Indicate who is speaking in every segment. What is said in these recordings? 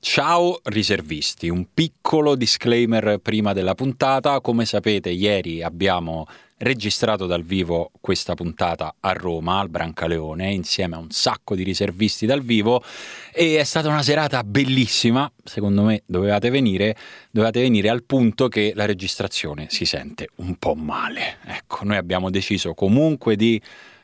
Speaker 1: Ciao riservisti, un piccolo disclaimer prima della puntata. Come sapete, ieri abbiamo registrato dal vivo questa puntata a Roma, al Brancaleone, insieme a un sacco di riservisti dal vivo e è stata una serata bellissima, secondo me dovevate venire, dovevate venire al punto che la registrazione si sente un po' male. Ecco, noi abbiamo deciso comunque di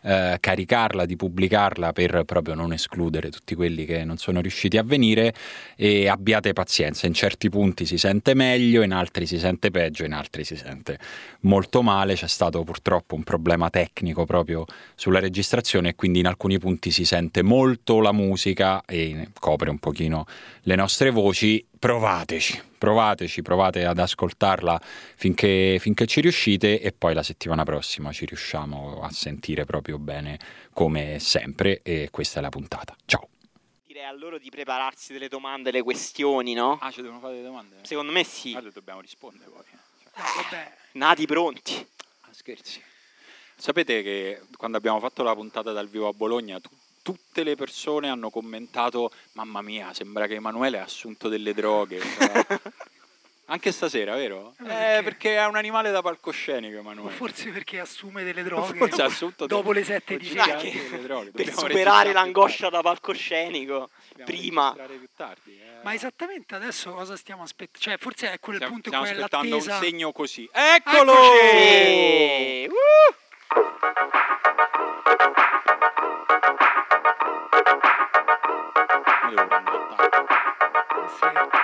Speaker 1: eh, caricarla, di pubblicarla per proprio non escludere tutti quelli che non sono riusciti a venire e abbiate pazienza, in certi punti si sente meglio, in altri si sente peggio, in altri si sente molto male, c'è stato purtroppo un problema tecnico proprio sulla registrazione e quindi in alcuni punti si sente molto la musica e copre un pochino le nostre voci, provateci, provateci, provate ad ascoltarla finché, finché ci riuscite e poi la settimana prossima ci riusciamo a sentire proprio bene come sempre e questa è la puntata. Ciao!
Speaker 2: Direi a loro di prepararsi delle domande, le questioni, no?
Speaker 3: Ah, ci devono fare delle domande?
Speaker 2: Secondo me sì.
Speaker 3: Allora dobbiamo rispondere poi. eh.
Speaker 2: Nati pronti.
Speaker 3: Ah, scherzi. Sapete che quando abbiamo fatto la puntata dal vivo a Bologna, tu- tutte le persone hanno commentato: Mamma mia, sembra che Emanuele ha assunto delle droghe. Cioè, Anche stasera, vero? Eh,
Speaker 4: perché?
Speaker 3: perché? è un animale da palcoscenico,
Speaker 4: O
Speaker 3: Emanuele.
Speaker 4: forse perché assume delle droghe
Speaker 3: Forse ha assunto
Speaker 4: dopo
Speaker 3: delle-
Speaker 4: le 7 di
Speaker 3: Sì,
Speaker 2: Dai,
Speaker 4: sera.
Speaker 3: anche
Speaker 2: che-
Speaker 3: le droghe,
Speaker 2: Per
Speaker 3: dobbiamo
Speaker 2: superare
Speaker 3: registrare
Speaker 2: l'angoscia
Speaker 3: più
Speaker 2: da palcoscenico.
Speaker 3: tardi.
Speaker 2: Prima.
Speaker 3: Dobbiamo registrare più tardi, eh.
Speaker 4: Ma esattamente adesso cosa stiamo aspettando? Cioè, forse è quel
Speaker 3: Stiamo,
Speaker 4: punto in
Speaker 3: stiamo
Speaker 4: cui è
Speaker 3: aspettando
Speaker 4: l'attesa.
Speaker 3: un segno così. Eccolo!
Speaker 4: Eccoci!
Speaker 2: Sì. Uh!
Speaker 3: Mi devo prendere il tacco.
Speaker 4: Sì.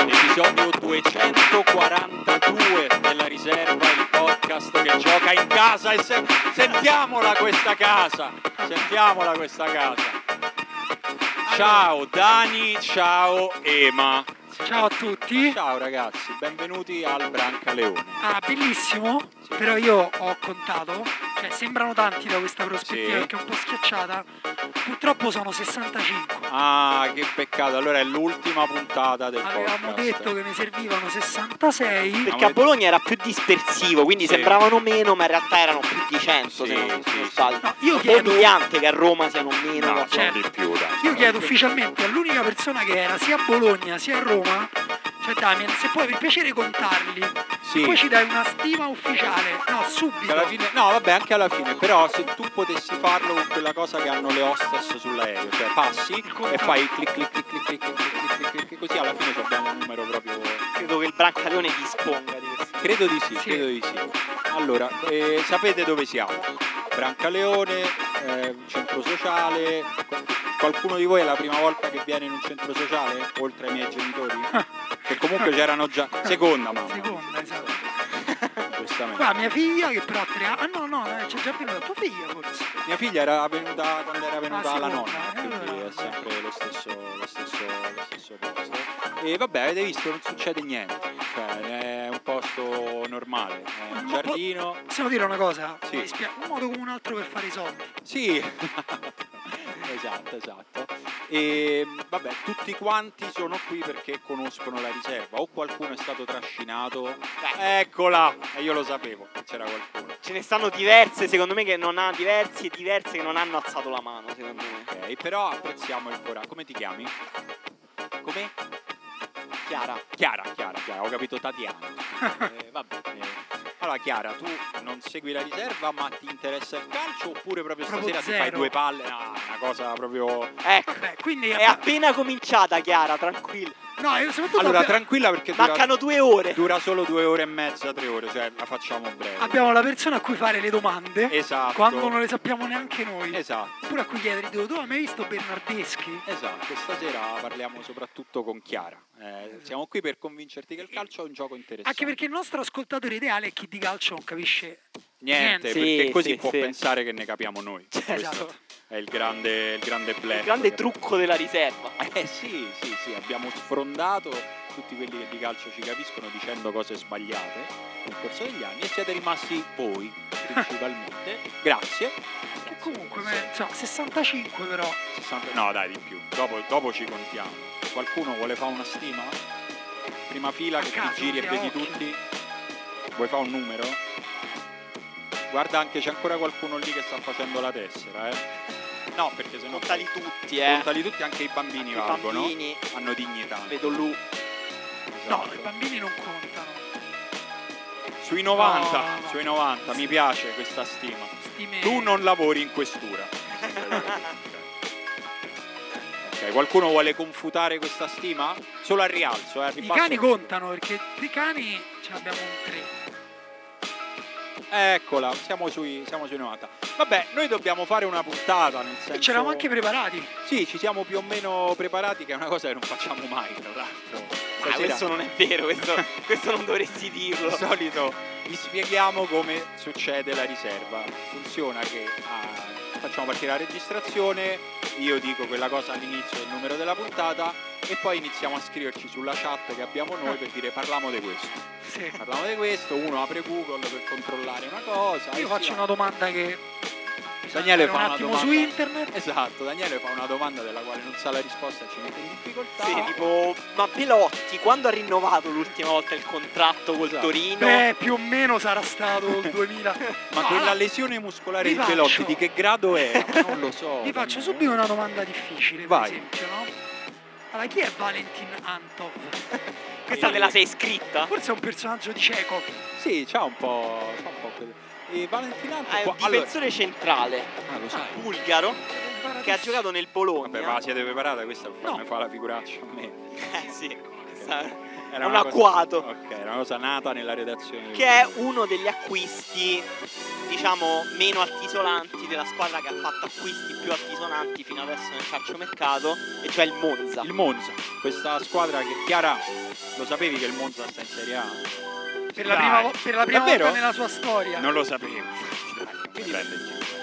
Speaker 3: Episodio 242 della riserva, il podcast che gioca in casa e se- sentiamola questa casa, sentiamola questa casa. Ciao Dani, ciao Ema.
Speaker 4: Ciao a tutti.
Speaker 3: Ciao ragazzi, benvenuti al Brancaleone.
Speaker 4: Ah, bellissimo.
Speaker 3: Sì.
Speaker 4: Però io ho contato, cioè sembrano tanti da questa prospettiva
Speaker 3: Sì.
Speaker 4: che è un po' schiacciata. Purtroppo sono 65.
Speaker 3: Ah, che peccato, allora è l'ultima puntata del
Speaker 4: Avevamo
Speaker 3: podcast.
Speaker 4: detto che ne servivano 66.
Speaker 3: No,
Speaker 2: Perché a
Speaker 3: ma-
Speaker 2: Bologna era più dispersivo, quindi
Speaker 3: Sì.
Speaker 2: sembravano meno, ma in realtà erano più di 100,
Speaker 3: Sì,
Speaker 2: se non,
Speaker 3: sì,
Speaker 2: se non
Speaker 3: sì.
Speaker 2: sbaglio.
Speaker 4: No, io
Speaker 2: È
Speaker 4: chiedo,
Speaker 2: umiliante che a Roma siano meno.
Speaker 3: No, cioè- sono
Speaker 4: Certo.
Speaker 3: di più, dai.
Speaker 4: io chiedo ufficialmente all'unica persona che era sia a Bologna sia a Roma, cioè Damien, se puoi per piacere contarli.
Speaker 3: Sì.
Speaker 4: Poi ci dai una stima ufficiale. No, subito.
Speaker 3: Che alla fine- no, vabbè, anche alla fine, però se tu potessi farlo con quella cosa che hanno le hostess sull'aereo, cioè passi e fai clic clic clic clic clic clic clic clic, clic, clic, così alla fine ci abbiamo un numero proprio
Speaker 2: Credo che il Brancaleone disponga di questo.
Speaker 3: credo di sì,
Speaker 4: Sì.
Speaker 3: credo di sì. Allora, eh, sapete dove siamo? Brancaleone, eh, centro sociale. Qual- Qualcuno di voi è la prima volta che viene in un centro sociale, oltre ai miei genitori? Che comunque c'erano già seconda mamma.
Speaker 4: Ah. Seconda, Ah, esatto.
Speaker 3: Giustamente.
Speaker 4: Qua mia figlia che però ha tre anni. Ah no, no, eh, c'è già venuta tua figlia forse.
Speaker 3: Mia figlia era venuta quando era venuta
Speaker 4: Ah,
Speaker 3: la
Speaker 4: sì,
Speaker 3: nonna,
Speaker 4: eh,
Speaker 3: quindi
Speaker 4: allora.
Speaker 3: è sempre lo stesso, lo stesso, lo stesso posto. E vabbè, avete visto, non succede niente, cioè è un posto normale, è un
Speaker 4: Ma po-
Speaker 3: giardino,
Speaker 4: Possiamo dire una cosa?
Speaker 3: Sì.
Speaker 4: Mi spia- un modo come un altro per fare i soldi.
Speaker 3: sì, esatto, esatto. E vabbè, tutti quanti sono qui perché conoscono la riserva, o qualcuno è stato trascinato,
Speaker 4: Ecco.
Speaker 2: Beh,
Speaker 3: eccola, e io lo sapevo, che c'era qualcuno.
Speaker 2: ce ne stanno diverse, secondo me, che non ha diversi e diverse che non hanno alzato la mano, secondo me.
Speaker 3: Ok, però apprezziamo il coraggio, come ti chiami? Come?
Speaker 2: Chiara.
Speaker 3: Chiara, Chiara, Chiara, ho capito Tatiana. Eh, vabbè. eh. Allora Chiara, tu non segui la riserva ma ti interessa il calcio oppure proprio
Speaker 4: Proprio
Speaker 3: stasera ti fai
Speaker 4: zero.
Speaker 3: due palle? No, una cosa proprio...
Speaker 2: Ecco.
Speaker 4: Vabbè, quindi.
Speaker 2: È appena cominciata, Chiara, tranquilla.
Speaker 4: No, io soprattutto
Speaker 3: Allora
Speaker 4: abbi-
Speaker 3: tranquilla perché dura,
Speaker 2: Mancano due ore.
Speaker 3: dura solo due ore e mezza, tre ore, cioè la facciamo breve.
Speaker 4: abbiamo la persona a cui fare le domande.
Speaker 3: Esatto.
Speaker 4: Quando non le sappiamo neanche noi.
Speaker 3: Esatto.
Speaker 4: Oppure a cui chiedere, tu tu hai mai visto Bernardeschi?
Speaker 3: Esatto, stasera parliamo soprattutto con Chiara. Eh, siamo qui per convincerti che il calcio è un gioco interessante.
Speaker 4: Anche perché il nostro ascoltatore ideale è chi di calcio non capisce.
Speaker 3: Niente,
Speaker 2: Sì,
Speaker 3: perché così
Speaker 2: sì,
Speaker 3: può
Speaker 2: sì.
Speaker 3: pensare che ne capiamo noi. Questo
Speaker 4: Esatto.
Speaker 3: è il grande, il grande bluff.
Speaker 2: Il grande
Speaker 3: che-
Speaker 2: trucco della riserva.
Speaker 3: Eh sì, sì, sì, abbiamo sfrondato tutti quelli che di calcio ci capiscono dicendo cose sbagliate nel corso degli anni e siete rimasti voi principalmente. Grazie.
Speaker 4: Che
Speaker 3: Grazie,
Speaker 4: comunque,
Speaker 3: grazie.
Speaker 4: ma, insomma, 65 però.
Speaker 3: 60 No dai di più, dopo, dopo ci contiamo. Qualcuno vuole fare una stima? Prima fila
Speaker 4: A
Speaker 3: che ti
Speaker 4: caso,
Speaker 3: giri e
Speaker 4: via
Speaker 3: vedi
Speaker 4: occhio.
Speaker 3: tutti. Vuoi fare un numero? Guarda anche c'è ancora qualcuno lì che sta facendo la tessera, eh. No, perché se no
Speaker 2: Contali tutti, eh.
Speaker 3: contali tutti anche i bambini
Speaker 2: I
Speaker 3: valgono,
Speaker 2: bambini.
Speaker 3: hanno dignità.
Speaker 2: Vedo lui.
Speaker 4: No,
Speaker 3: Esatto.
Speaker 4: i bambini non contano.
Speaker 3: Sui 90,
Speaker 4: No, no, no. Eh.
Speaker 3: sui 90, mi piace questa stima.
Speaker 4: Stime-
Speaker 3: Tu non lavori in questura. ok, qualcuno vuole confutare questa stima? Solo al rialzo, eh, al
Speaker 4: I
Speaker 3: ribasso.
Speaker 4: cani contano perché di cani ce l'abbiamo un 3.
Speaker 3: Eccola, siamo sui, siamo sui 90. Vabbè, noi dobbiamo fare una puntata, nel senso...
Speaker 4: E ce l'avamo anche preparati.
Speaker 3: Sì, ci siamo più o meno preparati, che è una cosa che non facciamo mai, tra l'altro.
Speaker 2: Ah,
Speaker 3: Stasera
Speaker 2: questo non è vero, questo, questo non dovresti dirlo.
Speaker 3: Di solito vi spieghiamo come succede la riserva. Funziona che ah, facciamo partire la registrazione, io dico quella cosa all'inizio del numero della puntata e poi iniziamo a scriverci sulla chat che abbiamo noi per dire parliamo di questo.
Speaker 4: Sì.
Speaker 3: Parliamo di questo, uno apre Google per controllare una cosa. e
Speaker 4: Io
Speaker 3: si
Speaker 4: faccio
Speaker 3: va.
Speaker 4: una domanda che bisogna
Speaker 3: Daniele
Speaker 4: andare
Speaker 3: fa
Speaker 4: un
Speaker 3: una
Speaker 4: attimo
Speaker 3: domanda.
Speaker 4: su internet.
Speaker 3: Esatto, Daniele fa una domanda della quale non sa la risposta e ci mette in difficoltà.
Speaker 2: Sì, tipo, ma Belotti quando ha rinnovato l'ultima volta il contratto col
Speaker 3: Esatto.
Speaker 2: Torino?
Speaker 4: Beh, più o meno sarà stato il 2000.
Speaker 3: Ma
Speaker 4: No,
Speaker 3: quella
Speaker 4: allora,
Speaker 3: lesione muscolare
Speaker 4: vi
Speaker 3: di Pelotti
Speaker 4: faccio-
Speaker 3: di che grado è? Ma non lo so.
Speaker 4: Vi faccio
Speaker 3: Daniele.
Speaker 4: subito una domanda difficile,
Speaker 3: Vai.
Speaker 4: per esempio, no? Allora, chi è Valentin Antov?
Speaker 2: Questa te la sei scritta?
Speaker 4: Forse è un personaggio di Chekhov.
Speaker 3: Sì, c'ha un po'. C'ha un po quel- E
Speaker 4: Ah,
Speaker 3: Valentinato
Speaker 2: È un
Speaker 3: qua- allora-
Speaker 2: difensore centrale,
Speaker 3: Ah, lo sai.
Speaker 2: bulgaro, che ha giocato nel Bologna.
Speaker 3: Vabbè, ma la siete preparata questa per farmi
Speaker 4: No.
Speaker 3: fa la figuraccia a me.
Speaker 2: Eh sì, questa-
Speaker 3: Era
Speaker 2: un
Speaker 3: una cosa-
Speaker 2: agguato.
Speaker 3: Ok, era una cosa nata nella redazione.
Speaker 2: che è uno degli acquisti, diciamo, meno altisonanti della squadra che ha fatto acquisti più altisonanti fino adesso nel calciomercato, e cioè il Monza.
Speaker 3: Il Monza, questa squadra che Chiara, lo sapevi che il Monza sta in Serie A?
Speaker 4: Per la
Speaker 3: Dai.
Speaker 4: prima, vo- per la prima
Speaker 3: Davvero?
Speaker 4: volta nella sua storia.
Speaker 3: Non lo sapevo. Dai, non mi prende in giro.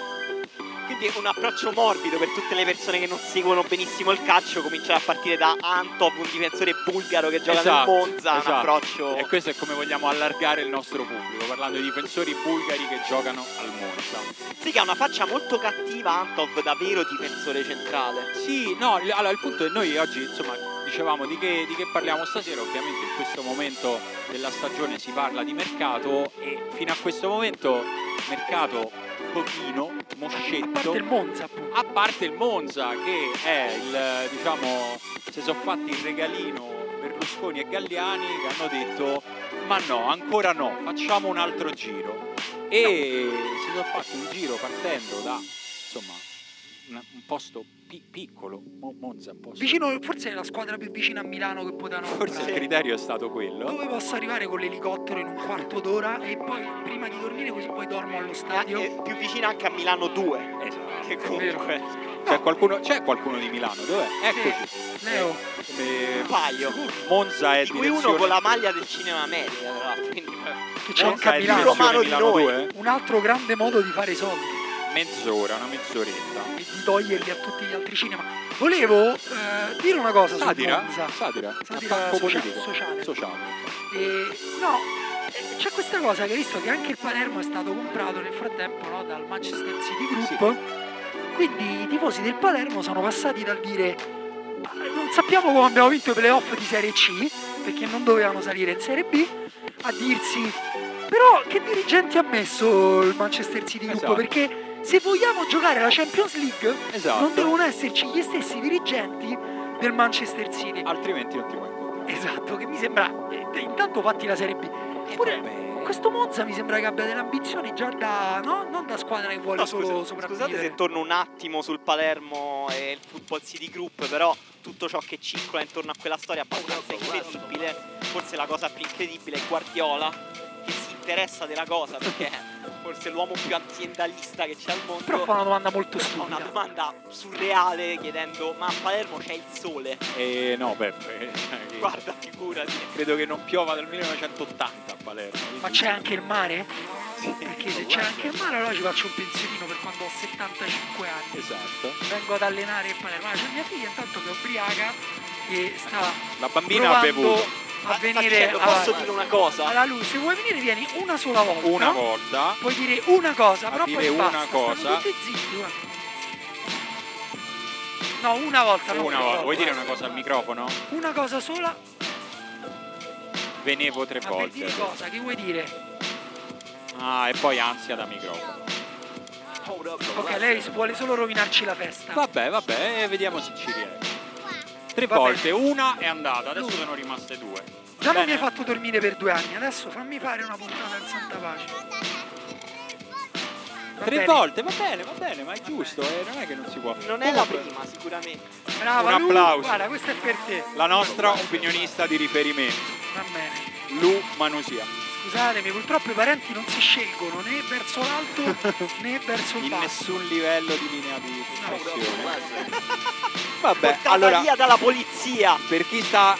Speaker 2: Quindi un approccio morbido per tutte le persone che non seguono benissimo il calcio, cominciare a partire da Antov, un difensore bulgaro che gioca
Speaker 3: Esatto,
Speaker 2: nel Monza,
Speaker 3: esatto.
Speaker 2: un approccio
Speaker 3: E questo è come vogliamo allargare il nostro pubblico, parlando di difensori bulgari che giocano al Monza.
Speaker 2: Sì, che ha una faccia molto cattiva Antov, da vero difensore centrale.
Speaker 3: Sì, no, il- allora il punto è che noi oggi insomma dicevamo di che, di che parliamo stasera, ovviamente in questo momento della stagione si parla di mercato e fino a questo momento mercato pochino,
Speaker 4: A parte il
Speaker 3: moscetto,
Speaker 4: Monza, appunto.
Speaker 3: a parte il Monza che è il diciamo se sono fatti il regalino Berlusconi e Galliani che hanno detto ma no, ancora no, facciamo un altro giro e si sono fatti un giro partendo da insomma un, un posto pi- piccolo, Mo- Monza è un posto
Speaker 4: Vicino, forse è la squadra più vicina a Milano che potevano
Speaker 3: Forse il
Speaker 4: comprare.
Speaker 3: criterio è stato quello.
Speaker 4: Dove posso arrivare con l'elicottero in un quarto d'ora e poi prima di dormire così poi dormo allo
Speaker 3: Eh,
Speaker 4: stadio?
Speaker 2: E più vicina anche a Milano 2,
Speaker 3: Esatto.
Speaker 2: che comunque
Speaker 3: C'è qualcuno, c'è qualcuno di Milano, dov'è? Eccoci.
Speaker 4: Leo,
Speaker 3: Eh,
Speaker 2: un paio.
Speaker 3: Monza è
Speaker 2: Di cui uno
Speaker 3: Eh, direzione-
Speaker 2: con la maglia del Cinema America, tra l'altro. Quindi eh,
Speaker 4: che c'è anche
Speaker 3: Monza
Speaker 4: a
Speaker 3: è direzione
Speaker 4: Milano.
Speaker 2: Romano di
Speaker 3: Milano
Speaker 2: noi.
Speaker 3: 2, eh?
Speaker 4: Un altro grande modo di fare i soldi.
Speaker 3: Mezz'ora, una mezz'oretta.
Speaker 4: e di toglierli a tutti gli altri cinema. Volevo eh, dire una cosa
Speaker 3: Satira?
Speaker 4: su Monza.
Speaker 3: Satira?
Speaker 4: Satira
Speaker 3: Attacco
Speaker 4: socia-
Speaker 3: politico.
Speaker 4: sociale.
Speaker 3: Sociale.
Speaker 4: E, no, eh, c'è questa cosa che hai visto che anche il Palermo è stato comprato nel frattempo no, dal Manchester City Group. Quindi i tifosi del Palermo sono passati dal dire "Ma non sappiamo come abbiamo vinto i playoff di Serie C perché non dovevano salire in Serie B a dirsi però che dirigenti ha messo il Manchester City Group
Speaker 3: Esatto.
Speaker 4: perché se vogliamo giocare alla Champions League non
Speaker 3: Esatto.
Speaker 4: devono esserci gli stessi dirigenti del Manchester City.
Speaker 3: Altrimenti non ti puoi incontrare.
Speaker 4: Esatto, che mi sembra. eh, te- Intanto fatti la Serie B.
Speaker 3: Eh,
Speaker 4: Eppure questo Monza mi sembra che abbia delle ambizioni già da. no? Non da squadra che vuole
Speaker 2: No,
Speaker 4: solo
Speaker 2: scusa-
Speaker 4: sopravvivere.
Speaker 2: scusate se torno un attimo sul Palermo e il Football City Group, però tutto ciò che circola intorno a quella storia è abbastanza incredibile. Forse la cosa più incredibile è Guardiola, che si interessa della cosa perché è forse l'uomo più aziendalista che c'è al mondo.
Speaker 4: Però fa una domanda molto
Speaker 2: fa una
Speaker 4: stupida.
Speaker 2: domanda surreale chiedendo ma a Palermo c'è il sole?
Speaker 3: Eh, no, Peppe. cioè, che-
Speaker 2: Guarda, figurati.
Speaker 3: Credo che non piova dal 1980 a Palermo. quindi-
Speaker 4: Ma c'è anche il mare?
Speaker 3: Sì,
Speaker 4: Perché se
Speaker 3: no,
Speaker 4: c'è
Speaker 3: guarda.
Speaker 4: anche il mare allora ci faccio un pensierino per quando ho 75 anni.
Speaker 3: Esatto.
Speaker 4: Vengo ad allenare il Palermo. Allora, c'è mia figlia intanto che è ubriaca e sta
Speaker 3: La bambina ha
Speaker 4: provando
Speaker 3: bevuto
Speaker 4: a
Speaker 2: Sta
Speaker 4: venire
Speaker 2: dicendo,
Speaker 4: a-
Speaker 2: posso dire una cosa?
Speaker 4: alla luce. Se vuoi venire vieni una sola volta.
Speaker 3: una volta.
Speaker 4: Puoi dire una cosa,
Speaker 3: A
Speaker 4: però
Speaker 3: dire
Speaker 4: poi
Speaker 3: una
Speaker 4: basta,
Speaker 3: cosa.
Speaker 4: stanno tutti zitti, guarda. No, una volta, non
Speaker 3: Una volta.
Speaker 4: due volte.
Speaker 3: Vuoi dire una cosa al microfono?
Speaker 4: Una cosa sola,
Speaker 3: Venevo tre
Speaker 4: ma per
Speaker 3: volte.
Speaker 4: dire cosa? Che vuoi dire?
Speaker 3: Ah, e poi ansia da microfono.
Speaker 4: Ok, lei vuole solo rovinarci la festa.
Speaker 3: Vabbè, vabbè, eh, vediamo se ci riesce. Tre
Speaker 4: Vabbè.
Speaker 3: volte, una è andata, adesso sono rimaste due.
Speaker 4: Già non mi
Speaker 3: Bene.
Speaker 4: hai fatto dormire per due anni, adesso fammi fare una puntata in santa pace. Va
Speaker 3: Tre
Speaker 4: bene.
Speaker 3: volte, va bene, va bene, ma è giusto, eh, non è che non si può.
Speaker 2: Non è la
Speaker 3: Comunque,
Speaker 2: prima, sicuramente.
Speaker 4: Brava,
Speaker 3: Un
Speaker 4: Lu,
Speaker 3: applauso.
Speaker 4: guarda, questo è per te.
Speaker 3: La nostra opinionista di riferimento,
Speaker 4: Va bene.
Speaker 3: Lu Manusia,
Speaker 4: Scusatemi, purtroppo i parenti non si scelgono né verso l'alto né verso il
Speaker 3: in
Speaker 4: basso.
Speaker 3: nessun livello di linea di
Speaker 4: Ah,
Speaker 3: pressione. Vabbè,
Speaker 2: Portata
Speaker 3: allora
Speaker 2: via dalla polizia.
Speaker 3: per chi sta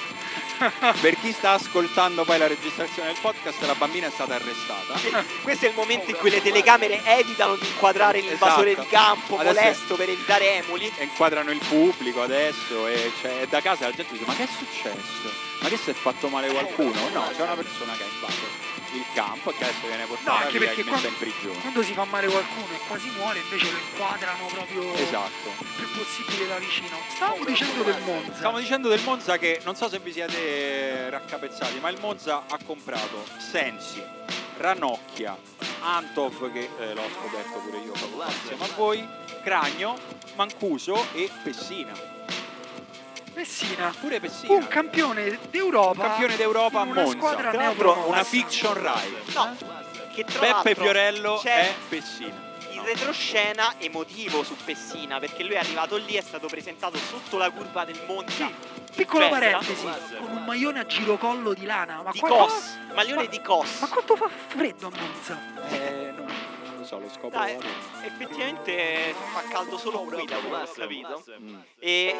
Speaker 3: per chi sta ascoltando poi la registrazione del podcast, la bambina è stata arrestata.
Speaker 2: Questo è il momento in cui le telecamere evitano di inquadrare l'invasore
Speaker 3: Esatto.
Speaker 2: di campo
Speaker 3: Adesso è-
Speaker 2: molesto per evitare Emuli.
Speaker 3: E inquadrano il pubblico adesso e cioè, da casa la gente dice ma che è successo? Ma che si è fatto male
Speaker 2: Eh.
Speaker 3: qualcuno? No, c'è una persona che ha invaso il campo e che adesso viene
Speaker 4: No,
Speaker 3: portata
Speaker 4: anche
Speaker 3: via e
Speaker 4: perché
Speaker 3: messa
Speaker 4: quando,
Speaker 3: in prigione.
Speaker 4: quando si fa male qualcuno e quasi muore, invece lo inquadrano proprio
Speaker 3: Esatto.
Speaker 4: il più possibile da vicino. Stavamo dicendo del Monza.
Speaker 3: Stiamo dicendo del Monza che non so se vi siete raccapezzati, ma il Monza ha comprato Sensi, Ranocchia, Antov che eh, l'ho scoperto pure io insieme a voi, Cragno, Mancuso e Pessina.
Speaker 4: Messina,
Speaker 3: Pure Pessina.
Speaker 4: un campione d'Europa.
Speaker 3: eh. Campione d'Europa a
Speaker 4: in una
Speaker 3: Monza.
Speaker 4: squadra
Speaker 3: Tra l'altro una
Speaker 4: neopromossa.
Speaker 3: fiction ride.
Speaker 2: No, che tra
Speaker 3: Beppe
Speaker 2: l'altro
Speaker 3: Fiorello è
Speaker 2: c'è
Speaker 3: Pessina.
Speaker 2: il
Speaker 3: No.
Speaker 2: retroscena emotivo su Pessina perché lui è arrivato lì, è stato presentato sotto la curva del Monza
Speaker 4: Piccola
Speaker 2: Bella.
Speaker 4: parentesi, con un maglione a girocollo di lana. Ma
Speaker 2: di
Speaker 4: quanto-
Speaker 2: Cos, maglione di Cos.
Speaker 4: Ma quanto fa freddo a Monza?
Speaker 3: Eh, non, non lo so, lo scopo
Speaker 2: Dai.
Speaker 3: vado.
Speaker 2: Effettivamente fa caldo solo qui, da quello che ho capito.
Speaker 3: Mm.
Speaker 2: E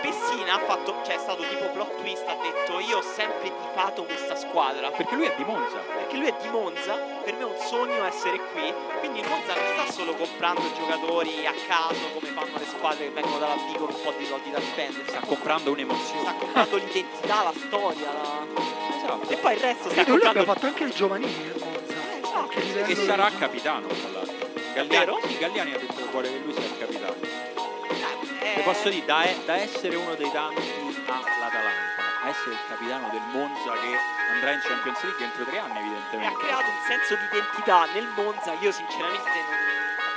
Speaker 2: Pessina ha fatto, cioè è stato tipo plot twist, ha detto io ho sempre tifato questa squadra.
Speaker 3: Perché lui è di Monza.
Speaker 2: Perché lui è di Monza, per me è un sogno essere qui. Quindi il Monza non sta solo comprando giocatori a caso come fanno le squadre che vengono dalla B con un po' di soldi da spendere. Sta,
Speaker 3: Sta
Speaker 2: co-
Speaker 3: comprando
Speaker 2: sta
Speaker 3: un'emozione.
Speaker 2: comprando l'identità, la storia. la-
Speaker 3: Esatto.
Speaker 2: E poi il resto sta
Speaker 4: Credo lui abbia
Speaker 2: comprando.
Speaker 4: fatto anche il giovanile a Monza.
Speaker 2: Eh, esatto.
Speaker 4: Anche a livello
Speaker 3: E
Speaker 4: di-
Speaker 3: sarà capitano tra l'altro.
Speaker 2: Vero?
Speaker 3: Galliani, Galliani ha detto che vuole che lui sia il capitano.
Speaker 2: Eh,
Speaker 3: E posso dire, da, da essere uno dei tanti all'Atalanta, a essere il capitano del Monza che andrà in Champions League entro tre anni
Speaker 2: e ha
Speaker 3: evidentemente.
Speaker 2: creato un senso di identità nel Monza che io sinceramente non,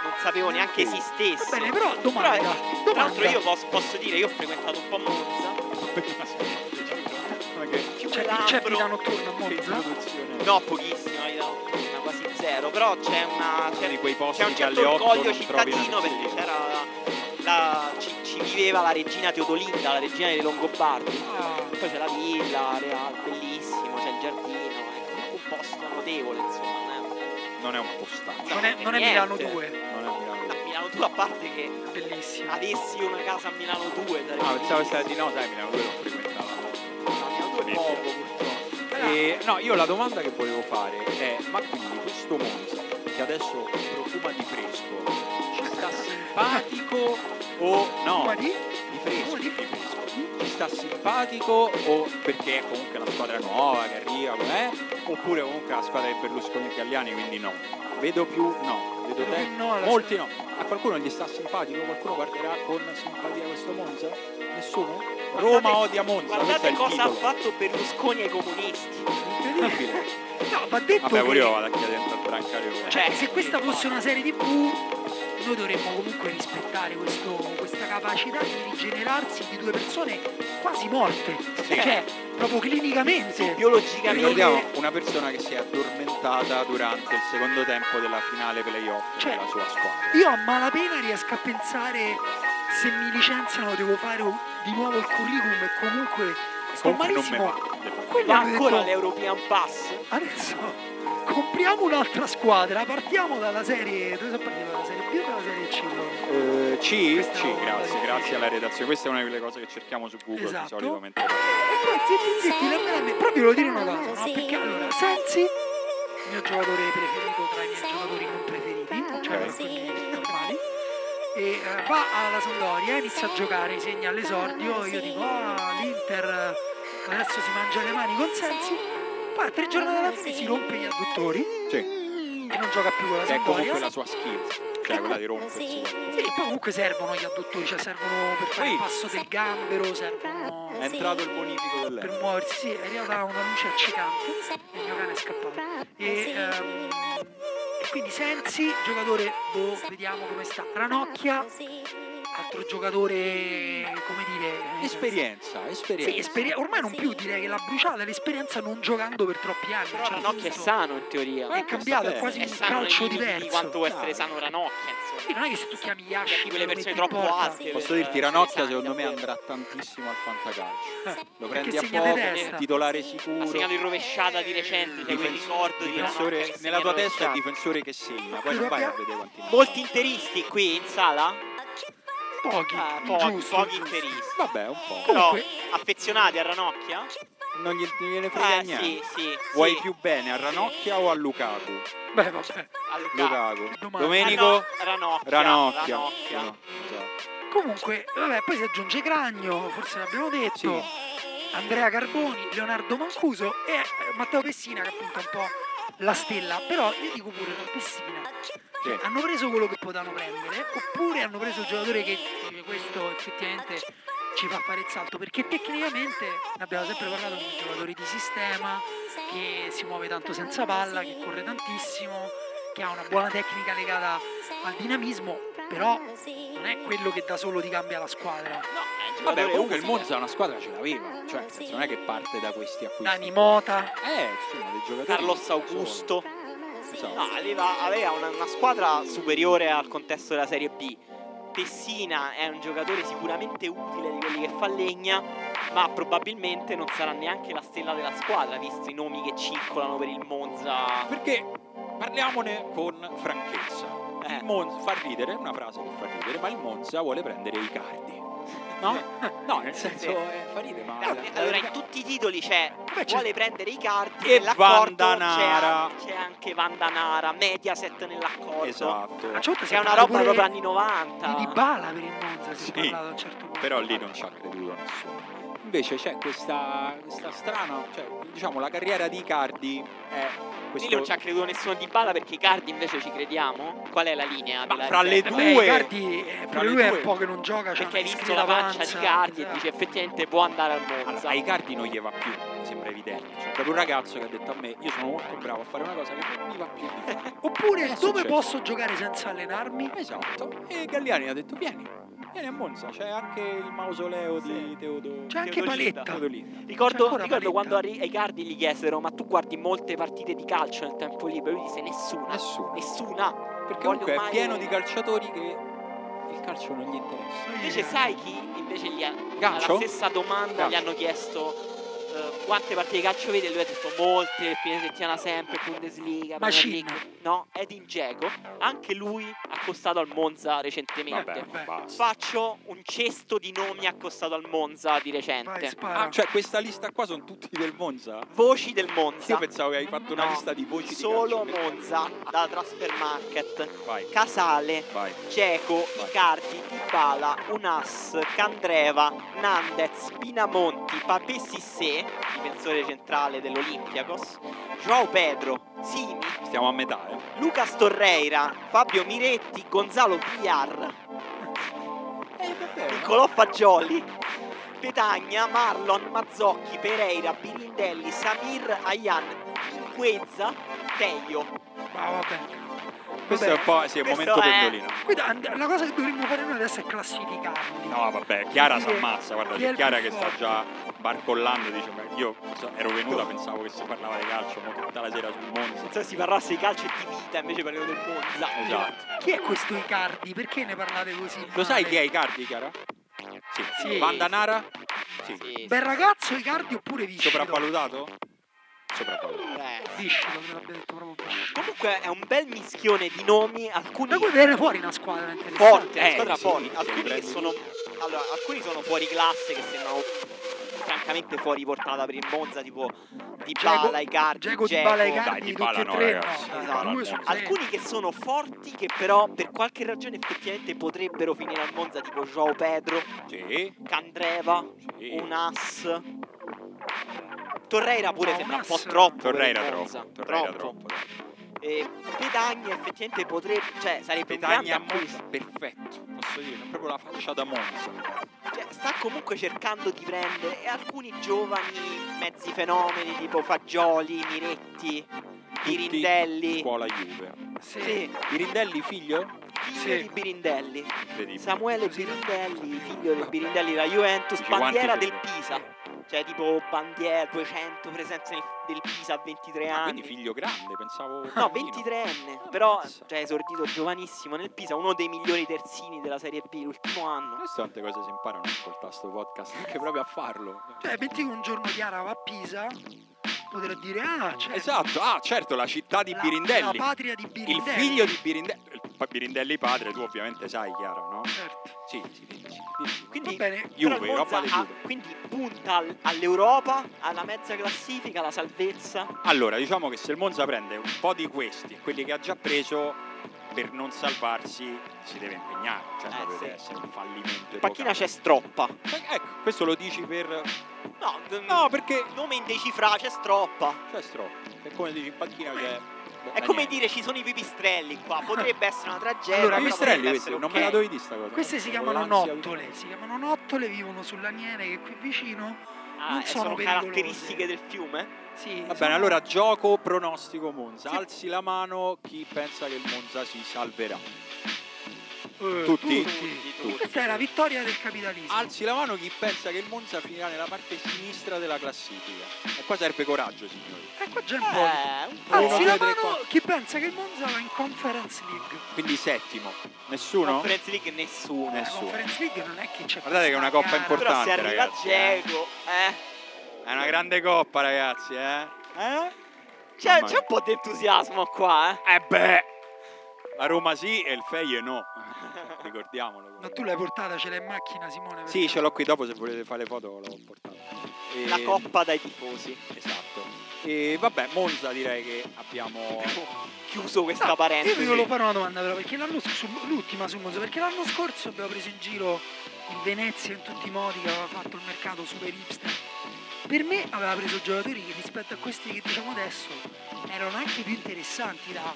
Speaker 2: non sapevo neanche esistesse.
Speaker 4: Mm. Va bene, però domanda.
Speaker 2: Però, eh,
Speaker 4: domanda.
Speaker 2: Tra l'altro io posso, posso dire, io ho frequentato un po' Monza.
Speaker 3: Ma che
Speaker 2: Più
Speaker 4: C'è,
Speaker 2: che
Speaker 4: c'è
Speaker 2: altro-
Speaker 4: vita notturna cioè, a
Speaker 3: che
Speaker 4: Monza?
Speaker 3: introduzione.
Speaker 2: No, pochissimo, io no, una quasi zero, però c'è una
Speaker 3: Uno
Speaker 2: c'è,
Speaker 3: di quei posti
Speaker 2: c'è un
Speaker 3: che alle
Speaker 2: certo
Speaker 3: 8
Speaker 2: orgoglio
Speaker 3: non trovi
Speaker 2: cittadino
Speaker 3: una
Speaker 2: perché c'era la, la- ci, ci viveva la regina Teodolinda, la regina dei Longobardi.
Speaker 4: Ah,
Speaker 2: Poi c'è la villa reale, bellissimo, c'è il giardino, è comunque un posto notevole, insomma, eh. non è
Speaker 3: Non è un postaccio,
Speaker 4: non è, non è
Speaker 2: Niente.
Speaker 4: Milano 2,
Speaker 3: non è un
Speaker 2: a
Speaker 3: miracolo.
Speaker 2: Milano 2 a parte che
Speaker 4: bellissimo.
Speaker 2: avessi una casa a Milano 2 sarebbe
Speaker 3: Ah, pensavo
Speaker 2: bellissimo.
Speaker 3: stare di no, dai, Milano, quello l'ho frequentato.
Speaker 2: No, Milano 2 è poco purtroppo.
Speaker 3: E, Eh, no, io la domanda che volevo fare è, ma quindi questo Monza, che adesso profuma di fresco, ci sta simpatico o no?
Speaker 4: Ma di?
Speaker 3: Di fresco,
Speaker 4: Oh,
Speaker 3: di
Speaker 4: di-
Speaker 3: fresco. Ci sta simpatico o perché è comunque la squadra nuova che arriva, com'è? Oppure comunque la squadra di Berlusconi e Galliani, quindi no. Vedo più no, vedo te
Speaker 4: No, la-
Speaker 3: Molti no. A qualcuno gli sta simpatico, qualcuno guarderà con simpatia questo Monza? Nessuno? Roma odia Monza, questo è
Speaker 2: Guardate
Speaker 3: il
Speaker 2: cosa ha
Speaker 3: titolo.
Speaker 2: fatto Berlusconi ai comunisti.
Speaker 3: Incredibile.
Speaker 4: No, va detto
Speaker 3: Vabbè, pure
Speaker 4: che...
Speaker 3: io vado a chiedere dentro al Brancaleone.
Speaker 4: Cioè, se questa fosse una serie TV, noi dovremmo comunque rispettare questo- questa capacità di rigenerarsi di due persone quasi morte.
Speaker 3: Sì.
Speaker 4: Cioè, proprio clinicamente.
Speaker 2: biologicamente
Speaker 3: Ricordiamo una persona che si è addormentata durante il secondo tempo della finale playoff
Speaker 4: Cioè,
Speaker 3: della sua squadra.
Speaker 4: Io a malapena riesco a pensare se mi licenziano devo fare un- di nuovo il curriculum e comunque sto
Speaker 3: Comunque non me
Speaker 4: malissimo.
Speaker 3: va.
Speaker 4: Quello
Speaker 2: va
Speaker 4: hanno
Speaker 2: ancora
Speaker 4: detto-
Speaker 2: all'European Pass.
Speaker 4: Adesso compriamo un'altra squadra, partiamo dalla serie... Dove sono partito? Dalla serie B o dalla serie C? allora?
Speaker 3: Eh, C,
Speaker 4: Questa è
Speaker 3: C,
Speaker 4: una
Speaker 3: grazie,
Speaker 4: difficile.
Speaker 3: grazie alla redazione. Questa è una di quelle cose che cerchiamo su Google di
Speaker 4: Esatto. Eh,
Speaker 3: solito. mentre-
Speaker 4: E poi zitti zitti, la me la me- Proprio devo dire una cosa, no? Perché allora, Sensi, il mio giocatore preferito tra i miei giocatori non preferiti, cioè
Speaker 3: Ok.
Speaker 4: quelli normali, e eh, va alla Sampdoria, inizia a giocare, segna all'esordio, io dico, ah, l'Inter eh, adesso si mangia le mani con Sensi, poi a tre giorni dalla fine si rompe gli adduttori
Speaker 3: Sì,
Speaker 4: e non gioca più con la
Speaker 3: che è
Speaker 4: Sampdoria.
Speaker 3: comunque la sua skill, cioè quella di rompersi.
Speaker 4: Sì, poi comunque servono gli adduttori, cioè servono per fare
Speaker 3: Sì. Eh,
Speaker 4: il passo del gambero, servono
Speaker 3: È entrato il bonifico
Speaker 4: per
Speaker 3: dell'Euro.
Speaker 4: muoversi, sì, è arrivata una luce accecante e il mio cane è scappato. E ehm, Quindi Sensi, giocatore, boh, vediamo come sta. Ranocchia, altro giocatore, come dire...
Speaker 3: Esperienza, esperienza.
Speaker 4: Sì, esperi- ormai non più direi che l'ha bruciata l'esperienza non giocando per troppi anni.
Speaker 2: Però
Speaker 4: Cioè,
Speaker 2: Ranocchia è
Speaker 4: questo-
Speaker 2: sano in teoria. Ecco,
Speaker 4: Ma è cambiato, è
Speaker 3: È
Speaker 4: quasi
Speaker 2: è
Speaker 4: un
Speaker 2: sano nei
Speaker 4: calcio
Speaker 2: limiti
Speaker 4: diverso.
Speaker 2: di quanto può essere
Speaker 3: Dai.
Speaker 2: sano Ranocchia, insomma.
Speaker 4: Sì, non è che se tu chiami Yashi
Speaker 2: Di quelle
Speaker 4: lo
Speaker 2: persone
Speaker 4: metti in
Speaker 2: troppo
Speaker 4: porta.
Speaker 2: alte.
Speaker 3: Posso dirti, Ranocchia secondo me andrà tantissimo al fantacalcio.
Speaker 4: Eh,
Speaker 3: Lo
Speaker 4: perché
Speaker 3: prendi a
Speaker 4: segna di
Speaker 3: poco,
Speaker 4: testa.
Speaker 3: titolare
Speaker 2: Ha
Speaker 3: sicuro.
Speaker 2: segnato in rovesciata di recente, cioè quel
Speaker 3: Difensi-
Speaker 2: ricordo di
Speaker 3: difensore-
Speaker 2: Ranocchia che
Speaker 3: nella tua
Speaker 2: segna in
Speaker 3: testa è il
Speaker 2: rovesciata.
Speaker 3: difensore che segna, poi non vai a vedere quanti ne-
Speaker 2: Molti interisti qui in sala?
Speaker 4: Pochi,
Speaker 2: Ah, pochi,
Speaker 4: giusto,
Speaker 2: pochi
Speaker 4: giusto.
Speaker 2: interisti.
Speaker 3: Vabbè, un po'.
Speaker 2: Però
Speaker 4: Comunque-
Speaker 2: affezionati a Ranocchia?
Speaker 3: Non gli- non gliene frega
Speaker 2: Eh
Speaker 3: niente.
Speaker 2: sì, sì.
Speaker 3: Vuoi
Speaker 2: sì.
Speaker 3: più bene a Ranocchia o a Lukaku?
Speaker 4: Beh, vabbè.
Speaker 2: A Luca.
Speaker 3: Lukaku.
Speaker 4: Domani.
Speaker 3: Domenico
Speaker 2: Ah, no, ah, Ranocchia.
Speaker 3: Ranocchia.
Speaker 2: Ranocchia.
Speaker 3: No, esatto.
Speaker 4: Comunque, vabbè, poi si aggiunge Cragno, forse l'abbiamo detto.
Speaker 3: Sì.
Speaker 4: Andrea Carboni, Leonardo Mancuso e eh, Matteo Pessina che appunto è un po' la stella. Però io dico pure da Pessina.
Speaker 3: Sì.
Speaker 4: Hanno preso quello che potevano prendere, oppure hanno preso il giocatore che dice, questo effettivamente ci fa fare il salto, perché tecnicamente ne abbiamo sempre parlato di un giocatore di sistema, che si muove tanto senza palla, che corre tantissimo, che ha una buona tecnica legata al dinamismo, però non è quello che da solo ti cambia la squadra.
Speaker 2: eh,
Speaker 3: Vabbè, comunque il
Speaker 2: utile.
Speaker 3: Monza una squadra ce l'aveva, cioè nel senso, non è che parte da questi acquisti.
Speaker 4: Dani Mota,
Speaker 3: Eh, insomma, dei giocatori.
Speaker 2: Carlos
Speaker 3: Sono.
Speaker 2: Augusto.
Speaker 3: Esatto.
Speaker 4: Ah,
Speaker 2: No, aveva, aveva una, una squadra superiore al contesto della Serie B. Pessina è un giocatore sicuramente utile di quelli che fa legna, ma probabilmente non sarà neanche la stella della squadra, visto i nomi che circolano per il Monza.
Speaker 3: Perché parliamone con franchezza.
Speaker 2: Eh.
Speaker 3: Il Monza fa ridere, è una frase che fa ridere, ma il Monza vuole prendere i cardi. No? No, nel senso
Speaker 2: Sì.
Speaker 3: eh, fa ridere, ma
Speaker 2: Allora, allora, in tutti i titoli c'è
Speaker 4: Vabbè, c'è-
Speaker 2: vuole prendere i carti
Speaker 3: E
Speaker 2: nell'accordo, c'è
Speaker 3: Vandanara.
Speaker 2: an- c'è anche Vandanara, Mediaset nell'accordo.
Speaker 3: Esatto.
Speaker 4: a un certo punto si
Speaker 2: C'è
Speaker 4: è
Speaker 2: una
Speaker 4: parlato
Speaker 2: roba
Speaker 4: pure
Speaker 2: proprio anni 90.
Speaker 4: Di Dybala per il Monza, si
Speaker 3: Sì.
Speaker 4: è parlato a un certo punto.
Speaker 3: Però lì non ci ha creduto nessuno. Invece c'è questa, questa strana, cioè, diciamo, la carriera di Icardi è
Speaker 2: Lì
Speaker 3: questo...
Speaker 2: non ci ha creduto nessuno di Bala perché i cardi invece ci crediamo. Qual è la linea?
Speaker 3: Ma
Speaker 2: della-
Speaker 3: fra le
Speaker 2: Beh,
Speaker 3: due-
Speaker 4: Beh, Icardi, eh,
Speaker 3: Fra
Speaker 4: pure
Speaker 3: le
Speaker 4: lui è
Speaker 3: due.
Speaker 4: un po' che non gioca, c'è
Speaker 2: Perché hai
Speaker 4: una
Speaker 2: visto
Speaker 4: discreta
Speaker 2: la pancia di
Speaker 4: panza,
Speaker 2: Cardi e
Speaker 4: esatto.
Speaker 2: dice effettivamente può andare al Monza.
Speaker 3: Allora, ai cardi non gli va più, mi sembra evidente. C'è proprio un ragazzo che ha detto a me, io sono molto bravo a fare una cosa che non mi va più di fare.
Speaker 4: Oppure
Speaker 3: È
Speaker 4: dove
Speaker 3: successo.
Speaker 4: posso giocare senza allenarmi?
Speaker 3: Esatto. E Galliani ha detto, vieni, vieni a Monza, c'è anche il mausoleo di
Speaker 2: Sì.
Speaker 3: Teodoro.
Speaker 4: C'è anche
Speaker 2: Teodolinda.
Speaker 4: Paletta.
Speaker 3: Teodolinda.
Speaker 4: C'è
Speaker 2: ricordo
Speaker 4: ancora
Speaker 2: ricordo
Speaker 4: Paletta?
Speaker 2: quando a Ri- ai cardi gli chiesero ma tu guardi molte partite di calcio nel tempo libero? Lui disse nessuna.
Speaker 3: Nessuno.
Speaker 2: Nessuna.
Speaker 3: Perché
Speaker 2: Voglio
Speaker 3: comunque è
Speaker 2: mai-
Speaker 3: pieno di calciatori che il calcio non gli interessa.
Speaker 2: Invece sai chi? Invece gli ha...
Speaker 3: Mm. Gancio?
Speaker 2: alla stessa domanda gli
Speaker 3: Gancio.
Speaker 2: hanno chiesto eh, quante partite di calcio vede e lui ha detto molte, fine settimana sempre, Bundesliga, Premier
Speaker 4: Macin.
Speaker 2: League. No, Edin Dzeko, anche lui accostato al Monza recentemente.
Speaker 4: Vabbè,
Speaker 3: basta.
Speaker 2: Faccio un cesto di nomi accostato al Monza di
Speaker 4: Vai,
Speaker 2: recente.
Speaker 4: spara.
Speaker 3: Ah, cioè questa lista qua sono tutti del Monza?
Speaker 2: Voci del Monza.
Speaker 3: Io pensavo che hai fatto una
Speaker 2: No,
Speaker 3: lista di voci
Speaker 2: Solo
Speaker 3: di calcio.
Speaker 2: Monza da Transfer Market.
Speaker 3: Vai,
Speaker 2: Casale,
Speaker 3: vai.
Speaker 2: Cieco, Icardi, Dybala, Unas, Candreva, Nandez, Pinamonti, Pape Sissé, difensore centrale dell'Olympiacos, Joao Pedro, Simi,
Speaker 3: Stiamo a metà, eh.
Speaker 2: Lucas Torreira, Fabio Miretti, Gonzalo Villar,
Speaker 3: Eh, vabbè.
Speaker 2: Niccolò Fagioli, Petagna, Marlon, Mazzocchi, Pereira, Pirindelli, Samir, Ayan, Quezza, Teio.
Speaker 4: Ma Ah, vabbè.
Speaker 3: Ah, Questo
Speaker 4: Vabbè.
Speaker 3: è un po', sì, è un
Speaker 2: questo
Speaker 3: momento
Speaker 2: è-
Speaker 3: pendolino.
Speaker 4: Quindi and- la cosa che dovremmo fare noi adesso è classificarli.
Speaker 3: No, vabbè, Chiara si
Speaker 4: Dire
Speaker 3: ammazza, guarda,
Speaker 4: chi è
Speaker 3: c'è
Speaker 4: il
Speaker 3: Chiara
Speaker 4: più
Speaker 3: che sta
Speaker 4: forte.
Speaker 3: già barcollando, dice, "Ma io so- ero venuta, pensavo che si parlava di calcio, ma tutta la sera sul Monza.
Speaker 2: Pensavo si parlasse di calcio e di vita, invece parliamo del Monza.
Speaker 3: Esatto.
Speaker 4: Chi è questo Icardi? Perché ne parlate così?
Speaker 3: Lo
Speaker 4: male?
Speaker 3: sai chi è Icardi, Chiara? Sì.
Speaker 4: Sì.
Speaker 3: Vandanara? Sì.
Speaker 2: Sì,
Speaker 4: Bel ragazzo Icardi oppure Viscido?
Speaker 3: Sopravvalutato? Sopravvalutato.
Speaker 2: eh.
Speaker 4: Viscido, te l'abbia detto proprio Viscido.
Speaker 2: Comunque è un bel mischione di nomi, alcuni
Speaker 4: Da cui viene fuori una squadra interessante.
Speaker 2: forti, una
Speaker 3: Eh,
Speaker 2: squadra
Speaker 3: sì,
Speaker 2: forte,
Speaker 3: sì,
Speaker 2: alcuni che
Speaker 3: prendi-
Speaker 2: sono allora, alcuni sono fuori classe che sembrano francamente fuori portata per il Monza, tipo Di Bala, Icardi, Dzeko.
Speaker 4: Dzeko, Dybala,
Speaker 3: Dai,
Speaker 4: Icardi,
Speaker 3: Dybala
Speaker 4: tutti
Speaker 3: no,
Speaker 4: e tre.
Speaker 3: ragazzi,
Speaker 4: no, dai,
Speaker 2: Dybala
Speaker 4: due
Speaker 3: no.
Speaker 4: su tre.
Speaker 2: Alcuni che sono forti che però per qualche ragione effettivamente potrebbero finire al Monza, tipo Joao Pedro,
Speaker 3: Sì.
Speaker 2: Candreva,
Speaker 3: Sì.
Speaker 2: Unas. Torreira pure
Speaker 4: No,
Speaker 2: sembra un po'
Speaker 4: Unas-
Speaker 2: troppo. per il
Speaker 3: Torreira
Speaker 2: Monza,
Speaker 3: troppo, Torreira troppo.
Speaker 2: E Petagna effettivamente potrebbe, cioè sarebbe un grande
Speaker 3: Petagna a
Speaker 2: acquisto.
Speaker 3: Monza, perfetto, posso dire, è proprio la faccia da Monza.
Speaker 2: Cioè, sta comunque cercando di prendere e alcuni giovani mezzi fenomeni tipo Fagioli, Miretti
Speaker 3: Tutti
Speaker 2: Pirindelli.
Speaker 3: Scuola Juve.
Speaker 4: Sì.
Speaker 2: Sì,
Speaker 3: Pirindelli figlio?
Speaker 2: figlio
Speaker 4: Sì.
Speaker 2: di Birindelli.
Speaker 3: Incredibile.
Speaker 2: Samuele Birindelli, figlio del Birindelli della Juventus,
Speaker 3: Dici,
Speaker 2: bandiera
Speaker 3: quanti
Speaker 2: del Pisa. Cioè tipo bandiera, 200 presenze nel- del Pisa a 23
Speaker 3: Ah,
Speaker 2: anni.
Speaker 3: quindi figlio grande, pensavo.
Speaker 2: No,
Speaker 3: bambino.
Speaker 2: 23enne, però
Speaker 3: Ammazza.
Speaker 2: cioè, esordito giovanissimo nel Pisa, uno dei migliori terzini della Serie B l'ultimo anno.
Speaker 3: Queste tante cose si imparano ad ascoltare sto podcast, anche proprio a farlo.
Speaker 4: Cioè, metti che un giorno Chiara va a Pisa, potrà dire, ah, cioè,
Speaker 3: Esatto, ah certo, la città di
Speaker 4: la,
Speaker 3: Pirindelli.
Speaker 4: la patria di
Speaker 3: il
Speaker 4: Pirindelli.
Speaker 3: figlio di Pirindelli. il pa- Pirindelli padre, tu ovviamente sai, chiaro, no?
Speaker 4: Certo.
Speaker 3: Sì, sì, sì, sì, sì.
Speaker 2: Quindi,
Speaker 4: Va bene.
Speaker 2: però il
Speaker 3: Ah, Juve, roba
Speaker 2: Monza
Speaker 3: di
Speaker 2: ha-
Speaker 3: Juve.
Speaker 2: quindi punta al- all'Europa, alla mezza classifica, alla salvezza.
Speaker 3: Allora, diciamo che se il Monza prende un po' di questi, quelli che ha già preso, per non salvarsi si deve impegnare. Cioè,
Speaker 2: Eh,
Speaker 3: proprio
Speaker 2: sì.
Speaker 3: deve essere un fallimento.
Speaker 2: In panchina c'è
Speaker 3: epocale.
Speaker 2: stroppa.
Speaker 3: Eh, Ecco, questo lo dici per.
Speaker 2: No, d-
Speaker 3: No, perché.
Speaker 2: nome indecifrabile, c'è stroppa.
Speaker 3: Cioè, stroppo. E come dici in panchina boh, c'è.
Speaker 2: È come dire ci sono i pipistrelli qua, potrebbe essere una tragedia.
Speaker 3: Allora,
Speaker 2: però
Speaker 3: pipistrelli
Speaker 2: potrebbe
Speaker 3: questi,
Speaker 2: essere
Speaker 3: non
Speaker 2: ok.
Speaker 3: me la dovevi dire sta cosa.
Speaker 4: Queste si
Speaker 3: Avevo
Speaker 4: chiamano
Speaker 3: l'ansia.
Speaker 4: nottole, si chiamano nottole, vivono sull'aniene che è qui vicino.
Speaker 2: Ah,
Speaker 4: non
Speaker 2: eh,
Speaker 4: sono
Speaker 2: sono
Speaker 4: pericolose.
Speaker 2: caratteristiche del fiume.
Speaker 4: Sì,
Speaker 3: Va bene,
Speaker 4: sono-
Speaker 3: allora gioco pronostico Monza.
Speaker 4: Sì.
Speaker 3: Alzi la mano chi pensa che il Monza si salverà.
Speaker 4: Eh,
Speaker 3: tutti?
Speaker 4: Questa è la vittoria del capitalismo.
Speaker 3: Alzi la mano chi pensa che il Monza finirà nella parte sinistra della classifica. E qua serve coraggio, signori.
Speaker 4: E qua c'è un po'.
Speaker 2: Eh, un po'.
Speaker 4: Alzi
Speaker 3: Uno, due, tre,
Speaker 4: la mano
Speaker 3: quattro.
Speaker 4: chi pensa che il Monza va in Conference League.
Speaker 3: Quindi settimo. Nessuno?
Speaker 2: Conference League nessuno.
Speaker 4: La
Speaker 3: Nessuno.
Speaker 4: Conference League non è che c'è
Speaker 3: Guardate che è una coppa
Speaker 4: questa gara.
Speaker 2: Però
Speaker 3: importante,
Speaker 2: se arriva
Speaker 3: ragazzi, eh.
Speaker 2: Diego, eh.
Speaker 3: È una grande coppa, ragazzi, eh? Eh?
Speaker 2: C'è,
Speaker 3: Mamma
Speaker 2: Cioè, c'è un po' di entusiasmo qua, eh.
Speaker 3: Eh beh! La Roma sì e il Feie no. Ricordiamolo.
Speaker 4: Ma tu l'hai portata, ce l'hai in macchina, Simone?
Speaker 3: Sì, ce l'ho qui dopo se volete fare le foto l'ho portato. E-
Speaker 2: La coppa dai tifosi.
Speaker 3: Esatto. E vabbè, Monza direi che abbiamo...
Speaker 2: Chiuso questa
Speaker 4: No, Io vi
Speaker 2: parentesi.
Speaker 4: volevo fare una domanda però, perché l'anno scorso, l'ultima su Monza, perché l'anno scorso abbiamo preso in giro il Venezia in tutti i modi che aveva fatto il mercato super hipster. Per me aveva preso giocatori che rispetto a questi che diciamo adesso erano anche più interessanti da...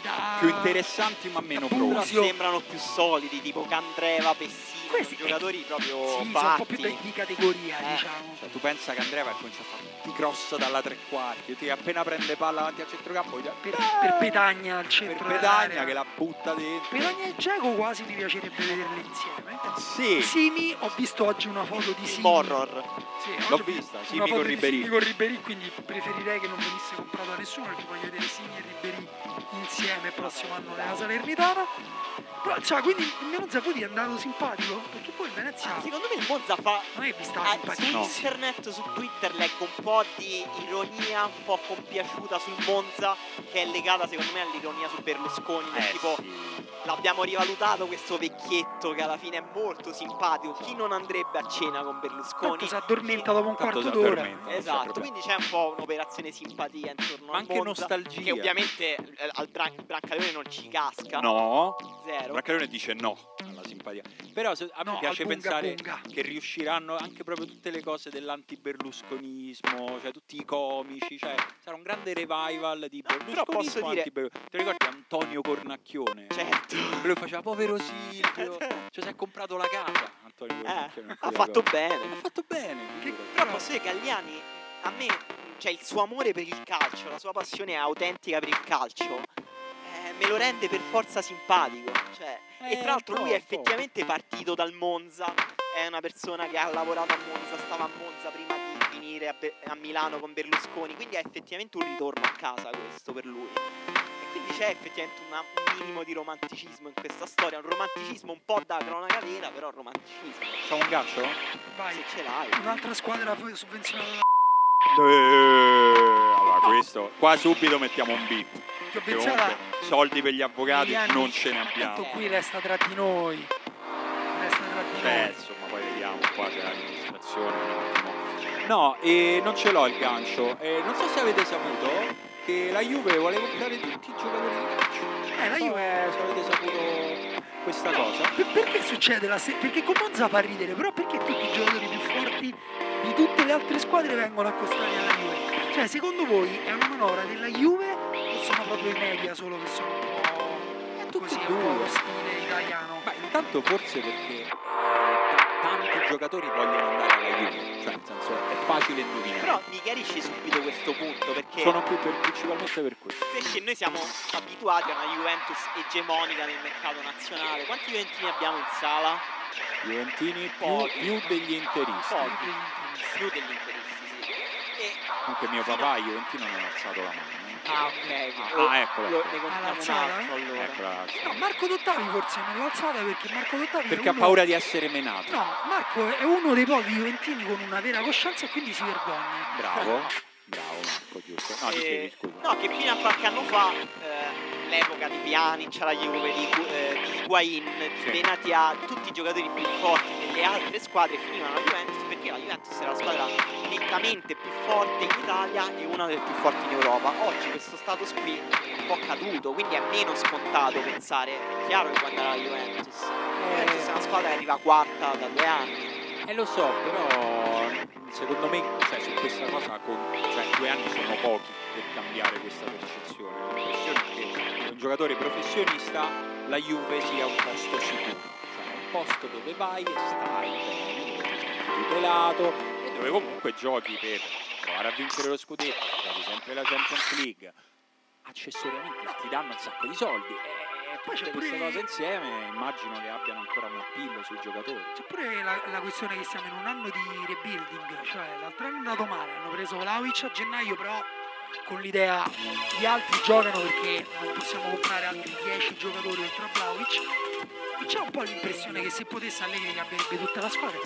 Speaker 4: da-
Speaker 3: Più interessanti ma meno pro.
Speaker 2: Però
Speaker 4: Fusio.
Speaker 2: sembrano più solidi, tipo Candreva, Pessino,
Speaker 4: Questi-
Speaker 2: giocatori proprio
Speaker 4: Sì, sono un po'
Speaker 2: fatti.
Speaker 4: più di- di categoria,
Speaker 2: Eh.
Speaker 4: diciamo.
Speaker 3: Cioè, tu pensa che Andrea va a cominciare a fare tutti i cross dalla tre quarti, ti appena prende palla davanti al centrocampo, gli-
Speaker 4: Per, per Petagna al
Speaker 3: per
Speaker 4: centro
Speaker 3: Petagna
Speaker 4: dell'area.
Speaker 3: che la butta dentro.
Speaker 4: Petagna e Giacomo quasi mi piacerebbe vederle insieme.
Speaker 3: Sì,
Speaker 4: Simi, ho visto oggi una foto di
Speaker 2: Film
Speaker 4: Simi.
Speaker 2: horror.
Speaker 4: Sì, oggi
Speaker 3: l'ho
Speaker 4: ho visto
Speaker 3: vista, sì,
Speaker 4: una
Speaker 3: mi
Speaker 4: foto
Speaker 3: con
Speaker 4: di Simi
Speaker 3: Ribéry.
Speaker 4: con Ribéry, quindi preferirei che non venisse comprato a nessuno perché voglio vedere Simi e Ribéry insieme il prossimo anno nella Salernitana. Però, cioè, quindi il Monza voi vi è andato simpatico? Perché poi il Venezia
Speaker 2: Ah, Secondo me il Monza fa
Speaker 4: non è che vi stava
Speaker 2: Ah, su
Speaker 4: simpaticissimo.
Speaker 2: internet, su Twitter leggo un po' di ironia un po' compiaciuta sul Monza che è legata secondo me all'ironia su Berlusconi, che
Speaker 3: Eh,
Speaker 2: tipo
Speaker 3: sì.
Speaker 2: l'abbiamo rivalutato questo vecchietto che alla fine è molto simpatico, chi non andrebbe a cena con Berlusconi?
Speaker 4: Tanto si addormenta dopo un
Speaker 3: Tanto si
Speaker 4: quarto d'ora.
Speaker 3: addormenta.
Speaker 2: Esatto, quindi c'è un po' un'operazione simpatia intorno
Speaker 3: Ma
Speaker 2: al
Speaker 3: anche
Speaker 2: Monza,
Speaker 3: nostalgia.
Speaker 2: che ovviamente eh, al Bran- Brancaleone non ci casca,
Speaker 3: No,
Speaker 2: zero.
Speaker 3: Braccaleone dice no alla simpatia. Però se- a me
Speaker 4: No,
Speaker 3: piace
Speaker 4: al bunga
Speaker 3: pensare
Speaker 4: bunga.
Speaker 3: che riusciranno anche proprio tutte le cose dell'anti-berlusconismo, cioè tutti i comici, cioè sarà un grande revival di
Speaker 2: però posso
Speaker 3: berlusconismo
Speaker 2: dire-
Speaker 3: anti-berlusconismo. Ti ricordi Antonio Cornacchione?
Speaker 2: Certo.
Speaker 3: Lui faceva povero Silvio, cioè si è comprato la casa. Antonio Cornacchione,
Speaker 2: Eh,
Speaker 3: non ti
Speaker 2: ha fatto
Speaker 3: ricordi.
Speaker 2: bene.
Speaker 3: Ha fatto bene.
Speaker 4: Che-
Speaker 3: figurati.
Speaker 2: Però posso dire che Galliani, a me, cioè il suo amore per il calcio, la sua passione autentica per il calcio, eh, me lo rende per forza simpatico. cioè.
Speaker 3: Eh,
Speaker 2: e tra l'altro lui è
Speaker 3: un po', un po'.
Speaker 2: effettivamente partito dal Monza, è una persona che ha lavorato a Monza, stava a Monza prima di finire a, Be- a Milano con Berlusconi, quindi è effettivamente un ritorno a casa questo per lui. E quindi c'è effettivamente una- un minimo di romanticismo in questa storia, un romanticismo un po' da cronaca vera, però romanticismo.
Speaker 3: Facciamo un gancio?
Speaker 4: Vai.
Speaker 2: Se ce l'hai.
Speaker 4: Un'altra squadra fu- sovvenzionata da
Speaker 3: Eh, allora questo, qua subito mettiamo un beep.
Speaker 4: che ho
Speaker 3: perché
Speaker 4: pensato
Speaker 3: comunque soldi per gli avvocati
Speaker 4: negli anni,
Speaker 3: non ce ne
Speaker 4: ma
Speaker 3: abbiamo.
Speaker 4: Tanto qui resta tra di noi. Resta tra di
Speaker 3: Cioè,
Speaker 4: noi.
Speaker 3: insomma, poi vediamo qua c'è la registrazione. No, e non ce l'ho il gancio. Eh, non so se avete saputo che la Juve vuole comprare tutti i giocatori di calcio.
Speaker 4: Eh, la Juve
Speaker 3: Non so se avete saputo questa cosa.
Speaker 4: Per- Perché succede la se- Perché con Monza fa ridere, però perché tutti i giocatori più forti di tutte le altre squadre vengono accostati alla Juve? Cioè, secondo voi è una manovra della Juve o sono proprio i media solo che sono un po'
Speaker 3: Eh,
Speaker 4: così,
Speaker 3: e
Speaker 4: un po'
Speaker 3: due.
Speaker 4: lo stile italiano?
Speaker 3: Ma intanto forse perché eh, ta- tanti giocatori vogliono andare alla Juve, cioè nel senso è facile indovinare.
Speaker 2: Però mi chiarisci subito questo punto perché
Speaker 3: Sono qui per, principalmente per questo.
Speaker 2: perché noi siamo abituati a una Juventus egemonica nel mercato nazionale. Quanti Juventini abbiamo in sala?
Speaker 3: Juventini più,
Speaker 2: Pochi.
Speaker 3: più degli interisti.
Speaker 2: Pochi. Più degli interisti, sì. E
Speaker 3: Anche mio papà Juventino non ha alzato la mano. eh.
Speaker 2: Ah, ok.
Speaker 3: Ah, Ecco. eccola,
Speaker 2: Lo- Ne
Speaker 3: eccola.
Speaker 4: Ah,
Speaker 2: contiamo un
Speaker 4: l'alzata?
Speaker 2: altro allora.
Speaker 3: Eccola.
Speaker 4: Eh, No, Marco Dottavi forse non l'ha alzata perché Marco Dottavi
Speaker 3: Perché
Speaker 4: è
Speaker 3: ha
Speaker 4: uno-
Speaker 3: paura di essere menato.
Speaker 4: No, Marco è uno dei pochi Juventini con una vera coscienza e quindi si vergogna.
Speaker 3: Bravo. Bravo Marco, giusto. No,
Speaker 2: Eh,
Speaker 3: dicevi, scusa.
Speaker 2: no, che fino a qualche anno fa, eh, l'epoca di Pjanic, la Juve, di, eh, di Higuain,
Speaker 3: Sì.
Speaker 2: di Benatia, tutti i giocatori più forti delle altre squadre finivano a Juventus perché la Juventus era la squadra nettamente più forte in Italia e una delle più forti in Europa. Oggi questo status qui è un po' caduto, quindi è meno scontato pensare, è chiaro che può andare alla Juventus. La Juventus è una squadra che arriva quarta da due anni.
Speaker 3: Eh lo so, però secondo me cioè, su questa cosa con, cioè, due anni sono pochi per cambiare questa percezione. L'impressione è che per un giocatore professionista la Juve sia un posto sicuro, cioè un posto dove vai e stai bene, dove ti senti tutelato e dove comunque giochi per provare a vincere lo scudetto, giochi sempre la Champions League, accessoriamente ti danno un sacco di soldi e, e
Speaker 4: Poi c'è
Speaker 3: tutte
Speaker 4: pure-
Speaker 3: queste cose insieme immagino che abbiano ancora un appeal sui giocatori.
Speaker 4: C'è pure la, la questione che siamo in un anno di rebuilding, cioè l'altro anno è andato male, hanno preso Vlaovic a gennaio però con l'idea gli altri giocano perché non possiamo comprare altri 10 giocatori oltre a Vlaovic e c'è un po' l'impressione che se potesse Allegri cambierebbe tutta la squadra.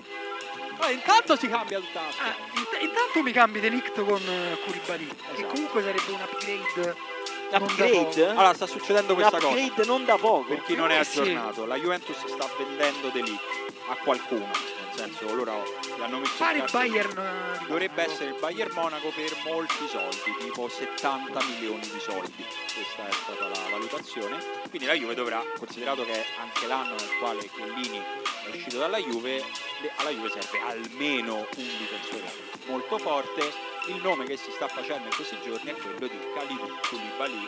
Speaker 3: Ma Ah, intanto si cambia tutta la
Speaker 4: Ah,
Speaker 3: squadra.
Speaker 4: int- intanto mi cambi Delict con eh, Koulibaly, che
Speaker 3: Esatto.
Speaker 4: comunque sarebbe un upgrade non da poco.
Speaker 2: L'upgrade?
Speaker 3: Allora sta succedendo
Speaker 2: un
Speaker 3: questa cosa.
Speaker 2: upgrade non da poco.
Speaker 3: Per chi non è
Speaker 4: Eh sì.
Speaker 3: aggiornato, la Juventus sta vendendo Delic a qualcuno. Nel senso, loro l'hanno messo
Speaker 4: Pare
Speaker 3: in
Speaker 4: il
Speaker 3: carta-
Speaker 4: Bayern eh, di
Speaker 3: Dovrebbe
Speaker 4: Monaco.
Speaker 3: essere il Bayern Monaco per molti soldi, tipo 70 milioni di soldi. Questa è stata la valutazione. Quindi la Juve dovrà, considerato che è anche l'anno nel quale Chiellini è uscito dalla Juve, le- alla Juve serve almeno un difensore molto forte. Il nome che si sta facendo in questi giorni è quello di Kalidou Koulibaly,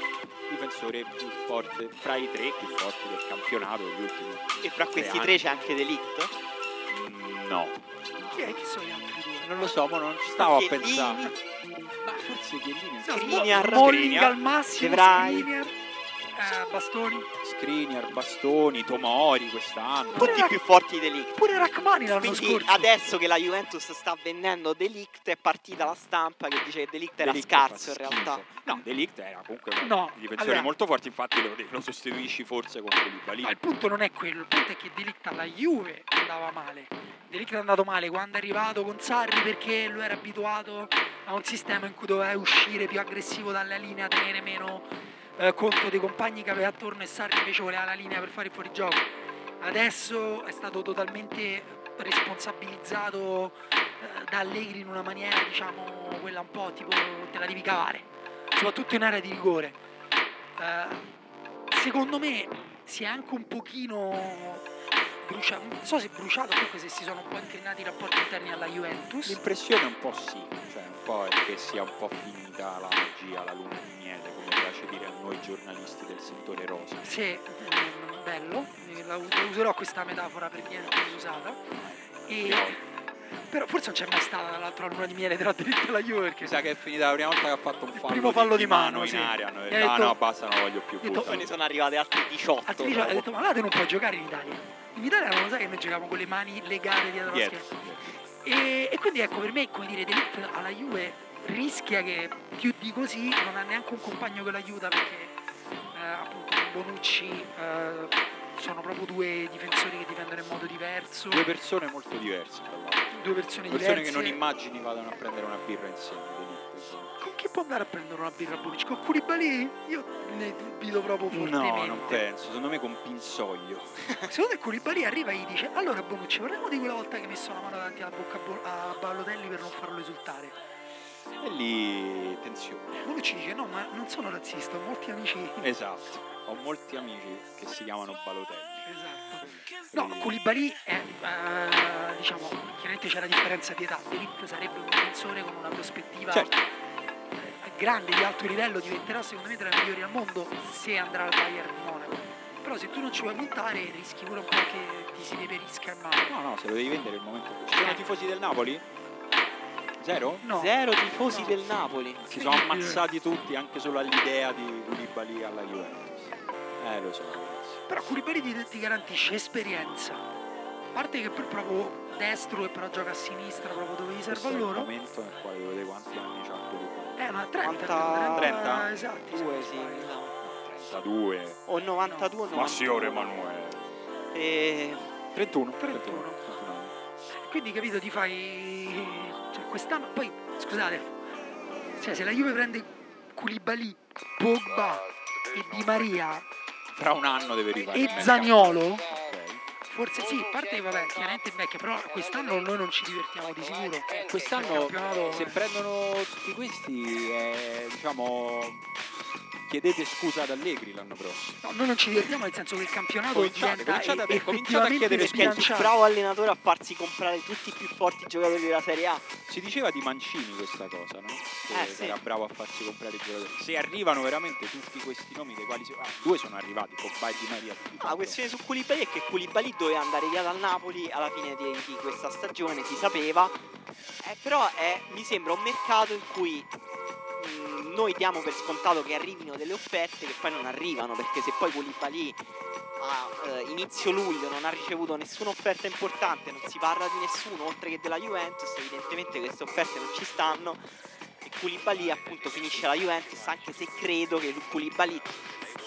Speaker 3: difensore più forte, fra i tre più forti del campionato degli ultimi.
Speaker 2: E fra questi
Speaker 3: anni.
Speaker 2: tre c'è anche Delict.
Speaker 3: Mm, No,
Speaker 4: Chi è che sono gli altri due?
Speaker 3: non lo so, ma non ci stavo a
Speaker 2: Chiellini.
Speaker 3: pensare. Ma forse Chiellini
Speaker 4: No,
Speaker 2: Skriniar.
Speaker 4: Smo- Smalling
Speaker 3: Skriniar.
Speaker 4: al massimo,
Speaker 2: Devrai.
Speaker 4: Skriniar, eh, Bastoni,
Speaker 3: Skriniar, Bastoni, Tomori quest'anno.
Speaker 4: Pure
Speaker 2: Tutti
Speaker 4: la-
Speaker 2: i più forti di Delict.
Speaker 4: pure Rachmani l'anno
Speaker 2: Quindi
Speaker 4: scorso.
Speaker 2: adesso che la Juventus sta vendendo Delict è partita la stampa che dice che Delict era
Speaker 3: De Ligt
Speaker 2: scarso in
Speaker 3: fa
Speaker 2: realtà.
Speaker 3: schifo. No, Delict era comunque un
Speaker 4: No,
Speaker 3: difensore
Speaker 4: allora-
Speaker 3: molto forte, infatti lo, lo sostituisci forse con Koulibaly.
Speaker 4: Ma il punto non è quello, il punto è che Delict alla Juve andava male. Delict è andato male quando è arrivato con Sarri perché lui era abituato a un sistema in cui doveva uscire più aggressivo dalla linea, tenere meno eh, conto dei compagni che aveva attorno e Sarri invece voleva la linea per fare il fuorigioco. Adesso è stato totalmente responsabilizzato eh, da Allegri in una maniera, diciamo, quella un po' tipo te la devi cavare, soprattutto in area di rigore. Eh, secondo me si è anche un pochino bruciato, non so se bruciato, comunque se si sono un po' incrinati i rapporti interni alla Juventus.
Speaker 3: L'impressione è un po' sì, cioè un po' è che sia un po' finita la magia, la luna di miele, come piace dire a noi giornalisti del settore rosa.
Speaker 4: Sì, ehm, bello, eh, la, u- la userò questa metafora per niente usata. E- però forse non c'è mai stata l'altra luna di miele tra diritta e la Juve perché
Speaker 3: Mi sa che è finita la prima volta che ha fatto un
Speaker 4: Il
Speaker 3: fallo,
Speaker 4: primo fallo di mano,
Speaker 3: in
Speaker 4: sì.
Speaker 3: aria. hanno detto,
Speaker 4: E ha
Speaker 3: ah
Speaker 4: detto-
Speaker 3: no, basta, non voglio più.
Speaker 4: ha detto-
Speaker 2: Poi
Speaker 3: buttalo".
Speaker 2: ne sono arrivate altre 18.
Speaker 4: altri dice- ha detto ma là te non puoi giocare in Italia. In Italia non lo sai che noi giocavamo con le mani legate dietro la
Speaker 3: Dietro.
Speaker 4: schiena. E, e quindi ecco per me come dire Delict alla Juve rischia che più di così non ha neanche un compagno che l'aiuta perché eh, appunto con Bonucci eh, sono proprio due difensori che difendono in modo diverso,
Speaker 3: Due persone molto diverse, tra l'altro.
Speaker 4: due persone
Speaker 3: persone
Speaker 4: diverse.
Speaker 3: che non immagini vadano a prendere una birra insieme Delict, insomma.
Speaker 4: Con chi può andare a prendere una birra Bonucci? Con Koulibaly? Io ne dubito proprio
Speaker 3: no
Speaker 4: fortemente.
Speaker 3: non penso secondo me con Pinsoglio
Speaker 4: Secondo te Koulibaly arriva e gli dice Allora Bonucci, parliamo di quella volta che hai messo la mano davanti alla bocca a Bo- a Ballotelli per non farlo esultare.
Speaker 3: e lì tensione
Speaker 4: Bonucci dice no, ma non sono razzista, ho molti amici...
Speaker 3: esatto ho molti amici che si chiamano Balotelli
Speaker 4: Esatto. No, Koulibaly è, eh, diciamo, chiaramente c'è la differenza di età. Delict sarebbe un difensore con una prospettiva
Speaker 3: Certo.
Speaker 4: eh, grande di alto livello, diventerà secondo me tra i migliori al mondo se andrà al Bayern Monaco. Però se tu non ci vuoi puntare rischi pure un po' che ti si reperisca il male.
Speaker 3: No, no, se lo devi vendere il momento. Ci sono tifosi del Napoli? Zero?
Speaker 4: No.
Speaker 2: Zero tifosi
Speaker 4: No.
Speaker 2: del Napoli.
Speaker 3: Si sono ammazzati tutti anche solo all'idea di Koulibaly alla Juventus. Eh, lo so, ragazzi.
Speaker 4: Però Koulibaly ti, ti garantisce esperienza. A parte che poi è proprio destro e però gioca a sinistra, proprio dove gli serve
Speaker 3: Questo
Speaker 4: a
Speaker 3: è il
Speaker 4: loro.
Speaker 3: momento nel quale vedete quanti anni c'ha Koulibaly.
Speaker 4: Eh, ma 30,
Speaker 2: 40,
Speaker 3: 30?
Speaker 4: esatto.
Speaker 2: Due, sì,
Speaker 4: esatto.
Speaker 2: Milano.
Speaker 3: 32.
Speaker 2: O 92 o 90.
Speaker 3: Emanuele.
Speaker 2: E...
Speaker 3: 31.
Speaker 4: 31.
Speaker 3: 31.
Speaker 4: Quindi capito ti fai cioè, quest'anno poi scusate cioè, se la Juve prende Koulibaly Pogba e Di Maria
Speaker 3: Fra un anno deve arrivare.
Speaker 4: e
Speaker 3: il mercato.
Speaker 4: Zagnolo
Speaker 3: Ok.
Speaker 4: forse sì a parte vabbè chiaramente vecchia però quest'anno noi non ci divertiamo di sicuro Il
Speaker 3: Quest'anno
Speaker 4: campionato-
Speaker 3: se prendono tutti questi, eh, diciamo, chiedete scusa ad Allegri l'anno prossimo.
Speaker 4: no, noi non ci divertiamo nel senso che il campionato
Speaker 3: Cominciate,
Speaker 4: diventa
Speaker 3: cominciate a-
Speaker 4: e-
Speaker 3: cominciate a chiedere
Speaker 4: effettivamente
Speaker 2: Perché è il
Speaker 4: sbilanciato.
Speaker 2: bravo allenatore a farsi comprare tutti i più forti giocatori della Serie A.
Speaker 3: Si diceva di Mancini questa cosa, no? Che
Speaker 2: Eh, sì.
Speaker 3: era bravo a farsi comprare i giocatori. Se arrivano veramente tutti questi nomi, dei quali si- ah, due sono arrivati, Pogba e Di Maria. di
Speaker 2: Ah, la
Speaker 3: fatto.
Speaker 2: questione su Koulibaly è che Koulibaly doveva andare via dal Napoli alla fine di, di questa stagione, si sapeva, Eh, però è- mi sembra un mercato in cui mh, noi diamo per scontato che arrivino delle offerte che poi non arrivano, perché se poi Koulibaly a eh, inizio luglio non ha ricevuto nessuna offerta importante, non si parla di nessuno oltre che della Juventus, evidentemente queste offerte non ci stanno e Koulibaly appunto finisce la Juventus anche se credo che Koulibaly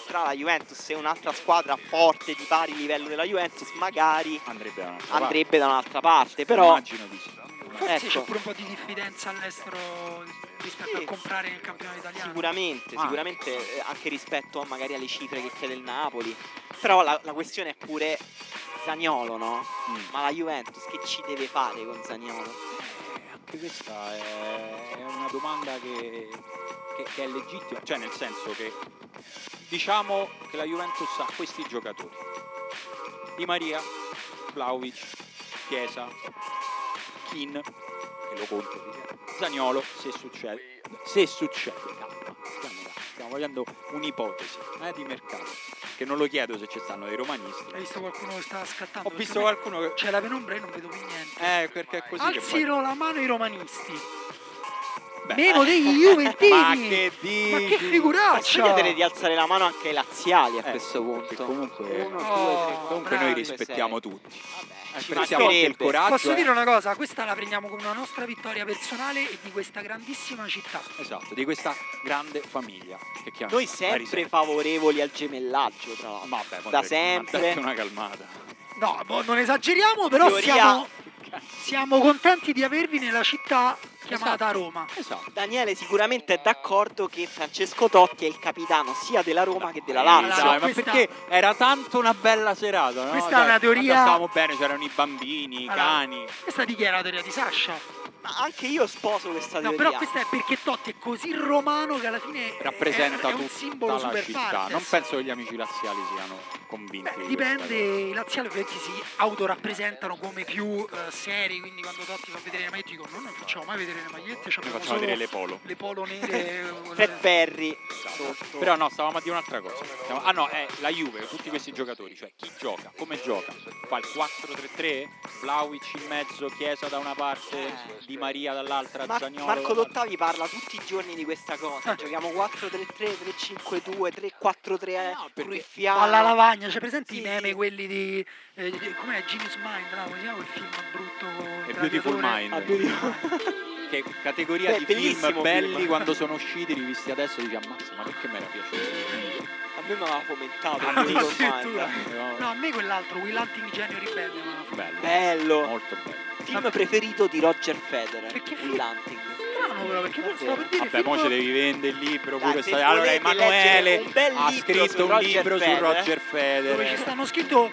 Speaker 2: tra la Juventus e un'altra squadra forte di pari livello della Juventus magari
Speaker 3: Andrebbe a
Speaker 2: andrebbe da un'altra parte però
Speaker 3: Immagino di sì.
Speaker 4: forse
Speaker 2: ecco.
Speaker 4: c'è pure un po' di diffidenza all'estero rispetto
Speaker 2: Sì.
Speaker 4: a comprare il campionato italiano
Speaker 2: sicuramente
Speaker 3: Ah.
Speaker 2: sicuramente eh, anche rispetto a magari alle cifre che chiede il Napoli però la, la questione è pure Zaniolo no?
Speaker 3: Mm.
Speaker 2: ma la Juventus che ci deve fare con Zaniolo?
Speaker 3: Eh, Anche questa è è una domanda che, che- che è legittima, cioè nel senso che diciamo che la Juventus ha questi giocatori. Di Maria, Vlaovic, Chiesa, Kin, che lo conto, mica, Zaniolo, se succede. Se succede, calma, stiamo, là, stiamo vogliando un'ipotesi eh, di mercato, che non lo chiedo se ci stanno dei
Speaker 4: hai
Speaker 3: romanisti.
Speaker 4: visto qualcuno che sta scattando
Speaker 3: Ho
Speaker 4: Perché
Speaker 3: visto
Speaker 4: a me
Speaker 3: qualcuno che...
Speaker 4: c'è la penombra e non vedo più niente
Speaker 3: Eh, perché è così che poi-
Speaker 4: Alzino la mano i romanisti.
Speaker 3: Beh,
Speaker 4: Meno
Speaker 3: eh.
Speaker 4: degli Juventini.
Speaker 3: Ma che dici?
Speaker 4: Ma che
Speaker 2: posso
Speaker 4: figuraccia!
Speaker 2: chiedere di alzare la mano anche ai laziali a
Speaker 3: Eh,
Speaker 2: questo
Speaker 3: perché
Speaker 2: punto
Speaker 3: Comunque,
Speaker 2: Uno,
Speaker 4: Oh,
Speaker 2: due, tre,
Speaker 3: comunque
Speaker 4: bravi.
Speaker 3: noi
Speaker 2: due,
Speaker 3: rispettiamo
Speaker 2: sei.
Speaker 3: tutti.
Speaker 2: Vabbè, ci
Speaker 3: Apprezziamo anche il
Speaker 2: mancherebbe.
Speaker 3: coraggio.
Speaker 4: Posso
Speaker 3: eh.
Speaker 4: dire una cosa? Questa la prendiamo come una nostra vittoria personale e di questa grandissima città.
Speaker 3: Esatto, di questa grande famiglia che chiama.
Speaker 2: Noi
Speaker 3: la
Speaker 2: sempre
Speaker 3: riserva.
Speaker 2: favorevoli al gemellaggio, tra l'altro.
Speaker 3: Vabbè, mo
Speaker 2: da
Speaker 3: dai,
Speaker 2: sempre.
Speaker 3: date una calmata.
Speaker 4: No, boh, non esageriamo, però
Speaker 2: Teoria.
Speaker 4: siamo, siamo contenti di avervi nella città chiamata
Speaker 3: Esatto.
Speaker 4: Roma.
Speaker 3: Esatto.
Speaker 2: Daniele sicuramente è d'accordo che Francesco Totti è il capitano sia della Roma che della
Speaker 3: Dai,
Speaker 2: Lazio.
Speaker 3: dai, eh, ma
Speaker 4: Questa-
Speaker 3: perché era tanto una bella serata, no?
Speaker 4: Questa è
Speaker 3: Dai,
Speaker 4: una teoria-
Speaker 3: quando Stavamo bene, c'erano i bambini, i
Speaker 4: Allora,
Speaker 3: cani.
Speaker 4: Questa di chi era la teoria di Sasha?
Speaker 2: Ma anche io sposo questa
Speaker 4: No,
Speaker 2: teoria.
Speaker 4: però questa è perché Totti è così romano che alla fine è-
Speaker 3: Rappresenta
Speaker 4: è, un
Speaker 3: tutta
Speaker 4: simbolo
Speaker 3: la
Speaker 4: super
Speaker 3: città.
Speaker 4: partes.
Speaker 3: Non penso che gli amici laziali siano convinti.
Speaker 4: Beh,
Speaker 3: di questa
Speaker 4: dipende, i laziali ovviamente si autorappresentano come più eh, seri, quindi quando Totti fa vedere le magliette dico "No, noi non facciamo mai vedere le magliette,
Speaker 3: cosa. Noi
Speaker 4: ci abbiamo
Speaker 3: facciamo
Speaker 4: solo
Speaker 3: vedere
Speaker 4: le...
Speaker 3: le polo.
Speaker 4: polo nere. eh,
Speaker 2: Fred Perry
Speaker 3: Esatto.
Speaker 2: sotto.
Speaker 3: Però no, stavamo a dire un'altra cosa. Stiamo- Ah no, è la Juve, tutti questi giocatori, cioè chi gioca, come gioca. Fa il 4-3-3, Vlaovic in mezzo, Chiesa da una parte,
Speaker 2: Eh.
Speaker 3: Di Maria dall'altra,
Speaker 2: Ma-
Speaker 3: Zaniolo.
Speaker 2: Marco
Speaker 3: dall'altra.
Speaker 2: Dottavi parla tutti i giorni di questa cosa.
Speaker 4: Eh.
Speaker 2: Giochiamo 4-3-3, 3-5-2,
Speaker 4: Eh,
Speaker 2: 3-4-3,
Speaker 3: No, perché-
Speaker 2: Cruyffiano.
Speaker 4: alla lavagna, c'è presente
Speaker 2: Sì,
Speaker 4: i meme
Speaker 2: sì.
Speaker 4: quelli di. Eh, di- com'è Genius Mind? No, come si chiama quel film brutto?
Speaker 3: E
Speaker 4: Il
Speaker 3: Beautiful
Speaker 2: Ah,
Speaker 3: Mind.
Speaker 2: Beautiful-
Speaker 3: Che categoria
Speaker 2: Beh,
Speaker 3: di
Speaker 2: bellissimo
Speaker 3: film belli
Speaker 2: film.
Speaker 3: quando sono usciti, rivisti adesso, dici ammazza, ma perché mi era piaciuto?
Speaker 2: A me mi aveva fomentato
Speaker 3: Ah,
Speaker 2: il Beautiful
Speaker 4: addirittura.
Speaker 2: Mind.
Speaker 4: No, a me quell'altro, Will Hunting Genio Ribelle. ma-
Speaker 3: Bello.
Speaker 2: Eh. Bello.
Speaker 3: Molto bello.
Speaker 2: Film preferito di Roger Federer.
Speaker 4: Perché-
Speaker 2: Will Hunting.
Speaker 4: Strano però, perché
Speaker 2: Vabbè.
Speaker 4: poi stavo per dire.
Speaker 3: Vabbè, mo
Speaker 4: film-
Speaker 3: ci devi vendere il libro
Speaker 2: Dai,
Speaker 3: pure.
Speaker 2: se
Speaker 3: stai- Allora,
Speaker 2: volete
Speaker 3: Emanuele
Speaker 2: leggere un bel
Speaker 3: ha
Speaker 2: libro su
Speaker 3: scritto un
Speaker 2: Roger
Speaker 3: libro su
Speaker 2: Federer.
Speaker 3: Roger Federer.
Speaker 4: Dove ci stanno scritto.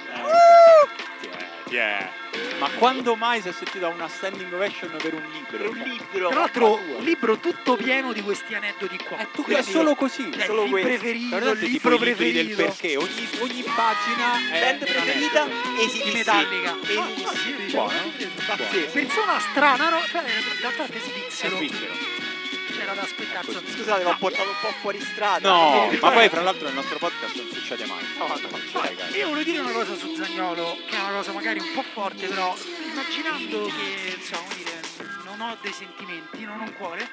Speaker 3: Yeah, yeah. Ma quando mai si è sentita una standing ovation per un libro?
Speaker 2: Per un
Speaker 3: Cioè,
Speaker 2: libro.
Speaker 4: Tra l'altro, libro tutto pieno di questi aneddoti qua.
Speaker 3: È tutto Eh, è
Speaker 2: Quindi-
Speaker 3: solo così.
Speaker 4: Cioè,
Speaker 2: Eh, solo
Speaker 4: il film
Speaker 2: questo.
Speaker 4: preferito,
Speaker 3: Guardate,
Speaker 4: il
Speaker 3: tipo
Speaker 4: libro
Speaker 3: i libri del
Speaker 4: preferito.
Speaker 3: perché ogni, ogni pagina
Speaker 4: eh,
Speaker 3: è
Speaker 2: Band preferita
Speaker 4: di
Speaker 2: Esibissi.
Speaker 4: Metallica.
Speaker 2: Esibissi.
Speaker 4: Ah, ah, sì, dice-
Speaker 3: Buono.
Speaker 4: sì,
Speaker 3: Buono.
Speaker 4: Cioè, Persona strana, no? D'altro parte svizzero.
Speaker 3: È svizzero.
Speaker 4: C'era era da aspettarsi.
Speaker 2: Scusate, ma ho portato un po' fuori strada.
Speaker 3: No,
Speaker 2: Eh,
Speaker 3: ma poi fra l'altro nel nostro podcast non succede mai. Cioè,
Speaker 2: No, no,
Speaker 3: Non succede,
Speaker 4: Poi,
Speaker 3: ragazzi.
Speaker 4: Io volevo dire una cosa su Zagnolo, che è una cosa magari un po' forte, però immaginando che insomma, come dire, non ho dei sentimenti, non ho un cuore,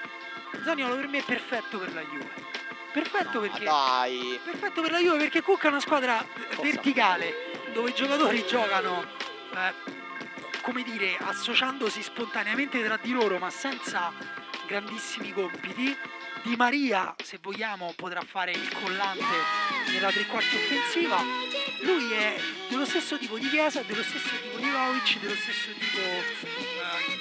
Speaker 4: Zagnolo per me è perfetto per la Juve. Perfetto
Speaker 2: Ma
Speaker 4: perché
Speaker 2: dai.
Speaker 4: Perfetto per la Juve perché Cucca è una squadra verticale dove i giocatori giocano eh, come dire associandosi spontaneamente tra di loro ma senza grandissimi compiti. Di Maria, se vogliamo, potrà fare il collante nella tre quarti offensiva. Lui è dello stesso tipo di Chiesa, dello stesso tipo di Vlaovic, dello stesso tipo eh,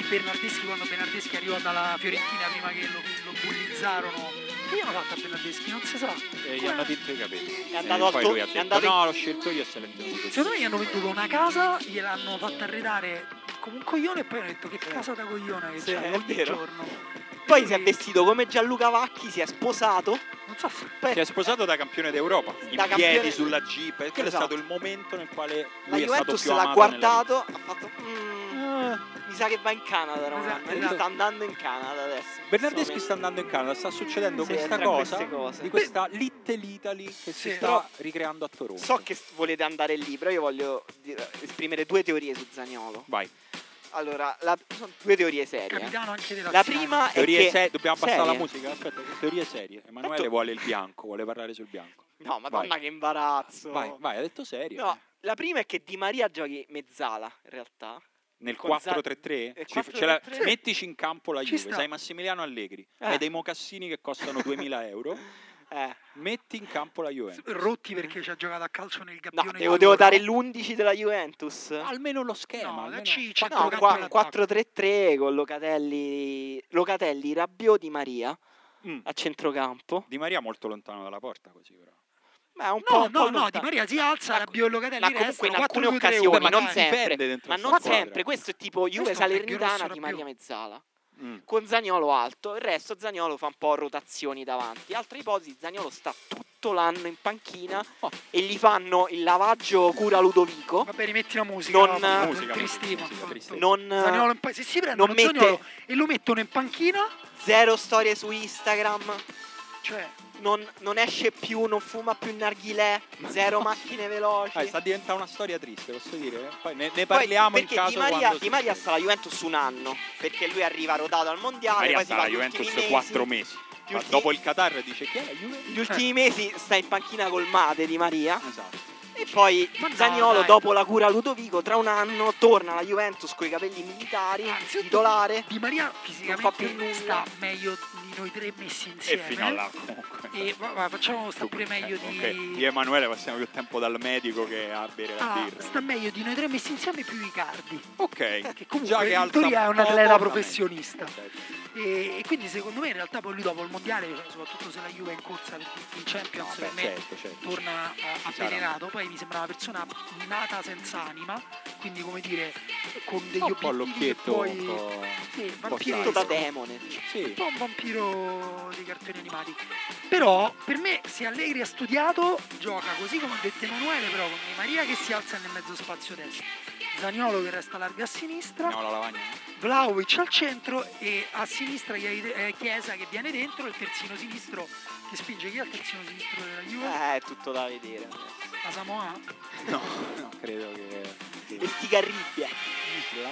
Speaker 4: di Bernardeschi quando Bernardeschi arrivò dalla Fiorentina prima che lo, lo bullizzarono. Che gli hanno fatto a Bernardeschi? Non si sa.
Speaker 2: Eh,
Speaker 3: E gli hanno tinto i capelli.
Speaker 2: È andato
Speaker 3: e
Speaker 2: al
Speaker 3: poi
Speaker 2: to-
Speaker 3: Eh, lui ha
Speaker 2: è
Speaker 3: detto
Speaker 2: andato in-
Speaker 3: no, l'ho scelto io e se l'ho tenuto.
Speaker 4: Secondo me gli hanno venduto una casa, gliel'hanno fatta arredare come un coglione e poi hanno detto che
Speaker 2: Sì.
Speaker 4: casa da coglione che
Speaker 2: Eh. Sì,
Speaker 4: c'è
Speaker 2: è
Speaker 4: ogni
Speaker 2: vero.
Speaker 4: giorno.
Speaker 2: Poi si è vestito come Gianluca Vacchi, si è sposato.
Speaker 4: Non so se...
Speaker 2: Poi
Speaker 3: Si è sposato da campione d'Europa, in
Speaker 2: Da
Speaker 3: piedi
Speaker 2: campione-
Speaker 3: sulla Jeep. E quello
Speaker 2: Esatto.
Speaker 3: è stato il momento nel quale
Speaker 2: la
Speaker 3: lui è stato
Speaker 2: Juventus
Speaker 3: più
Speaker 2: l'ha
Speaker 3: amato
Speaker 2: guardato, ha fatto... "Mm,
Speaker 3: nella vita. Ah.
Speaker 2: mi sa che va in Canada, Roman.
Speaker 4: Esatto, esatto.
Speaker 2: Sta andando in Canada adesso. in
Speaker 3: Bernardeschi
Speaker 2: questo
Speaker 3: sta andando in Canada, sta succedendo
Speaker 2: Sì,
Speaker 3: questa
Speaker 2: tra
Speaker 3: cosa
Speaker 2: queste cose.
Speaker 3: di questa Little Italy che si
Speaker 4: Sì.
Speaker 3: sta
Speaker 2: Però-
Speaker 3: ricreando a Toronto.
Speaker 2: So che volete andare lì, però io voglio dire- esprimere due teorie su Zaniolo.
Speaker 3: Vai,
Speaker 2: Allora, la- sono due teorie serie. eh.
Speaker 4: Capitano anche della
Speaker 2: La
Speaker 4: Zia.
Speaker 2: prima è
Speaker 3: teorie
Speaker 2: che...
Speaker 3: serie, dobbiamo abbassare
Speaker 2: serie.
Speaker 3: la musica, aspetta, teorie serie. Emanuele
Speaker 2: Tanto-
Speaker 3: vuole il bianco, vuole parlare sul bianco.
Speaker 2: No, madonna che imbarazzo.
Speaker 3: Vai, vai, ha detto serio.
Speaker 2: No, la prima è che Di Maria giochi mezzala, in realtà.
Speaker 3: Nel
Speaker 2: Con Zan-
Speaker 3: 4-3-3?
Speaker 2: Eh,
Speaker 3: Ci- ce la-
Speaker 2: 4-3-3?
Speaker 3: Mettici in campo la
Speaker 4: Ci
Speaker 3: Juve,
Speaker 4: sta.
Speaker 3: sai Massimiliano Allegri,
Speaker 2: Eh.
Speaker 3: hai dei mocassini che costano 2000 euro,
Speaker 2: Eh.
Speaker 3: metti in campo la Juve.
Speaker 4: Rotti perché ci ha giocato a calcio nel
Speaker 2: Mm. No,
Speaker 4: gabbione.
Speaker 2: devo,
Speaker 4: di
Speaker 2: devo
Speaker 4: loro.
Speaker 2: dare l'11 della Juventus.
Speaker 3: Almeno lo schema,
Speaker 4: No,
Speaker 3: almeno-
Speaker 4: dacci
Speaker 3: quattro
Speaker 2: No,
Speaker 4: campi
Speaker 2: qua-
Speaker 4: d'attacco.
Speaker 2: 4-3-3 con Locatelli, Locatelli, Rabiot, Di Maria
Speaker 3: Mm.
Speaker 2: a centrocampo.
Speaker 3: Di Maria molto lontano dalla porta così però.
Speaker 2: Ma è un po',
Speaker 4: No,
Speaker 2: un po'
Speaker 4: no, no, Di
Speaker 2: lontano.
Speaker 4: Maria si alza,
Speaker 2: Ma-
Speaker 4: Rabiot e Locatelli
Speaker 2: ma comunque in
Speaker 4: restano,
Speaker 2: alcune
Speaker 4: 4-2-3-1,
Speaker 2: occasioni,
Speaker 4: dai.
Speaker 2: non sempre.
Speaker 3: dentro
Speaker 2: Ma
Speaker 3: la
Speaker 2: non
Speaker 3: squadra.
Speaker 2: sempre, questo è tipo Juve
Speaker 4: Questo è un
Speaker 2: Salernitana
Speaker 4: perché
Speaker 2: di
Speaker 4: rosso
Speaker 2: Maria
Speaker 4: Rabiot.
Speaker 2: Mezzala.
Speaker 3: Mm.
Speaker 2: Con Zaniolo alto, il resto Zaniolo fa un po' rotazioni davanti. Altra ipotesi, Zaniolo sta tutto l'anno in panchina
Speaker 3: Oh.
Speaker 2: e gli fanno il lavaggio cura Ludovico.
Speaker 4: Vabbè, rimetti la musica.
Speaker 2: Non-
Speaker 4: va,
Speaker 3: Musica,
Speaker 4: tristissimo,
Speaker 3: musica,
Speaker 4: appunto.
Speaker 3: tristissimo.
Speaker 2: Non,
Speaker 4: Zaniolo in pa- se si prendono
Speaker 2: non mette
Speaker 4: Zaniolo e lo mettono in panchina,
Speaker 2: zero storie su Instagram.
Speaker 4: cioè
Speaker 2: non, non esce più, non fuma più il narghilè, zero macchine veloci.
Speaker 3: Ah, sta diventando una storia triste, posso dire? Poi ne,
Speaker 2: Poi,
Speaker 3: ne parliamo in
Speaker 2: perché
Speaker 3: caso
Speaker 2: Di Maria,
Speaker 3: quando
Speaker 2: Di Maria
Speaker 3: succede.
Speaker 2: sta alla Juventus un anno, perché lui arriva rodato al mondiale,
Speaker 3: Maria
Speaker 2: poi
Speaker 3: sta
Speaker 2: si
Speaker 3: alla
Speaker 2: fa gli
Speaker 3: Juventus
Speaker 2: ultimi
Speaker 3: quattro
Speaker 2: mesi.
Speaker 3: mesi.
Speaker 2: Gli
Speaker 3: Ma
Speaker 2: ultimi-
Speaker 3: dopo il Qatar dice chi è la Juve?
Speaker 2: Gli ultimi mesi sta in panchina col Mate di Maria
Speaker 3: Esatto.
Speaker 2: e poi
Speaker 4: Ma no,
Speaker 2: Zaniolo
Speaker 4: dai.
Speaker 2: dopo la cura a Ludovico tra un anno torna alla Juventus con i capelli militari,
Speaker 4: Anzitutto-
Speaker 2: titolare.
Speaker 4: Di Maria
Speaker 2: Non fa più nulla.
Speaker 4: fisicamente sta meglio di noi tre messi
Speaker 3: E
Speaker 4: insieme. eh.
Speaker 3: fino là comunque.
Speaker 4: E va- va- facciamo sta pure
Speaker 3: Ok,
Speaker 4: meglio di.
Speaker 3: ok. Io e Emanuele passiamo più tempo dal medico che a bere la
Speaker 4: Ah,
Speaker 3: birra.
Speaker 4: sta meglio di noi tre messi insieme più i cardi.
Speaker 3: Ok.
Speaker 4: Che
Speaker 3: Già
Speaker 4: comunque
Speaker 3: che
Speaker 4: in
Speaker 3: alza
Speaker 4: teoria è un
Speaker 3: poco,
Speaker 4: atleta
Speaker 3: va
Speaker 4: professionista.
Speaker 3: bene.
Speaker 4: E, e quindi secondo me in realtà poi lui dopo il mondiale, cioè, soprattutto se la Juve è in corsa per il
Speaker 3: No,
Speaker 4: Champions,
Speaker 3: beh,
Speaker 4: per me
Speaker 3: certo, certo.
Speaker 4: torna eh,
Speaker 3: Ci sarà.
Speaker 4: avvelenato. Poi mi sembra una persona nata senza anima, quindi come dire, con degli
Speaker 3: un po'
Speaker 4: obiettivi che
Speaker 3: l'occhietto,
Speaker 4: poi.
Speaker 3: un po'...
Speaker 4: sì,
Speaker 3: po'
Speaker 2: Tutto
Speaker 4: vampiresco.
Speaker 2: da demone.
Speaker 4: un
Speaker 3: Sì.
Speaker 4: po' un vampiro dei cartoni animati. Però per me se Allegri ha studiato, gioca così come ha detto Emanuele, però con Di Maria che si alza nel mezzo spazio destro, Zaniolo che resta larga a sinistra,
Speaker 3: No, la lavagna.
Speaker 4: Vlaovic al centro e a sinistra Chie- eh, Chiesa che viene dentro e il terzino sinistro che spinge chi è il terzino sinistro della Juve?
Speaker 2: Eh, è tutto da vedere. adesso.
Speaker 4: La Samoa?
Speaker 3: No, no, credo che...
Speaker 2: E sti Garribbia.
Speaker 3: Isla?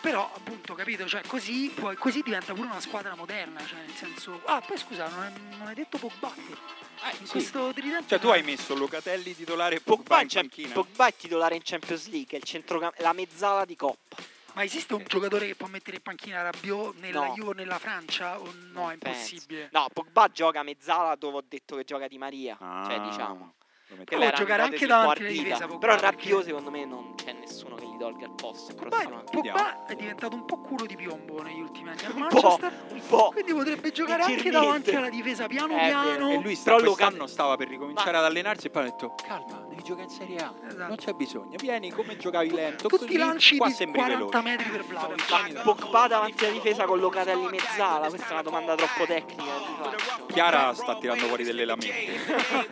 Speaker 4: Però appunto capito, cioè così, poi- così diventa pure una squadra moderna, cioè nel senso... Ah, poi scusa, non, hai- non hai detto Pogba te.
Speaker 3: Eh,
Speaker 4: In
Speaker 3: sì.
Speaker 4: questo tridente...
Speaker 3: Cioè tu hai messo Locatelli titolare e
Speaker 2: Pogba,
Speaker 3: Pogba
Speaker 2: è
Speaker 3: in
Speaker 2: champ-
Speaker 3: panchina?
Speaker 2: Pogba è titolare in Champions League, è il centrocam- la mezzala di Coppa.
Speaker 4: Ma esiste un
Speaker 3: Ok.
Speaker 4: giocatore che può mettere in panchina Rabiot nella
Speaker 2: No.
Speaker 4: Juve o nella Francia? O no,
Speaker 2: Non
Speaker 4: è impossibile.
Speaker 2: No, Pogba gioca mezzala dove ho detto che gioca Di Maria. Cioè,
Speaker 3: Ah,
Speaker 2: diciamo.
Speaker 3: lo mettiamo.
Speaker 4: Può
Speaker 2: Quella era
Speaker 4: giocare
Speaker 2: un'ipotesi
Speaker 4: anche
Speaker 2: un po'
Speaker 4: davanti alla
Speaker 2: ardita.
Speaker 4: difesa, Pogba,
Speaker 2: Però
Speaker 4: perché-
Speaker 2: Rabiot secondo me non c'è nessuno che gli tolga il posto. però
Speaker 4: Pogba,
Speaker 2: sicuramente-
Speaker 4: Pogba è diventato un po' culo di piombo negli ultimi anni al
Speaker 2: Un po',
Speaker 4: Manchester.
Speaker 2: un po'.
Speaker 4: Quindi potrebbe giocare anche
Speaker 2: Leggermente.
Speaker 4: davanti alla difesa piano
Speaker 2: Eh,
Speaker 4: piano.
Speaker 2: vero.
Speaker 3: E lui sta,
Speaker 2: Però Locatelli-
Speaker 3: quest'anno stava per ricominciare ad allenarsi e poi ha detto calma, devi giocare in Serie A.
Speaker 4: Esatto.
Speaker 3: Non c'è bisogno. Vieni come giocavi lento.
Speaker 4: Tutti
Speaker 3: così
Speaker 4: i lanci
Speaker 3: qua
Speaker 4: di
Speaker 3: sembri
Speaker 4: 40
Speaker 3: veloce.
Speaker 4: metri per Vlaovic.
Speaker 2: Ma Pogba davanti alla difesa con Locatelli mezzala? Questa è una domanda troppo
Speaker 4: eh.
Speaker 2: tecnica. che vi faccio.
Speaker 3: Chiara sta tirando fuori delle lamente.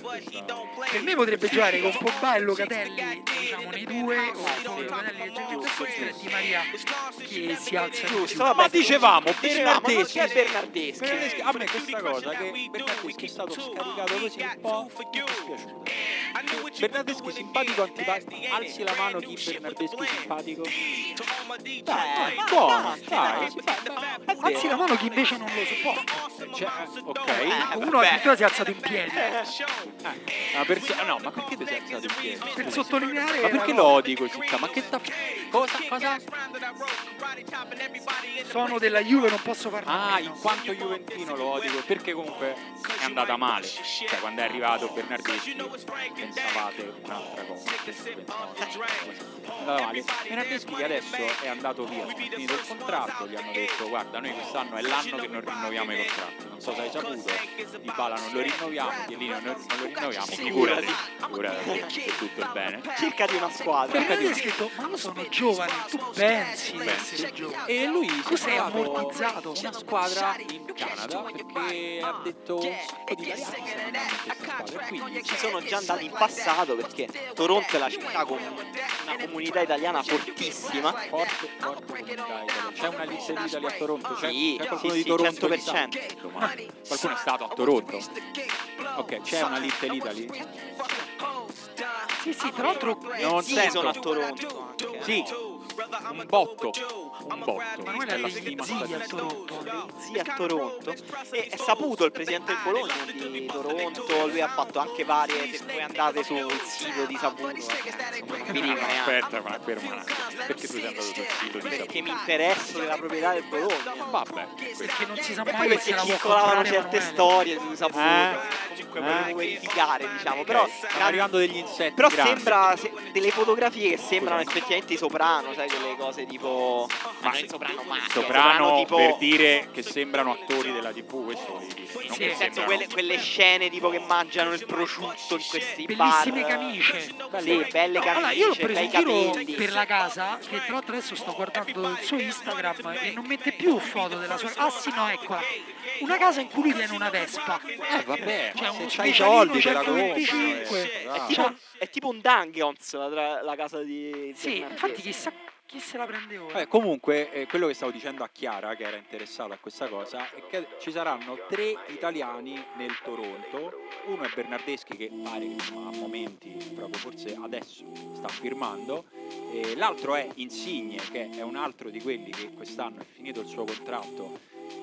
Speaker 4: Per me potrebbe giocare con Pogba e Locatelli, diciamo nei due, o con Locatelli e Giorgio e Di Maria che si alza.
Speaker 2: Giusto,
Speaker 3: Ma
Speaker 2: vabbè,
Speaker 3: dicevamo,
Speaker 2: dicevamo, non
Speaker 3: Bernardeschi.
Speaker 2: c'è Bernardeschi.
Speaker 3: Bernardeschi- A me questa cosa che Bernardeschi è stato scaricato così un po' mi è dispiaciuto. Bernardeschi simpatico antipatico. Alzi la mano chi Bernardeschi simpatico. Dai,
Speaker 2: ma-
Speaker 3: buono,
Speaker 2: ma-
Speaker 3: dai.
Speaker 4: Alzi la mano chi invece non lo supporta. Eh,
Speaker 3: Cioè, ok.
Speaker 4: Uno
Speaker 2: vabbè.
Speaker 4: addirittura si è alzato in piedi
Speaker 3: Una persona- no, Ah, ma perché ti sei alzato in piedi?
Speaker 4: per
Speaker 3: Scusa.
Speaker 4: sottolineare.
Speaker 3: Ma perché lo odi così? tanto? Ma che t'ha Cosa? Cosa?
Speaker 4: Sono della Juve, non posso farne a
Speaker 3: Ah,
Speaker 4: meno.
Speaker 3: in quanto Juventino lo odico perché comunque è andata male. Cioè, quando è arrivato Bernardeschi pensavate un'altra cosa. È andata male. Bernardeschi che adesso è andato via, ha finito il contratto, gli hanno detto guarda noi quest'anno è l'anno che non rinnoviamo i contratti. Non so se hai saputo, di Bala non lo rinnoviamo, di lì non non lo rinnoviamo, figurati, figurati, è tutto il bene.
Speaker 2: Cercati una squadra.
Speaker 4: Bernardi ha scritto, ma io sono giovane, tu pensi di
Speaker 3: Pensi.
Speaker 4: essere giovane.
Speaker 3: E lui si
Speaker 4: Cos'è,
Speaker 3: è trovato
Speaker 4: ammortizzato? Cioè,
Speaker 3: Una squadra in Canada perché ha detto "Un po' di italiani sono andati in questa squadra", e quindi
Speaker 2: Ci sono già andati in passato perché Toronto è la città con una comunità italiana fortissima.
Speaker 3: forte, forte comunità italiana. C'è una lista di Italia a Toronto? C'è,
Speaker 2: Sì,
Speaker 3: c'è
Speaker 2: sì,
Speaker 3: qualcuno
Speaker 2: sì, certo
Speaker 3: di
Speaker 2: 100%.
Speaker 3: Toronto? in Italia? Domani. Qualcuno è stato a Toronto? Ok, c'è una lista in Italy?
Speaker 4: Sì, sì, tra l'altro
Speaker 3: Non
Speaker 2: Sì,
Speaker 3: sento.
Speaker 2: sono a Toronto. anche.
Speaker 3: Sì, un botto, un botto.
Speaker 4: Emanuele
Speaker 3: È
Speaker 4: ha
Speaker 3: la
Speaker 4: degli
Speaker 3: stima
Speaker 4: zii a
Speaker 3: stata-
Speaker 4: Toronto.
Speaker 2: Sì, a Toronto e è saputo il presidente del Bologna di Toronto, lui ha fatto anche varie, se voi andate sul sito di Saputo, eh, insomma, non vi dico neanche
Speaker 3: Aspetta, ma ferma un attimo. Perché tu sei andato sul sito di
Speaker 2: perché
Speaker 3: Saputo?
Speaker 2: mi interesso della proprietà del Bologna.
Speaker 3: Vabbè, questo.
Speaker 4: Perché non si sa
Speaker 2: E
Speaker 4: mai
Speaker 2: poi
Speaker 4: che se
Speaker 2: perché
Speaker 4: la può
Speaker 2: circolavano
Speaker 4: comprare
Speaker 2: certe
Speaker 4: Emanuele.
Speaker 2: storie su Saputo,
Speaker 3: Eh.
Speaker 2: comunque
Speaker 3: Eh.
Speaker 2: volevo verificare, diciamo, però,
Speaker 3: Stanno arrivando degli insetti
Speaker 2: però
Speaker 3: grandi.
Speaker 2: sembra se- delle fotografie che sembrano effettivamente i soprano, sai, quelle cose tipo... Ma non il soprano, ma
Speaker 3: Soprano
Speaker 2: tipo...
Speaker 3: per dire che sembrano attori della TV, questo volevi dire. non
Speaker 4: Sì,
Speaker 3: che
Speaker 2: Nel senso,
Speaker 3: sembrano-
Speaker 2: quelle, quelle scene tipo che mangiano il prosciutto in questi
Speaker 4: Bellissime
Speaker 2: bar.
Speaker 4: camicie.
Speaker 2: Sì, belle
Speaker 4: No, allora, io l'ho
Speaker 2: camicie,
Speaker 4: preso
Speaker 2: bei
Speaker 4: in giro
Speaker 2: capelli.
Speaker 4: per la casa, che tra l'altro adesso sto guardando il suo Instagram e non mette più foto della sua... Ah sì, no, eccola. Una casa in cui lui tiene una Vespa.
Speaker 3: Eh, vabbè,
Speaker 4: Cioè,
Speaker 3: se
Speaker 4: un
Speaker 3: c'hai i
Speaker 4: specialino
Speaker 3: soldi te la
Speaker 4: 125.
Speaker 3: compri. eh,
Speaker 2: È
Speaker 3: bravo.
Speaker 2: tipo, è tipo un Dungeons la, tra- la casa di
Speaker 4: Sì, infatti chissà chi se la prende ora.
Speaker 3: Vabbè, comunque, eh, quello che stavo dicendo a Chiara, che era interessata a questa cosa, è che ci saranno tre italiani nel Toronto. Uno è Bernardeschi, che pare che insomma, a momenti, proprio forse adesso, sta firmando. E l'altro è Insigne, che è un altro di quelli che quest'anno è finito il suo contratto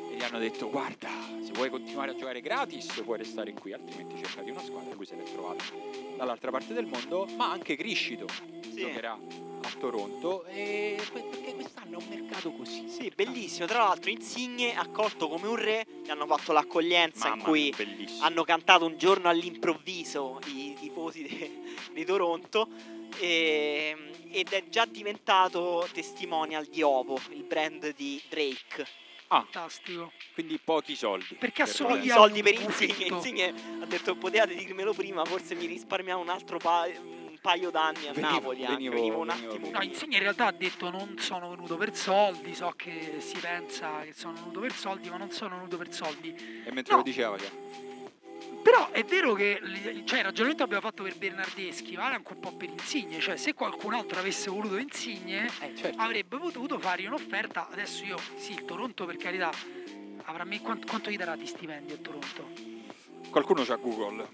Speaker 3: e gli hanno detto guarda se vuoi continuare a giocare gratis puoi restare qui altrimenti cercati una squadra lui se l'è trovato dall'altra parte del mondo ma anche Criscito giocherà a Toronto e que- perché quest'anno è un mercato così
Speaker 2: Sì, bellissimo. Tra l'altro, Insigne accolto come un re. Gli hanno fatto l'accoglienza in cui
Speaker 3: bellissimo
Speaker 2: hanno cantato un giorno all'improvviso i tifosi de- di Toronto. e- ed è già diventato testimonial di Ovo, il brand di Drake.
Speaker 4: Fantastico.
Speaker 3: quindi pochi soldi
Speaker 4: Perché
Speaker 2: Però
Speaker 4: assomiglia-
Speaker 2: i
Speaker 4: Via
Speaker 2: soldi
Speaker 4: un
Speaker 2: per Insigne.
Speaker 4: buffetto.
Speaker 2: Insigne ha detto: Potevate dirmelo prima, forse mi risparmiamo un altro pa- un paio d'anni a
Speaker 3: Venivo-
Speaker 2: Napoli. anche,
Speaker 3: venivo-
Speaker 2: venivo un
Speaker 3: venivo
Speaker 2: attimo.
Speaker 3: prima.
Speaker 4: No, Insigne in realtà ha detto non sono venuto per soldi, so che si pensa che sono venuto per soldi, ma non sono venuto per soldi.
Speaker 3: e mentre
Speaker 4: No.
Speaker 3: lo diceva che
Speaker 4: Però è vero che l- cioè, il ragionamento che abbiamo fatto per Bernardeschi vale anche un po' per Insigne, cioè se qualcun altro avesse voluto Insigne
Speaker 3: eh, certo.
Speaker 4: avrebbe potuto fare un'offerta, adesso io sì, il Toronto per carità avrà me quant- quanto gli darà di stipendio a Toronto?
Speaker 3: qualcuno c'ha Google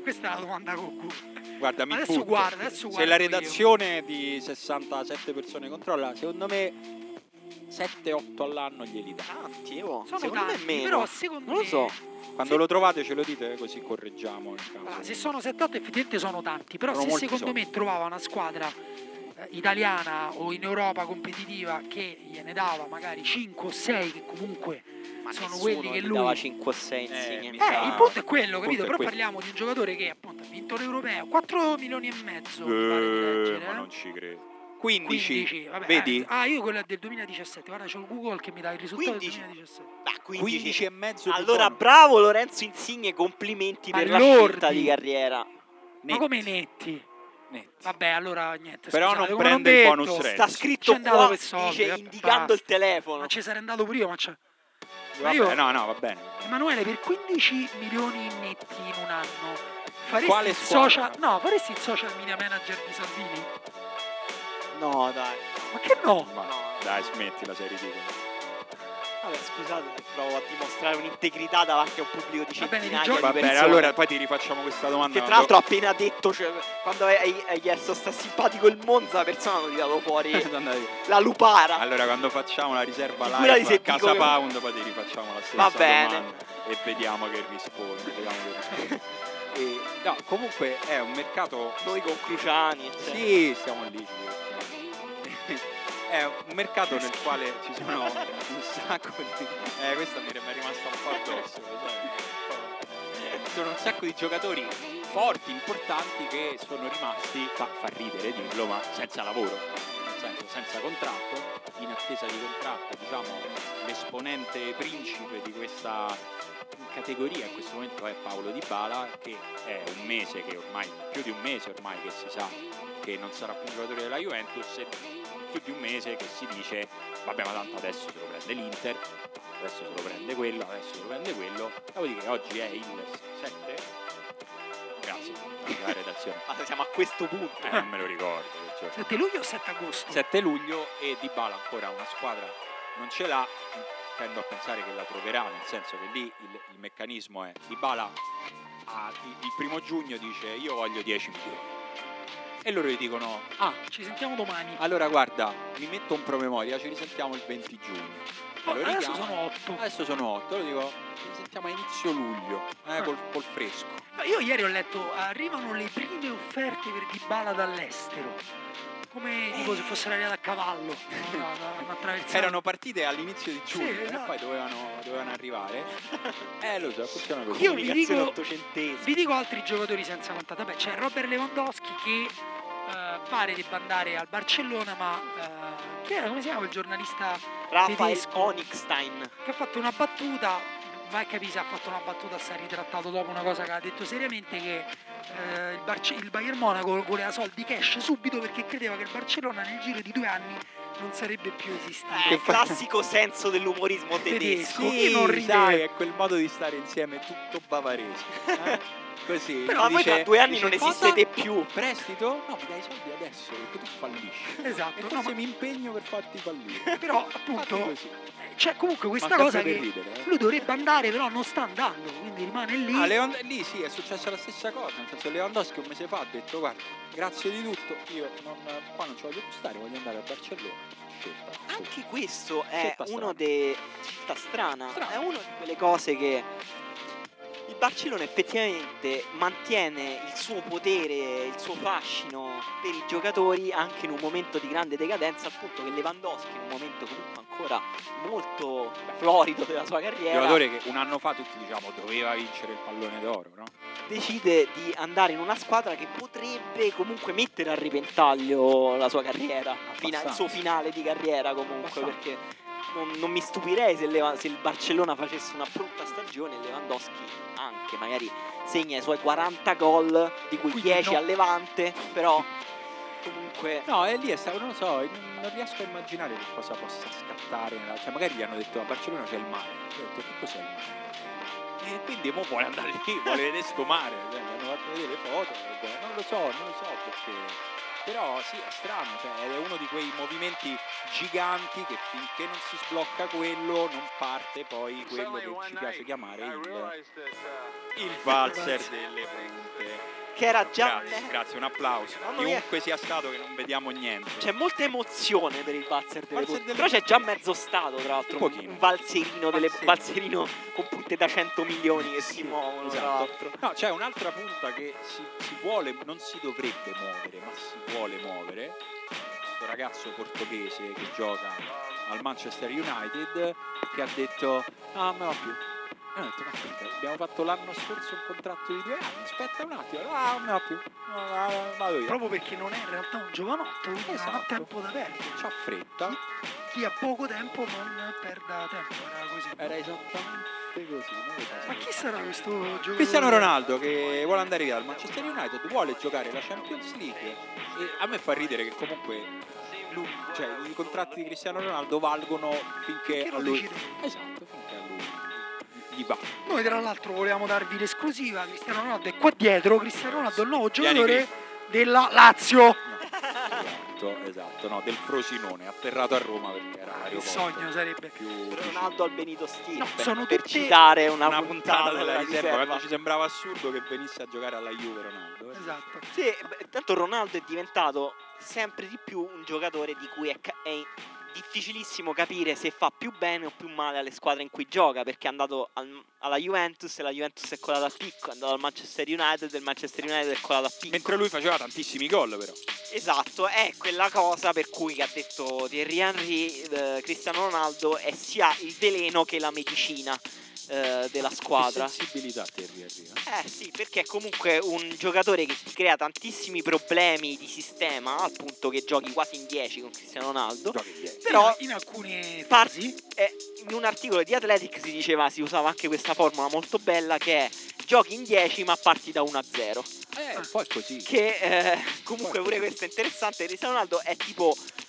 Speaker 4: Questa è la domanda con Google.
Speaker 3: guarda mi
Speaker 4: Adesso
Speaker 3: butto.
Speaker 4: guarda, adesso guarda.
Speaker 3: se la redazione di 67 persone controlla secondo me 7-8 all'anno glieli
Speaker 4: Ah,
Speaker 3: dà
Speaker 2: Tanti, oh.
Speaker 4: Sono
Speaker 2: secondo
Speaker 4: tanti,
Speaker 2: me meno.
Speaker 4: però secondo
Speaker 2: Non lo
Speaker 4: me-
Speaker 2: so.
Speaker 3: quando
Speaker 4: Sì.
Speaker 3: lo trovate ce lo dite eh, così correggiamo il caso
Speaker 4: Allora, se sono 7-8 effettivamente sono tanti, però
Speaker 3: Sono
Speaker 4: se
Speaker 3: molti
Speaker 4: secondo
Speaker 3: soldi.
Speaker 4: me trovava una squadra eh, italiana o in Europa competitiva che gliene dava magari 5 o 6 che comunque
Speaker 2: Ma
Speaker 4: sono
Speaker 2: nessuno
Speaker 4: quelli che
Speaker 2: gli
Speaker 4: lui-
Speaker 2: dava 5 o 6 Insigne.
Speaker 3: mi
Speaker 4: Eh,
Speaker 3: sa-
Speaker 4: il punto è quello,
Speaker 3: il punto
Speaker 4: capito?
Speaker 3: è
Speaker 4: Però
Speaker 3: quello.
Speaker 4: parliamo di un giocatore che appunto ha vinto l'Europeo, 4 milioni e mezzo, mi pare di
Speaker 3: Eh,
Speaker 4: leggere,
Speaker 3: ma
Speaker 4: eh.
Speaker 3: non ci credo 15,
Speaker 4: 15, vabbè,
Speaker 3: vedi
Speaker 4: eh, ah, io quella del 2017, guarda, c'ho il Google che mi dà il risultato
Speaker 2: 15.
Speaker 4: del 2017.
Speaker 2: Ma 15.
Speaker 3: 15 e mezzo
Speaker 2: Allora, bravo Lorenzo Insigne, complimenti per la
Speaker 4: Allordi.
Speaker 2: scelta di carriera.
Speaker 4: Ma come netti?
Speaker 3: Netti.
Speaker 4: Vabbè, allora niente.
Speaker 3: Però
Speaker 4: scusate,
Speaker 3: non
Speaker 4: come
Speaker 3: prende il
Speaker 4: detto,
Speaker 3: bonus track.
Speaker 2: Sta
Speaker 3: Ci
Speaker 4: è
Speaker 2: scritto
Speaker 4: andato
Speaker 2: qua,
Speaker 4: per soldi,
Speaker 2: dice,
Speaker 4: vabbè,
Speaker 2: indicando il
Speaker 4: basta.
Speaker 2: telefono.
Speaker 4: Ma ci sarei andato pure io, ma c'è.
Speaker 3: Vabbè,
Speaker 4: io-
Speaker 3: no, no, va bene.
Speaker 4: Emanuele, per 15 milioni netti in un anno, faresti,
Speaker 3: Quale
Speaker 4: il
Speaker 3: squadra?
Speaker 4: social... no, faresti il social media manager di Salvini?
Speaker 2: No, dai.
Speaker 4: Ma che no?
Speaker 3: Ma
Speaker 2: No.
Speaker 3: dai, smettila, sei ridicolo.
Speaker 2: Vabbè, scusate se provo a dimostrare un'integrità davanti a un pubblico di
Speaker 4: Va bene, di
Speaker 2: centinaia
Speaker 4: gioco-
Speaker 2: di
Speaker 3: Va bene,
Speaker 2: persone.
Speaker 3: allora poi ti rifacciamo questa domanda.
Speaker 2: Che tra l'altro ha appena detto, cioè, quando hai, hai- hai chiesto sta simpatico il Monza, la persona hanno tirato fuori
Speaker 3: Madonna mia.
Speaker 2: la lupara.
Speaker 3: Allora, quando facciamo la riserva
Speaker 2: Figurati
Speaker 3: live
Speaker 2: se
Speaker 3: a
Speaker 2: dico
Speaker 3: Casa
Speaker 2: che-
Speaker 3: Pound, poi ti rifacciamo la stessa
Speaker 2: Va bene.
Speaker 3: domanda e vediamo che risponde. Vediamo che risponde. E, no, comunque è un mercato.
Speaker 2: Noi con Cruciani, cioè. eccetera.
Speaker 3: Sì, siamo lì. È un mercato nel quale ci sono un sacco di. Eh, questa mi è rimasta un po' addosso. lo sai, un po'. Ci Sono un sacco di giocatori forti, importanti che sono rimasti, fa, fa ridere dirlo, ma senza lavoro, nel senso senza contratto, in attesa di contratto, diciamo l'esponente principe di questa categoria in questo momento è Paolo Di Bala che è un mese che ormai, più di un mese ormai che si sa che non sarà più giocatore della Juventus e più di un mese che si dice vabbè ma tanto adesso se lo prende l'Inter, adesso se lo prende quello, adesso se lo prende quello, dopodiché oggi è il 7, grazie alla redazione,
Speaker 2: Ma siamo a questo punto.
Speaker 3: eh, non me lo ricordo. che giorno.
Speaker 4: 7 luglio o 7 agosto?
Speaker 3: 7 luglio e Di Bala ancora una squadra non ce l'ha, tendo a pensare che la troverà, nel senso che lì il, il meccanismo è Di Bala il, il primo giugno dice io voglio 10 milioni e loro gli dicono ah
Speaker 4: Ci sentiamo domani.
Speaker 3: allora guarda mi metto un promemoria ci risentiamo il 20 giugno
Speaker 4: Oh,
Speaker 3: Allora
Speaker 4: adesso
Speaker 3: richiamano.
Speaker 4: sono 8.
Speaker 3: adesso sono 8 lo dico ci risentiamo a inizio luglio
Speaker 4: Ah.
Speaker 3: eh, col, col fresco
Speaker 4: Io ieri ho letto, arrivano le prime offerte per Dybala dall'estero. Come tipo se fossero arrivate a cavallo. no? Da- da- da attraversare.
Speaker 3: Eh. erano partite all'inizio di giugno
Speaker 4: Esatto. Sì,
Speaker 3: e
Speaker 4: esatto.
Speaker 3: poi dovevano, dovevano arrivare eh lo so funziona così
Speaker 4: Io vi dico-
Speaker 2: ottocentesima.
Speaker 4: Vi dico altri giocatori senza contatto. Vabbè, c'è Robert Lewandowski che eh, pare debba andare al Barcellona, ma eh, chi era? Come si chiama il giornalista
Speaker 2: Rafael
Speaker 4: tedesco.
Speaker 2: Onyxstein.
Speaker 4: che ha fatto una battuta? Vai a capire se ha fatto una battuta, si è ritrattato dopo una cosa che ha detto seriamente che eh, il, Barce- il Bayern Monaco voleva soldi cash subito perché credeva che il Barcellona nel giro di due anni non sarebbe più esistito.
Speaker 2: Eh, il classico senso dell'umorismo tedesco.
Speaker 4: Tedesco. Io non
Speaker 3: Sì,
Speaker 4: ridevo.
Speaker 3: sai, è quel modo di stare insieme tutto bavarese. eh? Così.
Speaker 4: Però
Speaker 2: Ma
Speaker 3: gli
Speaker 2: voi
Speaker 3: dice-
Speaker 2: tra due anni
Speaker 3: dice,
Speaker 2: non
Speaker 3: "Cosa?
Speaker 2: esistete più.
Speaker 3: Prestito? No, mi dai i soldi adesso perché tu fallisci. Eh. E
Speaker 4: Esatto, no,
Speaker 3: forse mi impegno per farti
Speaker 4: ma-
Speaker 3: fallire.
Speaker 4: però
Speaker 3: Fatti
Speaker 4: appunto
Speaker 3: così. Ma
Speaker 4: c'è comunque questa
Speaker 3: sempre
Speaker 4: cosa
Speaker 3: per
Speaker 4: che
Speaker 3: ridere, eh.
Speaker 4: lui dovrebbe andare però non sta andando, quindi rimane lì.
Speaker 3: Ah, Levan- lì sì, è successa la stessa cosa, nel senso Lewandowski un mese fa ha detto guarda, grazie di tutto, io non- qua non ci voglio più stare, voglio andare a Barcellona. Scelta.
Speaker 2: Anche questo è
Speaker 3: Scelta strana.
Speaker 2: uno dei. Città strana.
Speaker 3: Strana.
Speaker 2: È una di quelle cose che. Il Barcellona effettivamente mantiene il suo potere, il suo fascino per i giocatori anche in un momento di grande decadenza, appunto che Lewandowski, in un momento comunque ancora molto florido della sua carriera,
Speaker 3: Giocatore che un anno fa tutti diciamo doveva vincere il pallone d'oro, no?
Speaker 2: decide di andare in una squadra che potrebbe comunque mettere a ripentaglio la sua carriera, fina- il suo finale di carriera comunque,
Speaker 3: Abbastanza.
Speaker 2: perché non, non mi stupirei se, Leva- se il Barcellona facesse una brutta stagione e Lewandowski anche, magari segna i suoi 40 gol, di cui
Speaker 4: Quindi
Speaker 2: 10
Speaker 4: no.
Speaker 2: a Levante, però comunque...
Speaker 3: No, e lì è stato, non lo so, non non riesco a immaginare che cosa possa scattare. nella- Cioè, magari gli hanno detto a Barcellona c'è il mare. Io Ho detto, che cos'è il mare? E quindi mo vuole andare lì, vuole vedere sto mare. Cioè, mi hanno fatto vedere le foto. guarda, Non lo so, non lo so perché. Però sì, è strano, cioè, è uno di quei movimenti giganti che finché non si sblocca quello non parte poi quello che ci piace chiamare il, il uh, valzer delle punte.
Speaker 2: Che era già...
Speaker 3: Grazie, grazie, un applauso.
Speaker 2: Mamma mia. Cioè,
Speaker 3: Chiunque sia stato che non vediamo niente.
Speaker 2: C'è molta emozione per il valzer delle
Speaker 3: Valzer
Speaker 2: punte.
Speaker 3: delle
Speaker 2: Però c'è
Speaker 3: punte.
Speaker 2: già mezzo stato, tra l'altro.
Speaker 3: Un pochino.
Speaker 2: Un valzerino, delle-
Speaker 3: Valzerino.
Speaker 2: valzerino con punte da 100 milioni che si
Speaker 3: Sì,
Speaker 2: muovono, tra
Speaker 3: esatto.
Speaker 2: l'altro.
Speaker 3: No, c'è un'altra punta che si, si vuole, non si dovrebbe muovere, ma si vuole muovere. Questo ragazzo portoghese che gioca al Manchester United che ha detto ah non ho più. E ho detto, ma aspetta, abbiamo fatto l'anno scorso un contratto di due anni, aspetta un attimo, ah non ne ho più, "Ah, No, no, no, vado io.
Speaker 4: Proprio perché non è in realtà un giovanotto, quindi non ha
Speaker 3: Esatto.
Speaker 4: tempo da perdere. Cioè,
Speaker 3: C'ha fretta,
Speaker 4: Chi ha poco tempo non perda tempo, era così.
Speaker 3: era esatto. esattamente Sempre così. non lo so.
Speaker 4: Ma chi sarà questo giocatore?
Speaker 3: Cristiano Ronaldo che vuole andare via dal Manchester United, vuole giocare la Champions League e a me fa ridere che comunque lui- cioè, i contratti di Cristiano Ronaldo valgono finché
Speaker 4: Che
Speaker 3: a
Speaker 4: lo
Speaker 3: lui
Speaker 4: decide lui.
Speaker 3: esatto, finché a lui gli va.
Speaker 4: Noi tra l'altro volevamo darvi l'esclusiva, Cristiano Ronaldo è qua dietro, Cristiano Ronaldo è il nuovo
Speaker 3: Vieni,
Speaker 4: giocatore della Lazio.
Speaker 3: Esatto, esatto, no, del Frosinone, atterrato a Roma perché era
Speaker 4: Il
Speaker 3: aeroporto.
Speaker 4: sogno sarebbe.
Speaker 3: più
Speaker 2: Ronaldo al Benito Steve
Speaker 4: No, sono
Speaker 2: per
Speaker 4: tutte
Speaker 2: citare una,
Speaker 3: una puntata della riserva,
Speaker 2: riserva.
Speaker 3: quando ci sembrava assurdo che venisse a giocare alla Juve Ronaldo. eh.
Speaker 4: Esatto.
Speaker 2: Sì, beh, tanto Ronaldo è diventato sempre di più un giocatore di cui è, ca- è difficilissimo capire se fa più bene o più male alle squadre in cui gioca, perché è andato al- alla Juventus e la Juventus è colata a picco, è andato al Manchester United e il Manchester United è colata a picco.
Speaker 3: Mentre lui faceva tantissimi gol però.
Speaker 2: Esatto, è quella cosa per cui che ha detto Thierry Henry, eh, Cristiano Ronaldo, è sia il veleno che la medicina eh, della squadra.
Speaker 3: Che sensibilità Terry arriva.
Speaker 2: Eh sì, perché è comunque un giocatore che ti crea tantissimi problemi di sistema, al punto che giochi quasi in 10 con Cristiano Ronaldo.
Speaker 3: Giochi dietro.
Speaker 2: Però
Speaker 4: in alcune
Speaker 2: parti-
Speaker 4: fasi
Speaker 2: eh, in un articolo di Athletic si diceva, si usava anche questa formula molto bella che è giochi in 10 ma parti da 1 a 0.
Speaker 3: Eh, poi così.
Speaker 2: Che eh, comunque pure questo è interessante, Cristiano Ronaldo è tipo... È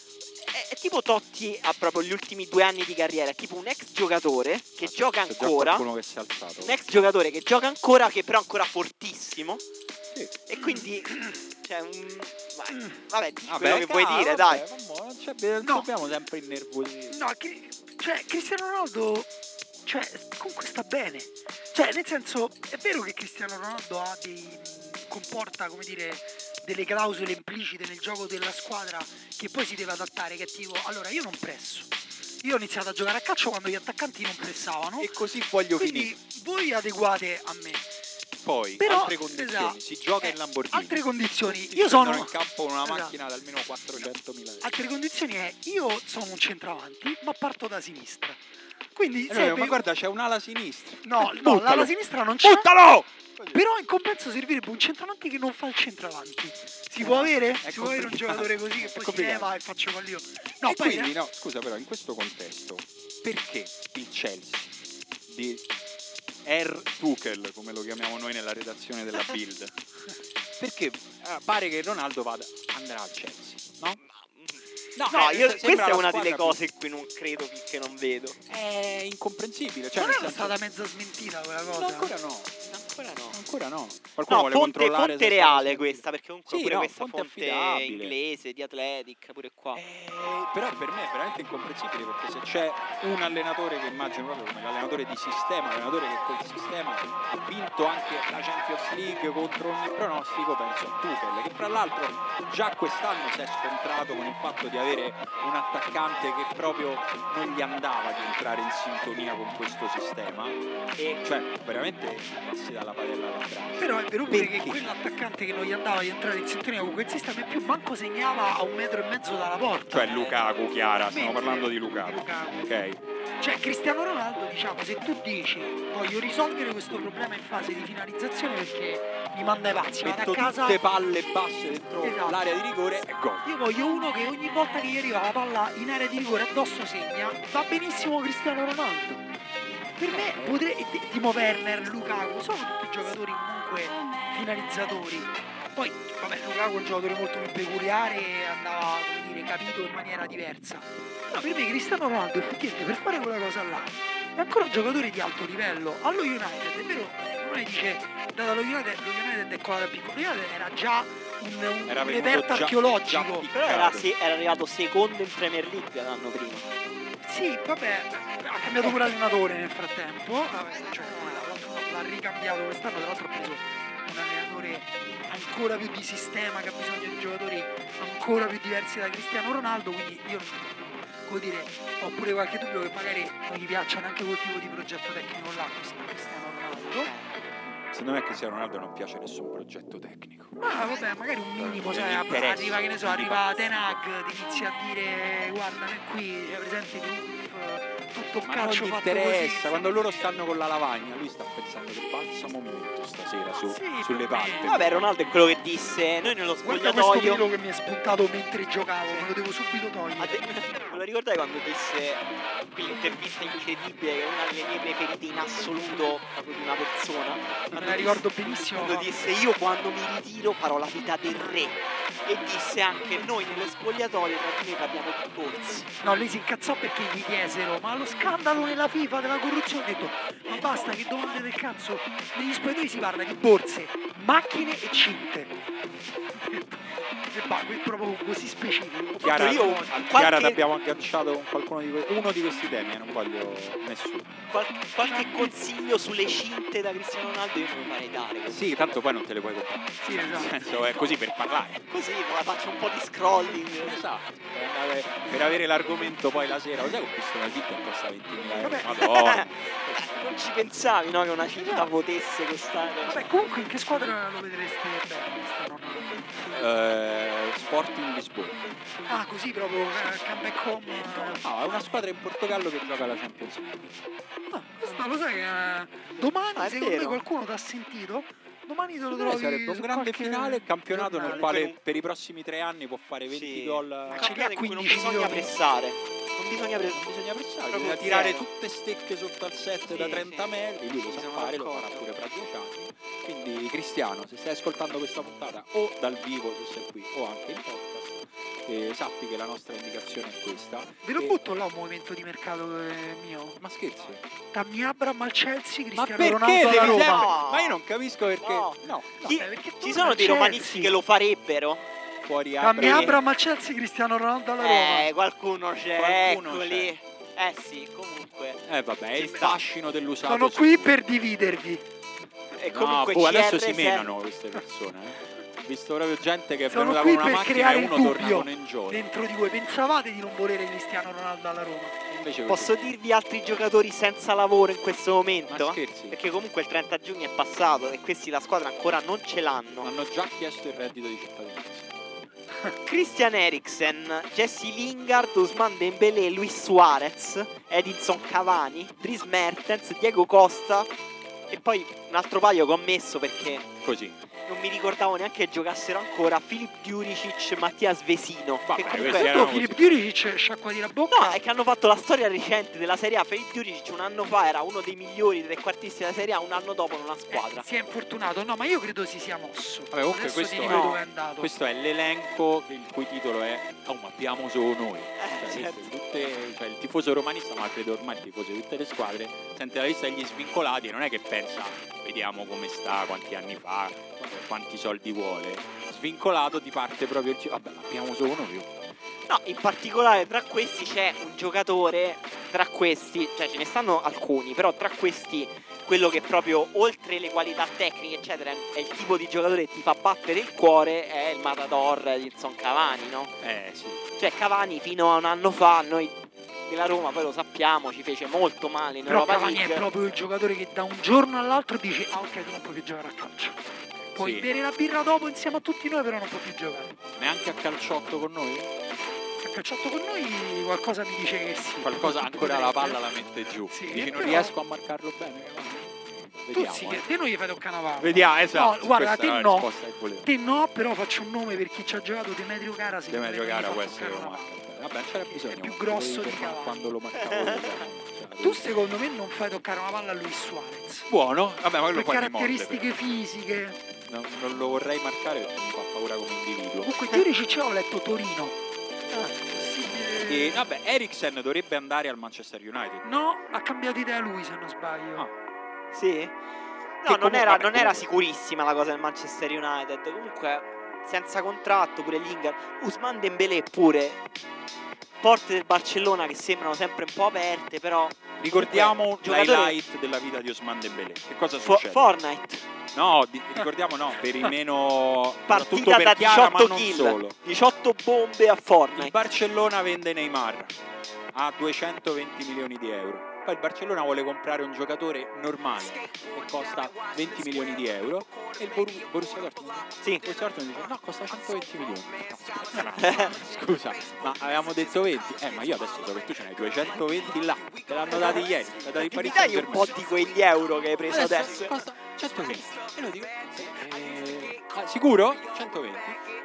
Speaker 2: è tipo Totti ha proprio gli ultimi due anni di carriera, è tipo un ex giocatore che gioca
Speaker 3: C'è già
Speaker 2: ancora,
Speaker 3: qualcuno che si è alzato.
Speaker 2: un ex giocatore che gioca ancora, che però è ancora fortissimo,
Speaker 3: Sì.
Speaker 2: E quindi, cioè, un... ma- vabbè, dici
Speaker 3: Vabbè,
Speaker 2: quello che vuoi
Speaker 3: ah,
Speaker 2: dire,
Speaker 3: vabbè,
Speaker 2: dai.
Speaker 3: vabbè, non c'è- non
Speaker 4: No.
Speaker 3: dobbiamo sempre innervosire.
Speaker 4: No, che- cioè, Cristiano Ronaldo cioè, comunque sta bene. Cioè, nel senso, è vero che Cristiano Ronaldo ha dei, comporta, come dire, delle clausole implicite nel gioco della squadra che poi si deve adattare, che è tipo, allora io non presso. Io ho iniziato a giocare a calcio quando gli attaccanti non pressavano.
Speaker 3: E così voglio
Speaker 4: Quindi
Speaker 3: finire.
Speaker 4: voi adeguate a me.
Speaker 3: Poi,
Speaker 4: Però,
Speaker 3: altre condizioni.
Speaker 4: esatto.
Speaker 3: Si gioca
Speaker 4: Eh,
Speaker 3: in Lamborghini.
Speaker 4: Altre condizioni.
Speaker 3: Ti
Speaker 4: Io
Speaker 3: prendono
Speaker 4: sono...
Speaker 3: in campo una
Speaker 4: Esatto.
Speaker 3: macchina da almeno 400.000 euro.
Speaker 4: Altre condizioni è io sono un centravanti, ma parto da sinistra. Quindi
Speaker 3: E noi,
Speaker 4: serve-
Speaker 3: Eh, ma guarda, c'è un'ala sinistra.
Speaker 4: No, no,
Speaker 3: Buttalo.
Speaker 4: l'ala sinistra non c'è.
Speaker 3: Buttalo!
Speaker 4: Però in compenso servirebbe un centravanti che non fa il centravanti. Si può avere?
Speaker 3: Eh, È
Speaker 4: si può avere un
Speaker 3: complicato.
Speaker 4: giocatore così che
Speaker 3: È
Speaker 4: poi si
Speaker 3: complicato.
Speaker 4: leva e faccio gol io. No,
Speaker 3: e
Speaker 4: poi eh,
Speaker 3: quindi, no, scusa, però, in questo contesto, perché il Chelsea di R. Tuchel, come lo chiamiamo noi nella redazione della Build, perché eh, pare che Ronaldo vada, andrà al Chelsea, no?
Speaker 2: No, eh,
Speaker 3: no, eh,
Speaker 2: io,
Speaker 3: sembra
Speaker 2: questa è
Speaker 3: la
Speaker 2: una
Speaker 3: squadra
Speaker 2: delle cose in cui non credo finché non vedo.
Speaker 3: È incomprensibile. Cioè
Speaker 4: non
Speaker 3: nel
Speaker 4: era
Speaker 3: senso-
Speaker 4: stata mezza smentita quella
Speaker 3: No,
Speaker 4: cosa.
Speaker 3: ancora no,
Speaker 2: Ancora no.
Speaker 3: ancora no. Qualcuno
Speaker 2: No,
Speaker 3: vuole
Speaker 2: fonte,
Speaker 3: controllare
Speaker 2: fonte
Speaker 3: se è stata
Speaker 2: reale
Speaker 3: smentita.
Speaker 2: questa, perché comunque
Speaker 3: Sì,
Speaker 2: pure
Speaker 3: no,
Speaker 2: questa
Speaker 3: fonte
Speaker 2: fonte,
Speaker 3: affidabile.
Speaker 2: inglese, di Atletic, pure qua.
Speaker 3: Eh, però per me è veramente incomprensibile perché se c'è un allenatore che immagino proprio come l'allenatore di sistema, l'allenatore che col sistema ha vinto anche la Champions League contro ogni pronostico, penso a Tuchel, che fra l'altro già quest'anno si è scontrato con il fatto di avere un attaccante che proprio non gli andava di entrare in sintonia con questo sistema e cioè veramente passi dalla padella alla braccia.
Speaker 4: Però è vero pure che
Speaker 3: Perché?
Speaker 4: quell'attaccante che non gli andava di entrare in sintonia con quel sistema in più manco segnava a un metro e mezzo dalla porta.
Speaker 3: Cioè Lukaku, Chiara, stiamo
Speaker 4: Mentre-
Speaker 3: parlando di Lukaku. Ok.
Speaker 4: Cioè Cristiano Ronaldo diciamo se tu dici voglio risolvere questo problema in fase di finalizzazione perché mi manda i pazzi, vado
Speaker 3: metto
Speaker 4: a casa
Speaker 3: tutte palle basse dentro
Speaker 4: Esatto.
Speaker 3: l'area di rigore e
Speaker 2: Ecco,
Speaker 3: gol.
Speaker 4: Io voglio uno che ogni volta che gli arriva la palla in area di rigore addosso segna, va benissimo Cristiano Ronaldo. Per me potre- e T- Timo Werner, Lukaku, sono tutti giocatori comunque finalizzatori. Poi, vabbè, Lukaku è un giocatore molto più peculiare e andava, come dire, capito in maniera diversa. Però per me Cristiano Ronaldo, effettivamente, per fare quella cosa là, è ancora un giocatore di alto livello. Allo United, è vero, uno dice, data lo United, lo United è qua da piccolo. Lo United era già un, un
Speaker 3: Era venuto
Speaker 4: reperto
Speaker 3: già- già
Speaker 4: archeologico.
Speaker 3: piccato.
Speaker 2: Però era, se- era arrivato secondo in Premier League l'anno prima.
Speaker 4: Sì, vabbè, ha cambiato pure allenatore nel frattempo. Vabbè, cioè, l'ha- l'ha- l'ha ricambiato quest'anno, tra l'altro ha preso un allenatore ancora più di sistema che ha bisogno di giocatori ancora più diversi da Cristiano Ronaldo, quindi io come dire, ho pure qualche dubbio che magari non gli piaccia neanche quel tipo di progetto tecnico là a Cristiano Ronaldo.
Speaker 3: Secondo me che se a Ronaldo non piace nessun progetto tecnico.
Speaker 4: Ma vabbè, magari un minimo, sai,
Speaker 3: Non gli interessa.
Speaker 4: arriva che ne so, arriva Tenag, ti inizia a dire guarda noi qui, c'è presente il roof, tutto un
Speaker 3: Ma non
Speaker 4: calcio
Speaker 3: gli
Speaker 4: fatto
Speaker 3: interessa,
Speaker 4: così.
Speaker 3: quando loro stanno con la lavagna, lui sta pensando che balsamo molto stasera su-
Speaker 4: Sì,
Speaker 3: sulle
Speaker 4: per me.
Speaker 3: palpe.
Speaker 2: Vabbè, Ronaldo è quello che disse, noi nello
Speaker 4: Guarda questo
Speaker 2: spogliatoio...
Speaker 4: pelo che mi è spuntato mentre giocavo, me lo devo subito
Speaker 2: Ha
Speaker 4: togliere.
Speaker 2: de- Ve lo ricordate quando disse quell'intervista incredibile che è una delle mie preferite in assoluto proprio di una persona?
Speaker 4: Non
Speaker 2: Quando
Speaker 4: me la
Speaker 2: disse-
Speaker 4: ricordo benissimo.
Speaker 2: Quando disse io quando mi ritiro farò la vita del re e disse anche noi nello spogliatoio tra di noi parliamo di corsi.
Speaker 4: No, lei si incazzò perché gli chiesero, ma lo scandalo nella FIFA, della corruzione, ho detto, ma basta che domande del cazzo, negli spogliatoi si parla di borse, macchine e cinte. E va, qui è proprio così specifico.
Speaker 3: Chiara,
Speaker 2: Io-
Speaker 3: a Chiara
Speaker 2: qualche-
Speaker 3: ti abbiamo agganciato con qualcuno di que- uno di questi temi, eh, non voglio nessuno.
Speaker 2: Qual- qualche consiglio sulle cinte da Cristiano Ronaldo io non lo farei dare.
Speaker 3: Sì, tanto poi non te le puoi comprare.
Speaker 4: Sì,
Speaker 3: Nel
Speaker 4: esatto.
Speaker 3: senso, è così per parlare.
Speaker 2: Così me la faccio un po' di scrolling.
Speaker 3: Esatto. Per andare- Per avere l'argomento poi la sera, lo sai che ho visto una vita che costa 20.000 euro?
Speaker 4: Vabbè.
Speaker 3: Madonna.
Speaker 2: Non ci pensavi no, che una cinta potesse costare.
Speaker 4: Vabbè, comunque in che squadra lo vedreste bene Cristiano Ronaldo?
Speaker 3: Eh, Sporting Lisbona.
Speaker 4: Ah, così proprio, eh, come back home. eh.
Speaker 3: No, è una squadra in Portogallo che gioca la Champions League.
Speaker 4: Ah, questo lo sai che eh, domani,
Speaker 2: Ah, è
Speaker 4: secondo
Speaker 2: vero.
Speaker 4: me qualcuno ti ha sentito, domani te lo
Speaker 3: Secondo me
Speaker 4: trovi
Speaker 3: sarebbe un
Speaker 4: su
Speaker 3: grande
Speaker 4: qualche
Speaker 3: finale, il campionato nel
Speaker 4: giornale.
Speaker 3: quale per i prossimi tre anni può fare 20
Speaker 2: Sì.
Speaker 3: gol.
Speaker 2: Ma
Speaker 4: Ma
Speaker 2: c'è
Speaker 4: ce
Speaker 2: che
Speaker 4: l'ha
Speaker 2: non
Speaker 4: 15
Speaker 2: bisogna
Speaker 4: euro.
Speaker 2: pressare. Non bisogna pressare.
Speaker 3: Bisogna pressare,
Speaker 2: Proprio
Speaker 3: bisogna tirare
Speaker 2: zero.
Speaker 3: tutte stecche sotto al set
Speaker 2: Sì,
Speaker 3: da 30
Speaker 2: sì.
Speaker 3: metri, lui lo sa
Speaker 2: Sono
Speaker 3: fare, lo farà
Speaker 2: d'accordo.
Speaker 3: pure fra 10 anni. Quindi Cristiano, se stai ascoltando questa puntata o dal vivo se sei qui o anche in podcast, eh, sappi che la nostra indicazione è questa.
Speaker 4: Ve lo
Speaker 3: E-
Speaker 4: butto là un movimento di mercato eh, mio.
Speaker 3: Ma scherzi?
Speaker 4: Tammy Abram al Chelsea,
Speaker 3: Ma
Speaker 4: Cristiano
Speaker 3: perché
Speaker 4: Ronaldo alla
Speaker 3: devi
Speaker 4: Roma.
Speaker 3: sempre-
Speaker 2: No.
Speaker 3: Ma io non capisco perché.
Speaker 2: No.
Speaker 3: No,
Speaker 2: Chi-
Speaker 4: Vabbè, perché
Speaker 2: Ci
Speaker 4: torna
Speaker 2: sono
Speaker 4: al
Speaker 2: dei
Speaker 4: Chelsea.
Speaker 2: romanisti che lo farebbero?
Speaker 3: fuori
Speaker 2: Apri.
Speaker 4: Tammy Abram al Chelsea, Cristiano Ronaldo alla Roma.
Speaker 2: Eh, qualcuno c'è.
Speaker 3: Qualcuno
Speaker 2: eccoli. Eh sì, comunque.
Speaker 3: Eh vabbè, è
Speaker 2: Ci
Speaker 3: il
Speaker 2: sta.
Speaker 3: fascino dell'usato. cioè.
Speaker 4: Sono qui per dividervi.
Speaker 2: E
Speaker 3: No,
Speaker 2: comunque
Speaker 3: boh, adesso
Speaker 2: CR
Speaker 3: si
Speaker 2: se-
Speaker 3: menano queste persone. eh. Ho visto proprio gente che è
Speaker 4: Sono
Speaker 3: venuta
Speaker 4: qui
Speaker 3: con una
Speaker 4: per
Speaker 3: macchina
Speaker 4: creare
Speaker 3: e
Speaker 4: il
Speaker 3: uno torna
Speaker 4: dubbio.
Speaker 3: con Enjoy.
Speaker 4: Dentro di voi pensavate di non volere Cristiano Ronaldo alla Roma?
Speaker 3: Invece
Speaker 2: Posso dirvi altri giocatori senza lavoro in questo
Speaker 3: così.
Speaker 2: momento?
Speaker 3: Ma scherzi?
Speaker 2: Perché comunque il 30 giugno è passato e questi la squadra ancora non ce l'hanno.
Speaker 3: Hanno già chiesto il reddito di cittadinanza.
Speaker 2: Christian Eriksen, Jesse Lingard, Usman Dembélé, Luis Suarez, Edinson Cavani, Dries Mertens, Diego Costa e poi un altro paio che ho messo perché
Speaker 3: Così.
Speaker 2: non mi ricordavo neanche che giocassero ancora Filip Juricic, Mattias Vesino
Speaker 3: Vabbè,
Speaker 2: che comunque
Speaker 3: questi
Speaker 4: Tanto
Speaker 3: erano
Speaker 4: Filip
Speaker 3: così.
Speaker 4: Juric sciacqua di la bocca.
Speaker 2: No, è che hanno fatto la storia recente della Serie A. Filip Juric un anno fa era uno dei migliori trequartisti della Serie A, un anno dopo non ha squadra.
Speaker 4: Eh, si è infortunato, no, ma io credo si sia mosso.
Speaker 3: Vabbè, comunque
Speaker 4: Adesso
Speaker 3: questo
Speaker 4: ti
Speaker 3: è-
Speaker 4: dico
Speaker 2: no.
Speaker 4: dove è andato.
Speaker 3: Questo è l'elenco il cui titolo è Oh ma abbiamo solo noi.
Speaker 2: Eh,
Speaker 3: Cioè,
Speaker 2: certo.
Speaker 3: queste tutte- cioè, il tifoso romanista, ma credo ormai il tifoso di tutte le squadre, sente la lista degli svincolati e non è che pensa vediamo come sta, quanti anni fa, quanti soldi vuole. Svincolato ti parte proprio il gi- Vabbè, l'abbiamo solo noi. oh.
Speaker 2: No, in particolare tra questi c'è un giocatore, tra questi, cioè ce ne stanno alcuni, però tra questi quello che proprio oltre le qualità tecniche eccetera è il tipo di giocatore che ti fa battere il cuore è il Matador di Edinson Cavani, no?
Speaker 3: Eh sì.
Speaker 2: Cioè Cavani fino a un anno fa noi della Roma poi lo sappiamo ci fece molto male in
Speaker 4: Però
Speaker 2: Europa
Speaker 4: Cavani è
Speaker 2: League.
Speaker 4: proprio il giocatore che da un giorno all'altro dice ah ok tu non puoi più giocare a calcio. Puoi
Speaker 3: Sì.
Speaker 4: bere la birra dopo insieme a tutti noi però non puoi più giocare.
Speaker 3: Neanche a calciotto con noi?
Speaker 4: Se ha calciato con noi qualcosa mi dice che sì.
Speaker 3: Qualcosa ancora la palla la mette giù.
Speaker 4: Sì,
Speaker 3: Dici non
Speaker 4: però-
Speaker 3: riesco a marcarlo bene.
Speaker 4: Tu
Speaker 3: Vediamo.
Speaker 4: sì,
Speaker 3: eh.
Speaker 4: te non gli fai toccare una palla.
Speaker 3: Vediamo, esatto.
Speaker 4: No, guarda,
Speaker 3: questa
Speaker 4: te
Speaker 3: è la
Speaker 4: no.
Speaker 3: risposta che volevo.
Speaker 4: Te no, però faccio un nome per chi ci ha giocato, Demetrio Cara.
Speaker 3: Se me giocare può essere
Speaker 4: una
Speaker 3: una marca. Vabbè, c'era bisogno.
Speaker 4: È più grosso di Cavani.
Speaker 3: quando lo marcavo. io, cioè,
Speaker 4: Tu secondo me non fai toccare una palla a Luis Suarez.
Speaker 3: buono? Vabbè, ma quello
Speaker 4: Per
Speaker 3: poi mi morde,
Speaker 4: caratteristiche fisiche.
Speaker 3: però. Non, non lo vorrei marcare perché mi fa paura come individuo.
Speaker 4: Comunque Iurici c'è, ho letto Torino. Possibile-
Speaker 3: E vabbè, Eriksen dovrebbe andare al Manchester United.
Speaker 4: No, ha cambiato idea lui se non sbaglio.
Speaker 3: Ah.
Speaker 2: Sì. No, non
Speaker 3: comunque-
Speaker 2: era,
Speaker 3: vabbè,
Speaker 2: non era
Speaker 3: comunque-
Speaker 2: sicurissima la cosa del Manchester United. Comunque, senza contratto, pure Lingard. Usman Dembélé pure. Porte del Barcellona che sembrano sempre un po' aperte, però...
Speaker 3: Ricordiamo
Speaker 2: giocatore-
Speaker 3: l'highlight della vita di Osman Dembélé. Che cosa
Speaker 2: Fo-
Speaker 3: succede?
Speaker 2: Fortnite,
Speaker 3: No, di- ricordiamo no, per i meno soprattutto
Speaker 2: partita
Speaker 3: per
Speaker 2: da
Speaker 3: Chiara, ma
Speaker 2: 18
Speaker 3: non
Speaker 2: kill,
Speaker 3: solo.
Speaker 2: 18 bombe a
Speaker 3: Il
Speaker 2: Fortnite.
Speaker 3: Barcellona vende Neymar a 220 milioni di euro. Poi il Barcellona vuole comprare un giocatore normale che costa 20 milioni di euro e il Boru- Borussia Dortmund.
Speaker 2: Sì.
Speaker 3: il Borussia Dortmund dice no, costa 120 milioni. No, Scusa, ma avevamo detto 20. Eh, ma io adesso so che tu ce n'hai 220 là. Te l'hanno dati ieri. Te l'hanno dati
Speaker 2: Mi dai un po' di quegli euro che hai preso adesso?
Speaker 3: adesso costa 120. E lo dico. eh, ah, sicuro? 120.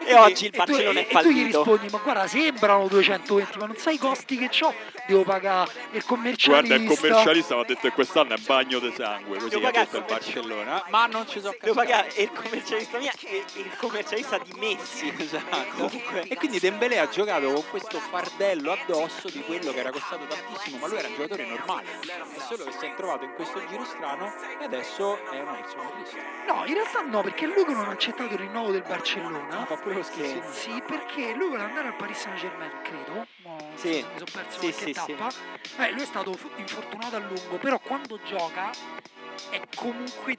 Speaker 2: E oggi il
Speaker 4: E tu-
Speaker 2: Barcellona
Speaker 4: e-
Speaker 2: è
Speaker 4: e tu gli
Speaker 2: fallito.
Speaker 4: rispondi, ma guarda, sembrano 220, ma non sai i costi che ho. Devo pagare il commercialista.
Speaker 5: Guarda, il commercialista mi ha detto che quest'anno è bagno di sangue, così
Speaker 2: Devo
Speaker 5: ha detto
Speaker 2: pagare
Speaker 5: il
Speaker 2: il
Speaker 5: Barcellona.
Speaker 3: Barcellona, ma non ci so
Speaker 2: Devo
Speaker 3: cascato.
Speaker 2: pagare il commercialista mia e e il commercialista di Messi.
Speaker 3: Esatto.
Speaker 2: Comunque,
Speaker 3: E quindi Dembélé ha giocato con questo fardello addosso di quello che era costato tantissimo, ma lui era un giocatore normale. È solo che si è trovato in questo giro strano e adesso è un ex motorista.
Speaker 4: No, in realtà no, perché lui non ha accettato il rinnovo del
Speaker 2: Ah,
Speaker 3: Ma
Speaker 4: Barcellona.
Speaker 3: Ah, fa pure lo scherzo.
Speaker 4: Sì, perché lui voleva andare al Paris Saint Germain, credo. Mo
Speaker 2: Sì.
Speaker 4: Mi sono perso
Speaker 2: Sì,
Speaker 4: qualche
Speaker 2: sì, sì.
Speaker 4: tappa. Beh, lui è stato fu- infortunato a lungo, però quando gioca è comunque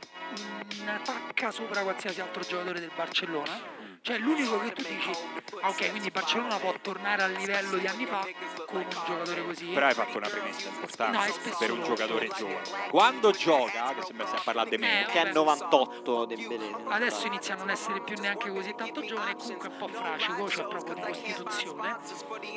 Speaker 4: un'attacca sopra qualsiasi altro giocatore del Barcellona.
Speaker 2: Mm.
Speaker 4: Cioè, è l'unico che tu dici, ah, ok, quindi il Barcellona può tornare al livello di anni fa con un giocatore così.
Speaker 5: Però hai fatto una premessa importante
Speaker 4: No, è spesso
Speaker 5: per un
Speaker 4: loro.
Speaker 5: giocatore giovane.
Speaker 3: Quando gioca, che sembra stia parlando di me,
Speaker 4: Eh,
Speaker 2: che è 98 Dembélé.
Speaker 4: Adesso inizia a non essere più neanche così tanto giovane, è comunque un po' fracico, c'è proprio di costituzione,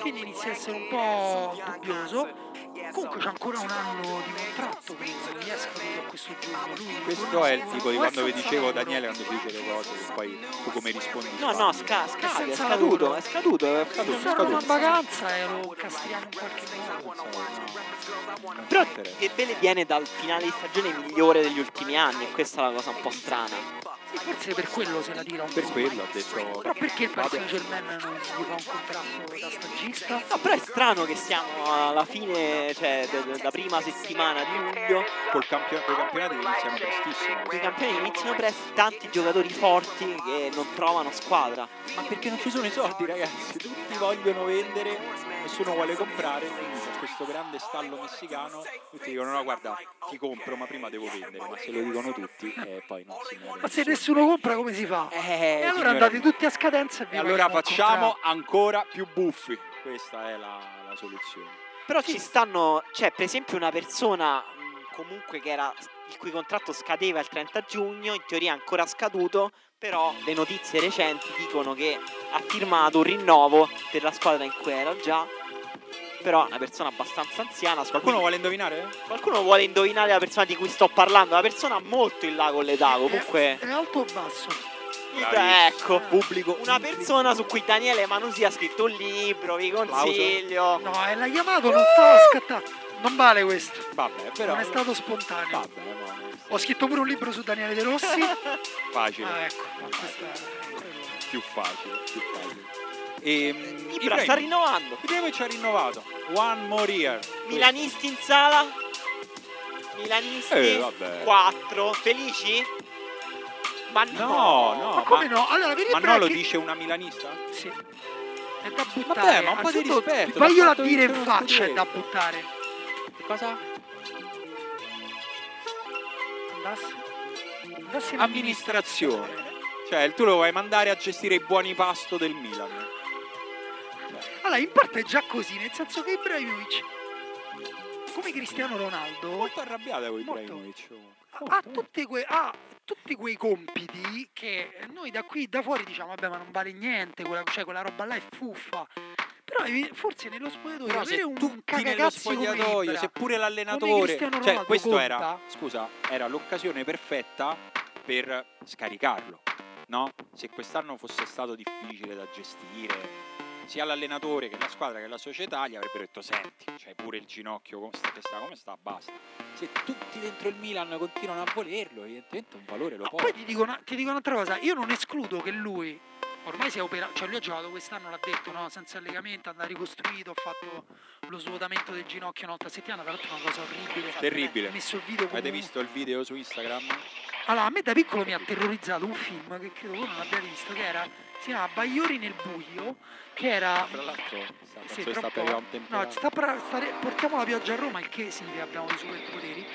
Speaker 4: quindi inizia a essere un po' dubbioso. Comunque c'è ancora un anno di contratto, quindi non riesco a dire questo giugno. Lui
Speaker 3: questo è il tipo di
Speaker 4: o è
Speaker 3: quando vi
Speaker 4: senza
Speaker 3: dicevo
Speaker 4: lavoro.
Speaker 3: Daniele quando ci dice le cose che poi tu come rispondi.
Speaker 2: No, no, sca-
Speaker 4: È
Speaker 2: scavi, è
Speaker 4: senza
Speaker 2: scaduto,
Speaker 4: lavoro.
Speaker 2: è scaduto, è
Speaker 4: Io
Speaker 2: scaduto.
Speaker 4: ero una vacanza e lo castigliamo in qualche modo.
Speaker 2: Però Dembélé viene dal finale di stagione migliore degli ultimi anni e questa è la cosa un po' strana.
Speaker 4: E forse per quello se la tira un
Speaker 3: per
Speaker 4: po'.
Speaker 3: quello ha detto
Speaker 4: Però perché il Paris Saint Germain non gli fa un contratto da
Speaker 3: Eh,
Speaker 4: stagista?
Speaker 2: No, però è strano che siamo alla fine, cioè de- de- la prima settimana di luglio,
Speaker 3: col campionato, coi campionati iniziano prestissimo.
Speaker 2: i campioni iniziano presto, tanti giocatori forti che non trovano squadra.
Speaker 3: Ma perché non ci sono i soldi, ragazzi? Tutti vogliono vendere, nessuno vuole comprare. Quindi c'è questo grande stallo messicano. Tutti dicono: no, guarda, ti compro, ma prima devo vendere. Ma se lo dicono tutti, eh, poi non si muove
Speaker 4: Ma se
Speaker 3: nessuno.
Speaker 4: nessuno compra come si fa?
Speaker 3: Eh,
Speaker 4: E allora
Speaker 3: signora
Speaker 4: andate tutti a scadenza e vi
Speaker 3: E allora
Speaker 4: vogliono
Speaker 3: facciamo ancora più buffi. Questa è la, la soluzione.
Speaker 2: Però ci stanno, cioè per esempio una persona mh, comunque che era, il cui contratto scadeva il 30 giugno, in teoria è ancora scaduto, però le notizie recenti dicono che ha firmato un rinnovo per la squadra in cui era già, però è una persona abbastanza anziana. su
Speaker 3: Qualcuno
Speaker 2: cui-
Speaker 3: vuole indovinare?
Speaker 2: qualcuno vuole indovinare la persona di cui sto parlando, la persona molto in là con l'età,
Speaker 4: È,
Speaker 2: comunque...
Speaker 4: è alto o basso?
Speaker 2: il-
Speaker 3: Eh, bravissimo.
Speaker 2: ecco,
Speaker 3: Pubblico.
Speaker 2: una persona su cui Daniele Manusi ha scritto un libro, vi consiglio.
Speaker 4: No, eh, l'ha chiamato, non stava scattando. Non vale questo,
Speaker 3: Vabbè, però.
Speaker 4: non è stato spontaneo.
Speaker 3: Vabbè, no,
Speaker 4: Ho scritto pure un libro su Daniele De Rossi.
Speaker 3: facile.
Speaker 4: ah, ecco, ma questo è-
Speaker 3: Più facile, più facile. Ehm,
Speaker 2: Ibra sta rinnovando.
Speaker 3: Vediamo che ci ha rinnovato. One more year.
Speaker 2: Milanisti in sala? Milanisti?
Speaker 3: Eh, vabbè.
Speaker 2: 4. Felici? Ma no!
Speaker 3: No, no.
Speaker 4: Ma come no? Allora, vedi
Speaker 3: Ma
Speaker 4: Ibra
Speaker 3: no, lo
Speaker 4: che-
Speaker 3: dice una milanista?
Speaker 4: Sì. È da buttare.
Speaker 3: Vabbè, ma un po' di
Speaker 4: Anzitutto,
Speaker 3: rispetto,
Speaker 4: Vagliela
Speaker 3: l'ha
Speaker 4: a
Speaker 3: fatto
Speaker 4: dire in
Speaker 3: vincere uno
Speaker 4: faccia, è
Speaker 3: scudetto.
Speaker 4: da buttare.
Speaker 3: Cosa?
Speaker 4: Andassi. Andassi in
Speaker 3: Amministrazione. Cioè, tu lo vuoi mandare a gestire i buoni pasto del Milan.
Speaker 4: Allora, in parte è già così, nel senso che Ibrahimovic, come Cristiano Ronaldo,
Speaker 3: Molto arrabbiata con
Speaker 4: Molto.
Speaker 3: Ibrahimovic. Molto,
Speaker 4: ha
Speaker 3: molto.
Speaker 4: tutte que- ha tutti quei compiti che noi da qui da fuori diciamo vabbè ma non vale niente quella, cioè quella roba là è fuffa però evi- forse nello spogliatoio
Speaker 3: Però
Speaker 4: avere
Speaker 3: se
Speaker 4: un
Speaker 3: tutti nello
Speaker 4: cagacazzi come
Speaker 3: spogliatoio,
Speaker 4: Ibra-
Speaker 3: seppure
Speaker 4: come
Speaker 3: l'allenatore,
Speaker 4: Cristiano
Speaker 3: cioè
Speaker 4: Ronaldo
Speaker 3: questo
Speaker 4: conta.
Speaker 3: era, scusa, era l'occasione perfetta per scaricarlo, no? Se quest'anno fosse stato difficile da gestire, sia l'allenatore che la squadra che la società gli avrebbero detto senti, c'hai pure il ginocchio co- sta- che sta come sta, basta. Se tutti dentro il Milan continuano a volerlo, evidentemente un valore lo
Speaker 4: Ma
Speaker 3: porta.
Speaker 4: poi ti dico, una- ti dico un'altra cosa io non escludo che lui ormai sia operato cioè lui ha giocato quest'anno l'ha detto no? senza legamento andrà ricostruito ha fatto lo svuotamento del ginocchio una volta a settimana tra l'altro è una cosa orribile
Speaker 3: Terribile.
Speaker 4: ha messo il video
Speaker 3: Avete
Speaker 4: come un-
Speaker 3: visto il video su Instagram?
Speaker 4: Allora, a me da piccolo mi ha terrorizzato un film che credo voi non abbiate visto, che era, si chiama Bagliori nel buio, che era...
Speaker 3: Tra Ah, l'altro, sta,
Speaker 4: Sì,
Speaker 3: canzone
Speaker 4: tra
Speaker 3: sta per
Speaker 4: un po'.
Speaker 3: arrivare a un tempo.
Speaker 4: No, ci sta pra- stare- portiamo la pioggia a Roma, il che significa abbiamo dei superpoteri.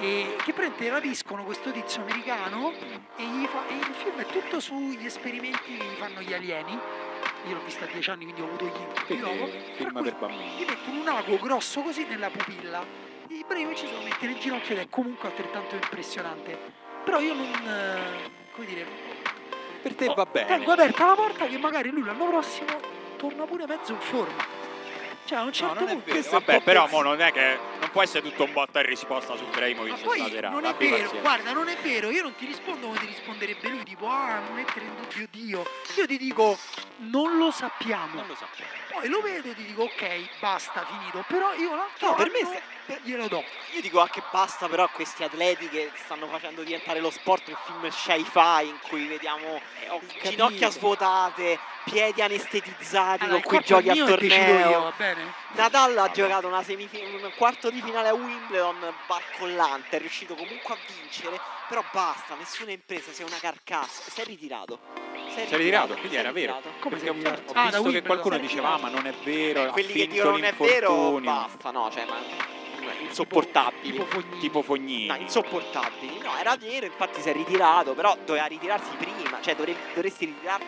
Speaker 4: E che prende, rapiscono questo tizio americano
Speaker 3: Mm.
Speaker 4: e, gli fa- e il film è tutto sugli esperimenti che gli fanno gli alieni. Io l'ho vista a 10 anni, quindi ho avuto gli incubi dopo.
Speaker 3: film
Speaker 4: cui
Speaker 3: per bambini.
Speaker 4: Gli mettono un ago grosso così nella pupilla Ibrahimovic se lo mette nel ginocchio ed è comunque altrettanto impressionante. Però io non... eh, come dire...
Speaker 3: Per te
Speaker 4: oh,
Speaker 3: va bene.
Speaker 4: Tengo aperta la porta che magari lui l'anno prossimo torna pure mezzo in forma. Cioè a un certo
Speaker 3: non è
Speaker 4: punto...
Speaker 3: vero.
Speaker 4: questo è un
Speaker 6: Vabbè,
Speaker 4: po'
Speaker 6: però
Speaker 4: pezzo.
Speaker 6: mo non è che non può essere tutto un botta e risposta su Ibrahimovic
Speaker 4: Ma poi
Speaker 6: stasera.
Speaker 4: non è
Speaker 6: abbi
Speaker 4: vero,
Speaker 6: pazienza.
Speaker 4: guarda, non è vero, io non ti rispondo come ti risponderebbe lui, tipo, ah, mettere in dubbio Dio. Io ti dico, non lo sappiamo.
Speaker 3: Non lo so.
Speaker 4: Poi lo vedo e ti dico, ok, basta, finito. Però io l'altro
Speaker 2: No, per me
Speaker 4: anno
Speaker 2: se- per-
Speaker 4: glielo do.
Speaker 2: Io dico anche basta però a questi atleti che stanno facendo diventare lo sport il film sci-fi in cui vediamo
Speaker 4: Eh,
Speaker 2: ginocchia svuotate, piedi anestetizzati
Speaker 4: Allora, il
Speaker 2: con cui
Speaker 4: corpo
Speaker 2: giochi
Speaker 4: è
Speaker 2: al
Speaker 4: mio e decido io,
Speaker 2: torneo.
Speaker 4: va bene?
Speaker 2: Nadal ha
Speaker 6: Vabbè.
Speaker 2: giocato una semifin- un quarto di finale a Wimbledon barcollante, è riuscito comunque a vincere, però basta, nessuna impresa, sei una carcassa, si è ritirato. Si
Speaker 3: Si è ritirato, quindi
Speaker 2: si è
Speaker 3: era vero.
Speaker 2: ritirato.
Speaker 4: Come
Speaker 3: Perché
Speaker 4: sei
Speaker 3: ho,
Speaker 4: arrivato?
Speaker 3: ho
Speaker 4: Ah, da
Speaker 3: visto che
Speaker 4: Wimbledon.
Speaker 3: qualcuno diceva "Ah, ma non è vero, ha
Speaker 2: Quelli che
Speaker 3: finto
Speaker 2: dicono non è vero,
Speaker 3: l'infortunio".
Speaker 2: basta, no, cioè, ma insopportabili.
Speaker 4: Tipo Fognini.
Speaker 3: tipo Fognini.
Speaker 2: No, insopportabili. No, era vero, infatti si è ritirato, però doveva ritirarsi prima, cioè dovre- dovresti ritirarti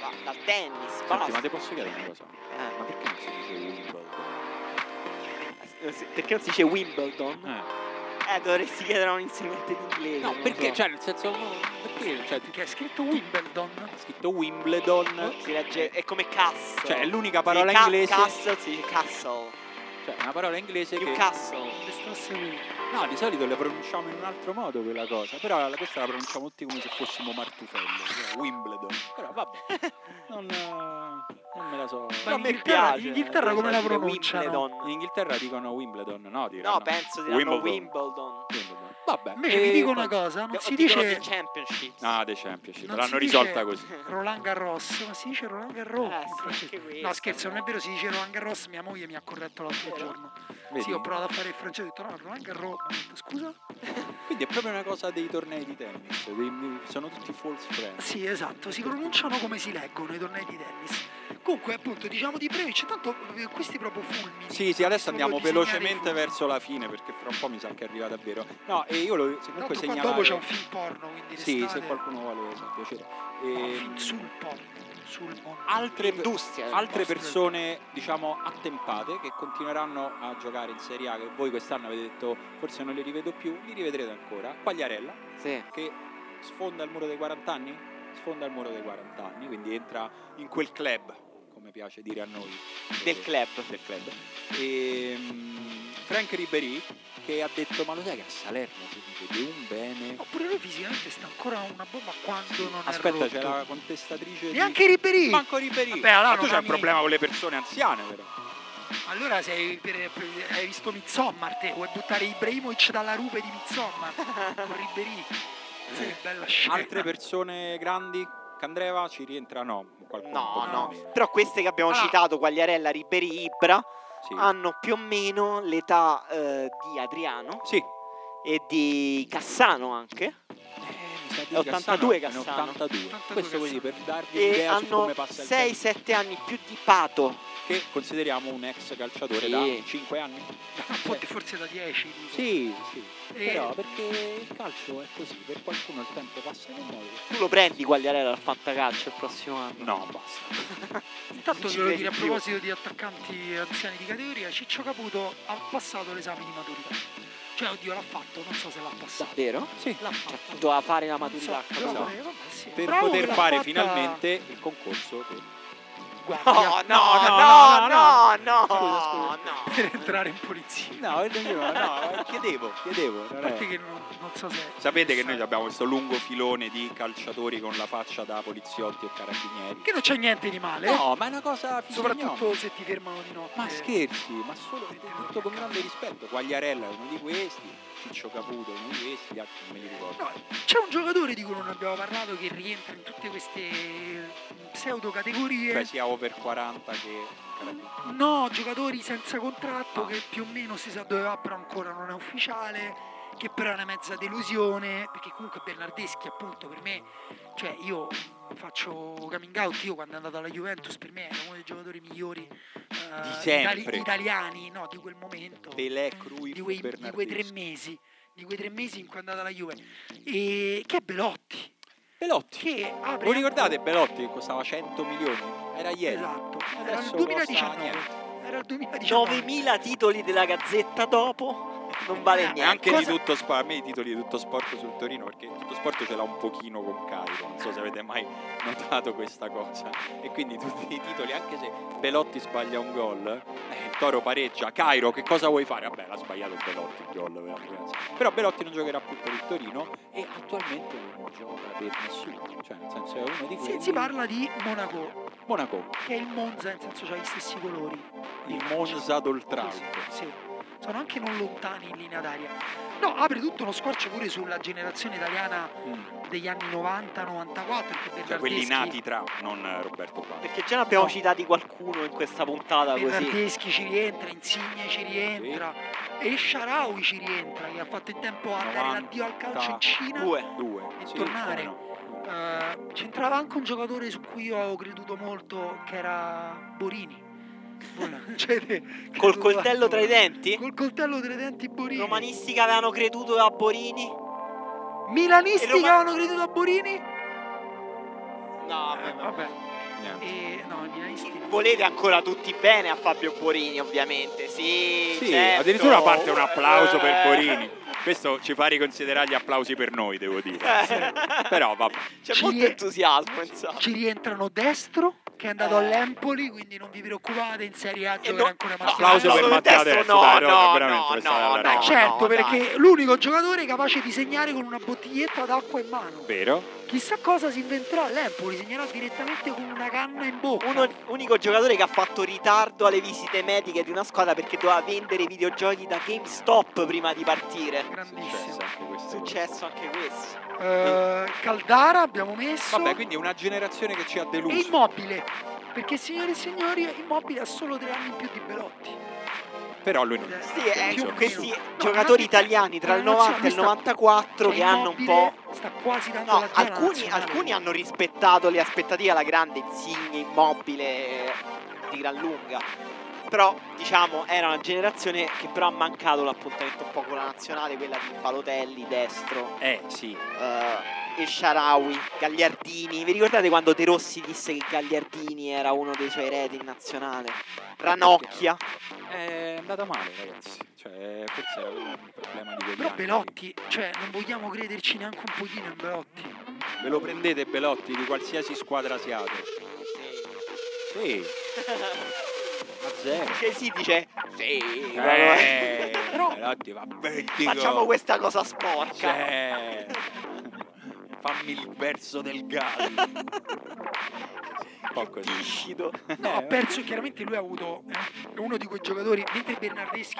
Speaker 2: da- dal tennis,
Speaker 3: Senti, ma
Speaker 2: basta.
Speaker 3: ti posso chiedere una cosa?
Speaker 2: Eh,
Speaker 3: Ma perché non si dice Wimbledon?
Speaker 2: ma eh, se- perché non si dice Wimbledon?
Speaker 3: Eh.
Speaker 2: Eh, dovresti chiedere a un insegnante di inglese.
Speaker 3: No,
Speaker 2: non
Speaker 3: perché
Speaker 2: so.
Speaker 3: cioè nel senso no, perché cioè
Speaker 4: Che è scritto Wimbledon.
Speaker 3: è scritto Wimbledon?
Speaker 2: si legge è come castle.
Speaker 3: eh. Cioè è
Speaker 2: Si
Speaker 3: l'unica
Speaker 2: dice
Speaker 3: parola
Speaker 2: ca-
Speaker 3: inglese,
Speaker 2: Castle si dice castle.
Speaker 3: cioè una parola inglese che
Speaker 2: Newcastle.
Speaker 4: Le strasse Wimbledon.
Speaker 3: no, di solito le pronunciamo in un altro modo quella cosa, però la- questa la pronunciamo tutti come se fossimo martufello, cioè Wimbledon. Però vabbè. Non, eh, non me la
Speaker 2: No,
Speaker 3: so.
Speaker 4: Ma in
Speaker 2: a me
Speaker 4: Inghilterra-
Speaker 2: piace,
Speaker 4: in Inghilterra come la
Speaker 2: dire
Speaker 4: pronunciano?
Speaker 3: In
Speaker 2: Wimbledon.
Speaker 3: Inghilterra dicono Wimbledon, no, dicono
Speaker 2: No, penso di Wimbledon.
Speaker 5: Wimbledon.
Speaker 2: Wimbledon.
Speaker 3: Wimbledon. Vabbè.
Speaker 4: Invece vi
Speaker 3: eh,
Speaker 4: dico una cosa, non si
Speaker 2: Dicono The
Speaker 4: dice
Speaker 2: Championships.
Speaker 3: Ah, The Champions,
Speaker 4: Non
Speaker 3: l'hanno
Speaker 4: si dice-
Speaker 3: risolta così.
Speaker 4: Roland Garros, ma si dice Roland Garros.
Speaker 2: Eh, sì, anche questo,
Speaker 4: Oh, no, scherzo, non è vero, si dice Roland Garros, mia moglie mi ha corretto l'altro giorno.
Speaker 3: Vedi?
Speaker 4: Sì, ho provato a fare il francese, ho detto no, Roland Garros, mi ha detto scusa.
Speaker 3: Quindi è proprio una cosa dei tornei di tennis, dei- sono tutti false friends.
Speaker 4: Sì, esatto, si pronunciano come si leggono i tornei di tennis. Comunque, appunto, diciamo di Brevic, tanto eh, questi proprio fulmini.
Speaker 3: Sì, sì, adesso andiamo
Speaker 4: Proprio disegnare
Speaker 3: velocemente
Speaker 4: i fulmini.
Speaker 3: verso la fine perché fra un po' mi sa che è arrivata davvero. No, e io lo se comunque
Speaker 4: Tanto qua
Speaker 3: segnalavo.
Speaker 4: dopo c'è un film porno, quindi
Speaker 3: Sì, se
Speaker 4: restate-
Speaker 3: qualcuno vuole, sa, piacere.
Speaker 4: no,
Speaker 3: Ehm,
Speaker 4: un film sul porno, sul porno.
Speaker 3: altre,
Speaker 2: Industria.
Speaker 3: altre persone, diciamo, attempate che continueranno a giocare in Serie A che voi quest'anno avete detto forse non li rivedo più, li rivedrete ancora. Quagliarella,
Speaker 2: Sì.
Speaker 3: che sfonda il muro dei 40 anni? Sfonda il muro dei 40 anni, quindi entra in quel club, come piace dire a noi.
Speaker 2: Del
Speaker 3: Eh,
Speaker 2: club.
Speaker 3: Del club. E, Frank Ribery che ha detto ma lo sai che a Salerno si vede un bene.
Speaker 4: Oppure Oh, lui fisicamente sta ancora una bomba quando non è
Speaker 3: Aspetta,
Speaker 4: rotto.
Speaker 3: c'è la contestatrice di-
Speaker 4: Neanche Ribéry.
Speaker 3: Manco Ribery.
Speaker 4: Vabbè, allora
Speaker 3: ma tu
Speaker 4: non
Speaker 3: c'hai un
Speaker 4: ami-
Speaker 3: problema con le persone anziane però.
Speaker 4: Allora sei per- per- hai visto Midsommar te, vuoi buttare Ibrahimovic dalla rupe di Midsommar con Ribéry. Sì, che bella scena.
Speaker 3: Eh, Altre persone grandi? Candreva ci rientra no, qualcuno un
Speaker 2: No,
Speaker 3: po'
Speaker 2: no.
Speaker 3: meno.
Speaker 2: Però queste che abbiamo
Speaker 4: Ah.
Speaker 2: citato, Quagliarella, Riberi, Ibra,
Speaker 3: Sì.
Speaker 2: hanno più o meno l'età eh, di Adriano
Speaker 3: Sì.
Speaker 2: e di Cassano anche.
Speaker 3: Eh, mi sa di
Speaker 2: 82
Speaker 3: Cassano,
Speaker 2: Cassano.
Speaker 3: ne 82.
Speaker 4: 82
Speaker 3: Questo così per
Speaker 4: Cassano.
Speaker 3: darvi
Speaker 2: E
Speaker 3: un'idea su
Speaker 2: hanno
Speaker 3: come passa il tempo.
Speaker 2: 6-7 anni più di Pato.
Speaker 3: che consideriamo un ex calciatore
Speaker 2: Sì.
Speaker 3: da 5 anni.
Speaker 4: Un po' Ah, di- forse da 10.
Speaker 3: Eh, Sì, sì.
Speaker 4: Eh,
Speaker 3: Però perché il calcio è così, per qualcuno il tempo passa in un modo.
Speaker 2: Tu lo prendi Quagliarella al fantacalcio il prossimo anno?
Speaker 3: No, basta.
Speaker 4: Intanto
Speaker 2: Non ci
Speaker 4: volevo
Speaker 2: credi
Speaker 4: dire a
Speaker 2: più.
Speaker 4: proposito di attaccanti anziani di categoria, Ciccio Caputo ha passato l'esame di maturità. Cioè, oddio, l'ha fatto, non so se l'ha passato.
Speaker 2: Davvero?
Speaker 3: Sì.
Speaker 4: L'ha
Speaker 2: Cioè,
Speaker 4: fatto.
Speaker 2: doveva fare la
Speaker 4: Non so,
Speaker 2: maturità.
Speaker 4: però
Speaker 2: capito?
Speaker 4: vabbè, vabbè, sì.
Speaker 3: Per
Speaker 4: Bravo che
Speaker 3: poter
Speaker 4: l'ha
Speaker 3: fare
Speaker 4: fatta.
Speaker 3: finalmente il concorso del-
Speaker 4: Guardia.
Speaker 2: No, no,
Speaker 3: No,
Speaker 2: no, no,
Speaker 3: no,
Speaker 2: no,
Speaker 3: Scusa, scusa.
Speaker 4: per
Speaker 2: no.
Speaker 4: entrare in polizia.
Speaker 3: No, io- no, eh, chiedevo, chiedevo.
Speaker 4: A
Speaker 3: non
Speaker 4: parte
Speaker 3: è-
Speaker 4: che non, non so se.
Speaker 3: Eh. Sapete che noi abbiamo questo lungo filone di calciatori con la faccia da poliziotti e carabinieri. Eh?
Speaker 4: Che non c'è niente di male. eh.
Speaker 3: No, ma è una cosa
Speaker 4: Soprattutto
Speaker 3: fisiognomica.
Speaker 4: se ti fermano di notte.
Speaker 3: Ma scherzi, ma solo tutto con grande rispetto. Quagliarella è uno di questi, Ciccio Caputo è uno di questi, gli altri non me li ricordo.
Speaker 4: No, c'è un giocatore di cui non abbiamo parlato che rientra in tutte queste pseudo
Speaker 3: cioè
Speaker 4: categorie.
Speaker 3: sia over 40 che carabinieri.
Speaker 4: No, giocatori senza contratto
Speaker 3: Ah.
Speaker 4: che più o meno si sa dove va, però ancora non è ufficiale. Che però è una mezza delusione. Perché comunque Bernardeschi, appunto, per me, cioè io faccio coming out. Io quando è andato alla Juventus, per me era uno dei giocatori migliori eh,
Speaker 3: Di sempre.
Speaker 4: itali- italiani, no, di quel momento.
Speaker 3: Pelé, Cruyff,
Speaker 4: di quei, di
Speaker 3: Bernardeschi.
Speaker 4: quei tre mesi di quei tre mesi in cui è andata la Juve e che è Belotti
Speaker 3: Belotti.
Speaker 4: che apre
Speaker 3: Lo ricordate Belotti che costava 100 milioni? Era ieri.
Speaker 4: esatto era il
Speaker 3: Adesso costa
Speaker 4: 2019
Speaker 3: niente.
Speaker 4: era il 2019
Speaker 2: 9.000 titoli della Gazzetta dopo non vale
Speaker 4: Eh, ma
Speaker 2: niente.
Speaker 3: anche
Speaker 4: cosa-
Speaker 3: di tutto sport, a me i titoli di tutto sport sul Torino perché tutto sport ce l'ha un pochino con Cairo, non so se avete mai notato questa cosa. E quindi tutti i titoli, anche se Belotti sbaglia un gol, eh, il Toro pareggia, Cairo che cosa vuoi fare? Vabbè l'ha sbagliato Belotti il gol, però, ragazzi. però Belotti non giocherà più per il Torino e attualmente non gioca per nessuno, cioè nel senso è uno di
Speaker 4: Si,
Speaker 3: quelli.
Speaker 4: si parla di Monaco,
Speaker 3: Monaco,
Speaker 4: che è il Monza, nel senso ha gli stessi colori.
Speaker 3: il Monza
Speaker 4: Così,
Speaker 3: d'Oltralto.
Speaker 4: sì. Sono anche non lontani in linea d'aria. No, apre tutto uno squarcio pure sulla generazione italiana
Speaker 3: Mm.
Speaker 4: degli anni 90-94, perché
Speaker 3: Cioè
Speaker 4: Bernardeschi,
Speaker 3: quelli nati tra, non eh, Roberto Bacchi.
Speaker 2: Perché già ne abbiamo
Speaker 4: No.
Speaker 2: citati qualcuno in questa puntata così.
Speaker 4: Bernardeschi ci rientra, Insigne ci rientra, e Sharawi ci rientra, che ha fatto in tempo a dare
Speaker 3: 90.
Speaker 4: l'addio al calcio in Cina.
Speaker 2: Due.
Speaker 3: Due.
Speaker 4: E
Speaker 3: sì,
Speaker 4: tornare.
Speaker 3: come no.
Speaker 4: Eh, c'entrava anche un giocatore su cui io avevo creduto molto, che era Borini. Cioè, Voi non avete
Speaker 2: Col
Speaker 4: creduto
Speaker 2: coltello
Speaker 4: tanto,
Speaker 2: tra i denti?
Speaker 4: Col coltello tra i denti
Speaker 2: I
Speaker 4: Borini.
Speaker 2: romanisti che avevano creduto a Borini?
Speaker 4: Milanisti
Speaker 2: E Roma-
Speaker 4: che avevano creduto a Borini?
Speaker 2: No,
Speaker 4: Eh, vabbè.
Speaker 3: Niente.
Speaker 4: E, no, i milanisti no.
Speaker 2: Volete ancora tutti bene a Fabio Borini, ovviamente. Sì,
Speaker 3: Sì,
Speaker 2: certo.
Speaker 3: addirittura parte un applauso
Speaker 2: Eh.
Speaker 3: per Borini. Questo ci fa riconsiderare gli applausi per noi, devo dire.
Speaker 2: Eh.
Speaker 3: Però vabbè.
Speaker 2: C'è
Speaker 4: Ci
Speaker 2: molto
Speaker 4: è-
Speaker 2: entusiasmo, insomma.
Speaker 4: Ci rientrano Destro, che è andato
Speaker 2: Eh.
Speaker 4: all'Empoli, quindi non vi preoccupate, in Serie A giocherà
Speaker 2: no-
Speaker 4: ancora
Speaker 2: no,
Speaker 4: Mascherano.
Speaker 3: Applauso per
Speaker 2: Solo il
Speaker 3: Mattia
Speaker 2: testo,
Speaker 3: adesso,
Speaker 2: no,
Speaker 3: dai, no,
Speaker 2: no,
Speaker 3: veramente,
Speaker 2: no,
Speaker 3: questa
Speaker 2: no,
Speaker 3: è la
Speaker 2: no,
Speaker 3: ragione.
Speaker 4: Eh, certo,
Speaker 2: no,
Speaker 4: perché
Speaker 2: dai.
Speaker 4: l'unico giocatore capace di segnare con una bottiglietta d'acqua in mano.
Speaker 3: Vero?
Speaker 4: Chissà cosa si inventerà all'Empoli, segnerà direttamente con una canna in bocca.
Speaker 2: Uno, unico giocatore che ha fatto ritardo alle visite mediche di una squadra perché doveva vendere i videogiochi da GameStop prima di partire.
Speaker 4: Grandissimo.
Speaker 3: Successo certo, anche questo.
Speaker 2: Successo anche questo.
Speaker 4: Eh, Caldara abbiamo messo.
Speaker 3: Vabbè, quindi una generazione che ci ha
Speaker 4: e
Speaker 3: deluso.
Speaker 4: immobile. Perché signore e signori, immobile ha solo tre anni in più di Belotti.
Speaker 3: Però lui non
Speaker 4: Sì,
Speaker 2: Sì, eh,
Speaker 4: Più o
Speaker 2: questi
Speaker 4: meno.
Speaker 2: giocatori
Speaker 4: No,
Speaker 2: italiani tra il
Speaker 4: la nazionale
Speaker 2: 90 e il
Speaker 4: sta-
Speaker 2: 94
Speaker 4: Cioè,
Speaker 2: che hanno un po'...
Speaker 4: Immobile Sta quasi dando
Speaker 2: No,
Speaker 4: la zona
Speaker 2: alcuni,
Speaker 4: nazionale.
Speaker 2: alcuni hanno rispettato le aspettative alla grande Insigne, Immobile eh, di gran lunga. Però, diciamo, era una generazione che però ha mancato l'appuntamento un po' con la nazionale, quella di Palotelli, Destro,
Speaker 3: Eh, sì.
Speaker 2: eh, El Sharawi, Gagliardini. Vi ricordate quando De Rossi disse che Gagliardini era uno dei suoi eredi in nazionale? Ranocchia.
Speaker 3: È andata male, ragazzi. Cioè, forse era un problema di quegli
Speaker 4: Però
Speaker 3: anni.
Speaker 4: Belotti, cioè non vogliamo crederci neanche un pochino in Belotti.
Speaker 3: Ve lo prendete Belotti di qualsiasi squadra siate. Sì, a zero.
Speaker 2: Dice sì, dice sì.
Speaker 3: Eh,
Speaker 4: Però-
Speaker 3: Belotti va venti
Speaker 2: Facciamo
Speaker 3: gol.
Speaker 2: questa cosa sporca.
Speaker 3: Cioè, fammi il verso del gallo. Un po' così.
Speaker 2: Piscido.
Speaker 4: No,
Speaker 3: Eh,
Speaker 4: ha perso chiaramente lui ha avuto eh, è uno di quei giocatori, mentre Bernardeschi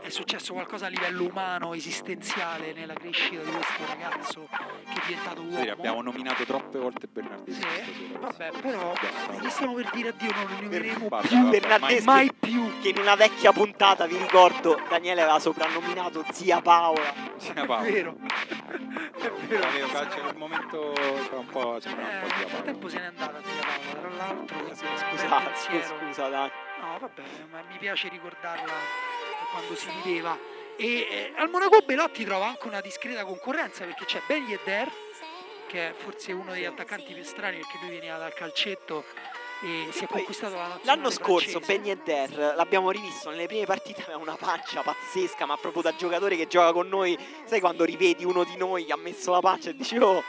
Speaker 4: è successo qualcosa a livello umano, esistenziale nella crescita di questo ragazzo che è diventato uomo.
Speaker 3: Sì, abbiamo nominato troppe volte Bernardeschi
Speaker 4: Sì,
Speaker 3: stasera.
Speaker 4: vabbè, però gli stiamo per dire addio, non lo nomineremo
Speaker 3: Vabbè,
Speaker 4: più,
Speaker 3: vabbè,
Speaker 2: Bernardeschi.
Speaker 4: mai più.
Speaker 2: che in una vecchia puntata, vi ricordo, Daniele aveva soprannominato zia Paola.
Speaker 3: Sì,
Speaker 4: È
Speaker 3: Paolo.
Speaker 4: vero. È vero.
Speaker 3: Avevo calcio un momento cioè, un po'
Speaker 4: Eh,
Speaker 3: sembra un po'
Speaker 4: nel
Speaker 3: di Paolo.
Speaker 4: frattempo se n'è andata zia Paola, tra l'altro che bel
Speaker 2: Scusa, Esatto, scusa,
Speaker 4: pensiero.
Speaker 2: scusa, dai.
Speaker 4: No, vabbè, ma mi piace ricordarla quando si viveva. E eh, al Monaco Belotti trova anche una discreta concorrenza perché c'è Ben Yedder, che è forse uno degli attaccanti più strani perché lui veniva dal calcetto e si è
Speaker 2: poi,
Speaker 4: conquistato la nazionale
Speaker 2: L'anno scorso
Speaker 4: francese.
Speaker 2: Benny Der l'abbiamo rivisto nelle prime partite, aveva una pancia pazzesca, ma proprio da giocatore che gioca con noi, sai quando rivedi uno di noi che ha messo la pancia e dici oh,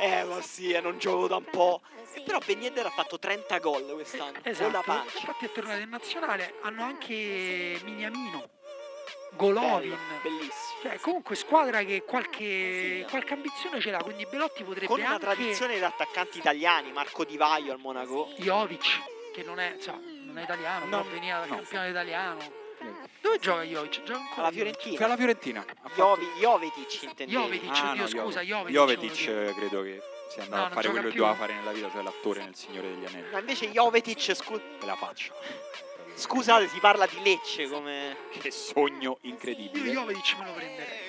Speaker 2: eh ma sì, eh, non gioco da un po'. E però Benny Der ha fatto 30 gol quest'anno, con la
Speaker 4: Esatto,
Speaker 2: pancia.
Speaker 4: infatti è tornato in nazionale, hanno anche Miniamino,
Speaker 2: Bello,
Speaker 4: Golovin.
Speaker 2: bellissimo.
Speaker 4: Cioè, comunque squadra che qualche, qualche ambizione ce l'ha, quindi Belotti potrebbe
Speaker 2: Con una
Speaker 4: anche
Speaker 2: tradizione di attaccanti italiani, Marco Di Vaio al Monaco.
Speaker 4: Jovic, che non è, cioè, non è italiano,
Speaker 3: No,
Speaker 4: però veniva dal
Speaker 3: no.
Speaker 4: campionato italiano.
Speaker 3: Niente.
Speaker 4: Dove gioca Jovic? Gioca ancora
Speaker 2: Alla
Speaker 4: Jovic?
Speaker 3: Fra
Speaker 2: Fiorentina.
Speaker 3: la Fiorentina. ha fatto-
Speaker 2: Jovi, Jovetic intendevo.
Speaker 4: Jovetic,
Speaker 3: Ah,
Speaker 4: oddio,
Speaker 3: no,
Speaker 4: scusa, Jovetic.
Speaker 3: Jovetic
Speaker 4: volevo dire.
Speaker 3: eh, credo che sia andato
Speaker 4: No,
Speaker 3: a
Speaker 4: non
Speaker 3: fare
Speaker 4: gioca
Speaker 3: quello che
Speaker 4: più.
Speaker 3: doveva fare nella vita, cioè l'attore nel Signore degli Anelli.
Speaker 2: Ma invece Jovetic, scu-
Speaker 3: Te la faccio.
Speaker 2: scusate, si parla di Lecce come...
Speaker 3: Che sogno
Speaker 4: Io
Speaker 3: incredibile.
Speaker 4: Jovic me lo prenderei.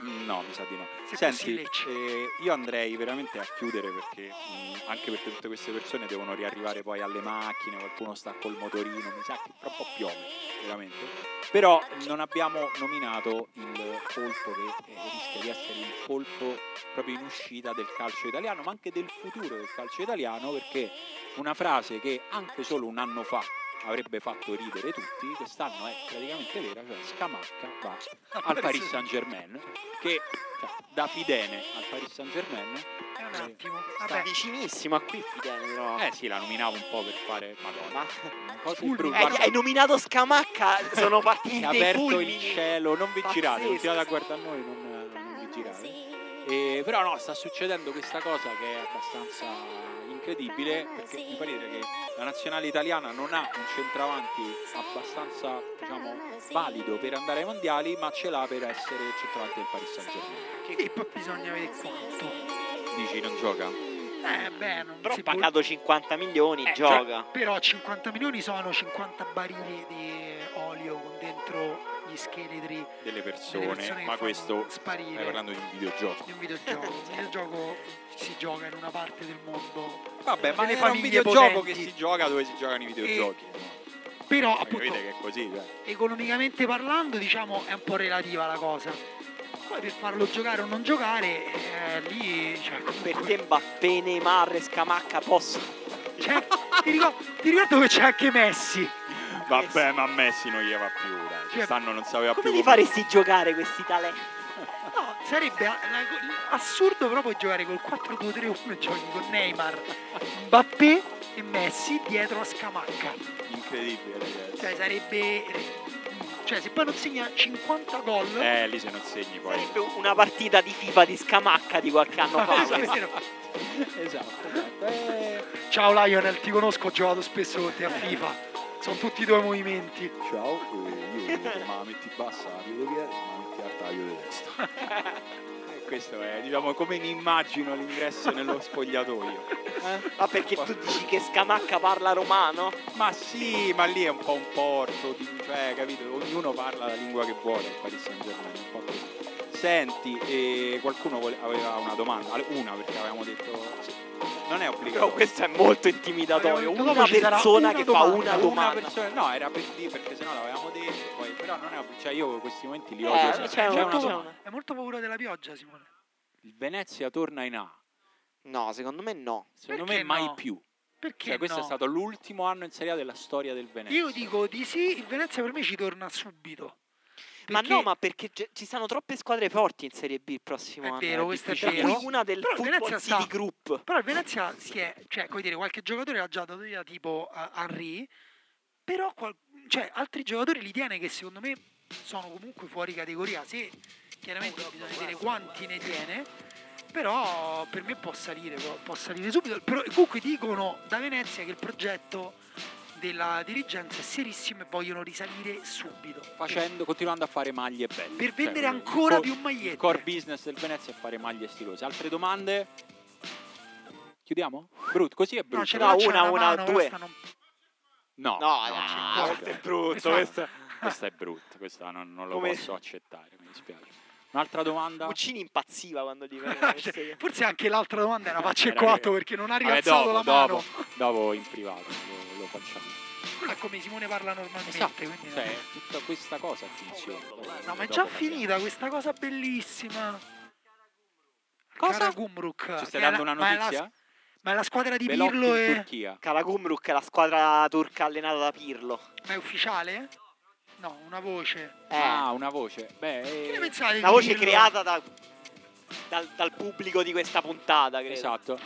Speaker 3: No, mi sa di no.
Speaker 4: Se fossi
Speaker 3: Senti,
Speaker 4: Lecce.
Speaker 3: eh, io andrei veramente a chiudere perché mh, anche perché tutte queste persone devono riarrivare poi alle macchine, qualcuno sta col motorino, mi sa che tra un po' piove, veramente. Però non abbiamo nominato il colpo che eh, rischia di essere il colpo proprio in uscita del calcio italiano, ma anche del futuro del calcio italiano, perché una frase che anche solo un anno fa avrebbe fatto ridere tutti, quest'anno è praticamente vera, cioè Scamacca va al Paris Saint Germain, che cioè, da Fidene al Paris Saint Germain,
Speaker 4: È un attimo.
Speaker 2: Sta
Speaker 4: Vabbè,
Speaker 2: vicinissimo a qui Fidene però.
Speaker 3: eh sì, la nominavo un po' per fare Madonna.
Speaker 2: Ma-
Speaker 3: Un po'
Speaker 4: Fulmini.
Speaker 3: brutto.
Speaker 2: Eh, hai nominato Scamacca, sono
Speaker 3: Si
Speaker 2: partiti
Speaker 3: è
Speaker 2: dei
Speaker 3: aperto
Speaker 2: fulmini.
Speaker 3: il cielo, non vi
Speaker 2: Pazzesco.
Speaker 3: girate, continuate a guardare noi, non, non vi girate.
Speaker 2: eh,
Speaker 3: E, però no, sta succedendo questa cosa che è abbastanza incredibile, perché mi fa ridere che la nazionale italiana non ha un centravanti abbastanza diciamo, valido per andare ai mondiali, ma ce l'ha per essere il centravanti del Paris Saint Germain.
Speaker 4: quindi poi bisogna vedere quanto.
Speaker 3: Dici, non gioca?
Speaker 4: Eh beh, non
Speaker 2: Però
Speaker 4: si
Speaker 2: ha
Speaker 4: può-
Speaker 2: pagato 50 milioni,
Speaker 4: Eh,
Speaker 2: gioca.
Speaker 4: cioè, però 50 milioni sono 50 barili di olio con dentro gli scheletri
Speaker 3: Delle
Speaker 4: delle
Speaker 3: persone,
Speaker 4: persone che
Speaker 3: ma
Speaker 4: fanno
Speaker 3: questo stai
Speaker 4: sparire
Speaker 3: parlando di un videogioco.
Speaker 4: di un videogioco. Un videogioco si gioca in una parte del mondo.
Speaker 3: Vabbè, ma
Speaker 4: Delle
Speaker 3: è un
Speaker 4: famiglie
Speaker 3: videogioco
Speaker 4: potenti.
Speaker 3: che si Eh, gioca dove si giocano i videogiochi.
Speaker 4: Però
Speaker 3: Ma
Speaker 4: appunto
Speaker 3: Capite che è così, cioè.
Speaker 4: economicamente parlando diciamo è un po' relativa la cosa. Poi per farlo giocare o non giocare, eh, lì cioè,
Speaker 2: Per
Speaker 4: comunque-
Speaker 2: te Mbappé, Neymar e Scamacca possono.
Speaker 4: c'è- ti, ricor- ti ricordo che c'è anche Messi.
Speaker 5: Vabbè, ma a Messi non gli va più, dai.
Speaker 3: Cioè,
Speaker 5: Quest'anno non sapeva
Speaker 2: Come
Speaker 5: più
Speaker 2: li faresti giocare questi talenti?
Speaker 4: No, sarebbe a- la- assurdo però poi giocare col 4-2-3-1 e giochi con Neymar, Mbappé e Messi dietro a Scamacca.
Speaker 3: Incredibile, ragazzi.
Speaker 4: Cioè sarebbe... Cioè se poi non segna 50 gol...
Speaker 3: Eh, lì se non segni poi.
Speaker 2: Sarebbe una partita di FIFA di Scamacca di qualche anno fa.
Speaker 4: è vero.
Speaker 3: Esatto, esatto. Eh,
Speaker 4: Ciao Lionel, ti conosco, ho giocato spesso con te a FIFA. Sono tutti i tuoi movimenti.
Speaker 7: Ciao, eh, io ma metti bassa la piede via, ma metti al taglio di destra.
Speaker 3: eh, questo è, diciamo, come in immagino l'ingresso nello spogliatoio. Eh? Ah,
Speaker 2: Ma perché tu dici che Scamacca parla romano?
Speaker 3: Ma sì, ma lì è un po' un porto, di- cioè, capito? Ognuno parla la lingua che vuole al Paris Saint Germain, è un po' così. Senti, eh, qualcuno vole- aveva una domanda, Ale- una perché avevamo detto... sì, non è
Speaker 2: Però
Speaker 3: obbligatorio.
Speaker 2: questo è molto intimidatorio.
Speaker 4: Abbiamo detto,
Speaker 2: Una
Speaker 4: dopo ci sarà
Speaker 2: persona
Speaker 4: una
Speaker 2: che
Speaker 4: domanda,
Speaker 2: fa una domanda.
Speaker 3: persona, no, era per dire perché sennò l'avevamo detto, poi, però non è obbligatorio, cioè io questi momenti li
Speaker 2: Eh,
Speaker 3: odio.
Speaker 2: c'è
Speaker 3: sempre.
Speaker 2: una
Speaker 3: una
Speaker 2: cosa-
Speaker 3: domanda.
Speaker 4: Hai molto paura della pioggia, Simone.
Speaker 3: Il Venezia torna in A.
Speaker 2: No, secondo me no.
Speaker 3: Secondo
Speaker 4: Perché
Speaker 3: me mai
Speaker 4: no?
Speaker 3: più.
Speaker 4: Perché
Speaker 3: Cioè, questo
Speaker 4: no?
Speaker 3: è stato l'ultimo anno in Serie A della storia del Venezia.
Speaker 4: Io dico di sì, il Venezia per me ci torna subito.
Speaker 2: Ma
Speaker 4: Perché-
Speaker 2: no, ma perché ge- ci sono troppe squadre forti in Serie B il prossimo
Speaker 4: È
Speaker 2: anno. eh,
Speaker 4: vero, questo è
Speaker 2: difficile.
Speaker 4: vero.
Speaker 2: Tra cui una del
Speaker 4: Però il Venezia
Speaker 2: football
Speaker 4: sta-
Speaker 2: city group.
Speaker 4: Però il Venezia si è, cioè, come dire, qualche giocatore l'ha già dato via, tipo eh, Henry, però qual- cioè, altri giocatori li tiene che secondo me sono comunque fuori categoria. Se chiaramente bisogna vedere quanti ne tiene, però per me può salire, può, può salire subito. Però, comunque dicono da Venezia che il progetto della dirigenza è serissimo e vogliono risalire subito.
Speaker 3: Facendo, continuando a fare maglie belle.
Speaker 4: Per
Speaker 3: Cioè,
Speaker 4: vendere
Speaker 3: il
Speaker 4: ancora
Speaker 3: co-
Speaker 4: più
Speaker 3: Il
Speaker 4: magliette.
Speaker 3: core business del Venezia è fare maglie stilose. Altre domande? Chiudiamo? Brutto, così è brutto.
Speaker 4: ce
Speaker 2: No,
Speaker 4: l'ha,
Speaker 2: una,
Speaker 4: c'è
Speaker 2: una,
Speaker 4: mano,
Speaker 2: due.
Speaker 4: questa non-
Speaker 3: no,
Speaker 2: No,
Speaker 3: no,
Speaker 2: no,
Speaker 3: no,
Speaker 2: questo è brutto.
Speaker 4: Questa-
Speaker 2: Questo...
Speaker 3: questa è brutta, questa non, non lo
Speaker 2: Come-
Speaker 3: posso accettare, mi dispiace. Un'altra domanda?
Speaker 2: Puccini impazziva quando gli
Speaker 4: Cioè,
Speaker 2: vengono queste-
Speaker 4: Forse anche l'altra domanda era faccia e
Speaker 3: Eh, Era
Speaker 4: quattro
Speaker 3: che-
Speaker 4: perché non ha
Speaker 3: Vabbè,
Speaker 4: rialzato
Speaker 3: dopo,
Speaker 4: la mano.
Speaker 3: dopo, dopo in privato lo, lo facciamo.
Speaker 4: Quello è come Simone parla normalmente. Esatto, quindi
Speaker 3: Cioè, tutta questa cosa funziona.
Speaker 4: no, ma è già finita questa cosa bellissima.
Speaker 3: Cosa?
Speaker 4: Cara Gumruk.
Speaker 3: Ci
Speaker 4: che
Speaker 3: stai
Speaker 4: è
Speaker 3: dando
Speaker 4: la-
Speaker 3: una
Speaker 4: ma è la-
Speaker 3: notizia?
Speaker 4: Ma è la squadra di
Speaker 3: Belotti
Speaker 4: Pirlo
Speaker 3: in
Speaker 4: è,
Speaker 3: Turchia.
Speaker 2: Kalagumruk è la squadra turca allenata da Pirlo.
Speaker 4: ma è ufficiale? No, una voce.
Speaker 2: Eh,
Speaker 3: Ah, una voce. Beh,
Speaker 4: Che ne
Speaker 3: eh,
Speaker 4: pensate di
Speaker 2: una voce
Speaker 4: Pirlo?
Speaker 2: creata da- dal, dal pubblico di questa puntata, credo.
Speaker 3: esatto.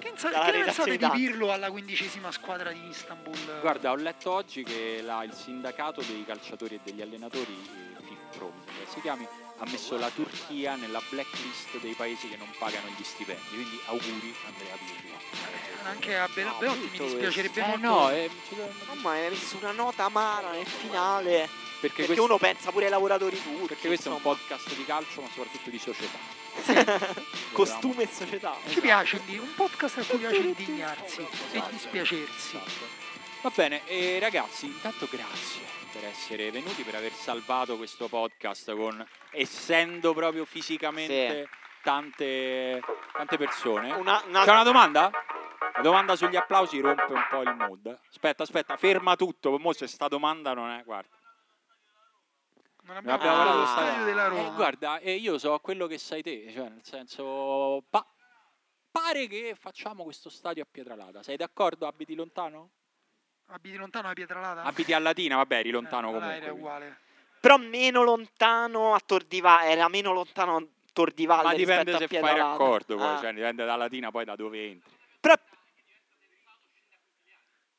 Speaker 4: Che, ne sa-
Speaker 2: dalla
Speaker 4: che ne pensate
Speaker 2: redazione
Speaker 4: di
Speaker 2: d'arte.
Speaker 4: Pirlo alla quindicesima squadra di Istanbul?
Speaker 3: Guarda, ho letto oggi che la- il sindacato dei calciatori e degli allenatori, eh, FIFPRO, mi pare si chiami, ha messo la Turchia nella blacklist dei paesi che non pagano gli stipendi. Quindi auguri Andrea Pirlo.
Speaker 4: Anche a Bel-
Speaker 2: No,
Speaker 4: Belotti mi
Speaker 2: brutto
Speaker 4: dispiacerebbe
Speaker 3: Eh
Speaker 4: molto.
Speaker 3: no, eh, ci do-
Speaker 2: Mamma, hai messo una nota amara nel finale.
Speaker 3: perché,
Speaker 2: Perché
Speaker 3: questo,
Speaker 2: uno pensa pure ai lavoratori turchi.
Speaker 3: perché questo è un
Speaker 2: insomma.
Speaker 3: podcast di calcio ma soprattutto di società.
Speaker 2: Costume e società.
Speaker 4: Ci piace di- un podcast a cui piace indignarsi e
Speaker 3: Esatto.
Speaker 4: dispiacersi.
Speaker 3: Va bene, eh, ragazzi, intanto grazie per essere venuti, per aver salvato questo podcast con, essendo proprio fisicamente tante, tante persone.
Speaker 2: Una, una-
Speaker 3: C'è una domanda? La domanda sugli applausi rompe un po' il mood. Aspetta, aspetta, ferma tutto. Mo se sta domanda non è, guarda. Non
Speaker 4: Non abbiamo
Speaker 3: abbiamo
Speaker 4: parlato dello
Speaker 2: parlato
Speaker 4: stadio
Speaker 2: di-
Speaker 4: della
Speaker 3: Eh,
Speaker 4: Roma.
Speaker 3: guarda, eh, io so quello che sai te, cioè nel senso pa- pare che facciamo questo stadio a Pietralata. Sei d'accordo? Abiti lontano?
Speaker 4: Abiti lontano da Pietralata?
Speaker 3: Abiti a Latina, vabbè, eri lontano
Speaker 4: Eh, allora
Speaker 3: comunque.
Speaker 4: Era uguale.
Speaker 2: Però meno lontano a Tordivalle, era meno lontano a Tordivalle
Speaker 3: Ma
Speaker 2: rispetto
Speaker 3: dipende
Speaker 2: a
Speaker 3: se fai
Speaker 2: Pietralata.
Speaker 3: raccordo, poi,
Speaker 2: Ah.
Speaker 3: cioè, dipende da Latina poi da dove entri.
Speaker 2: Però...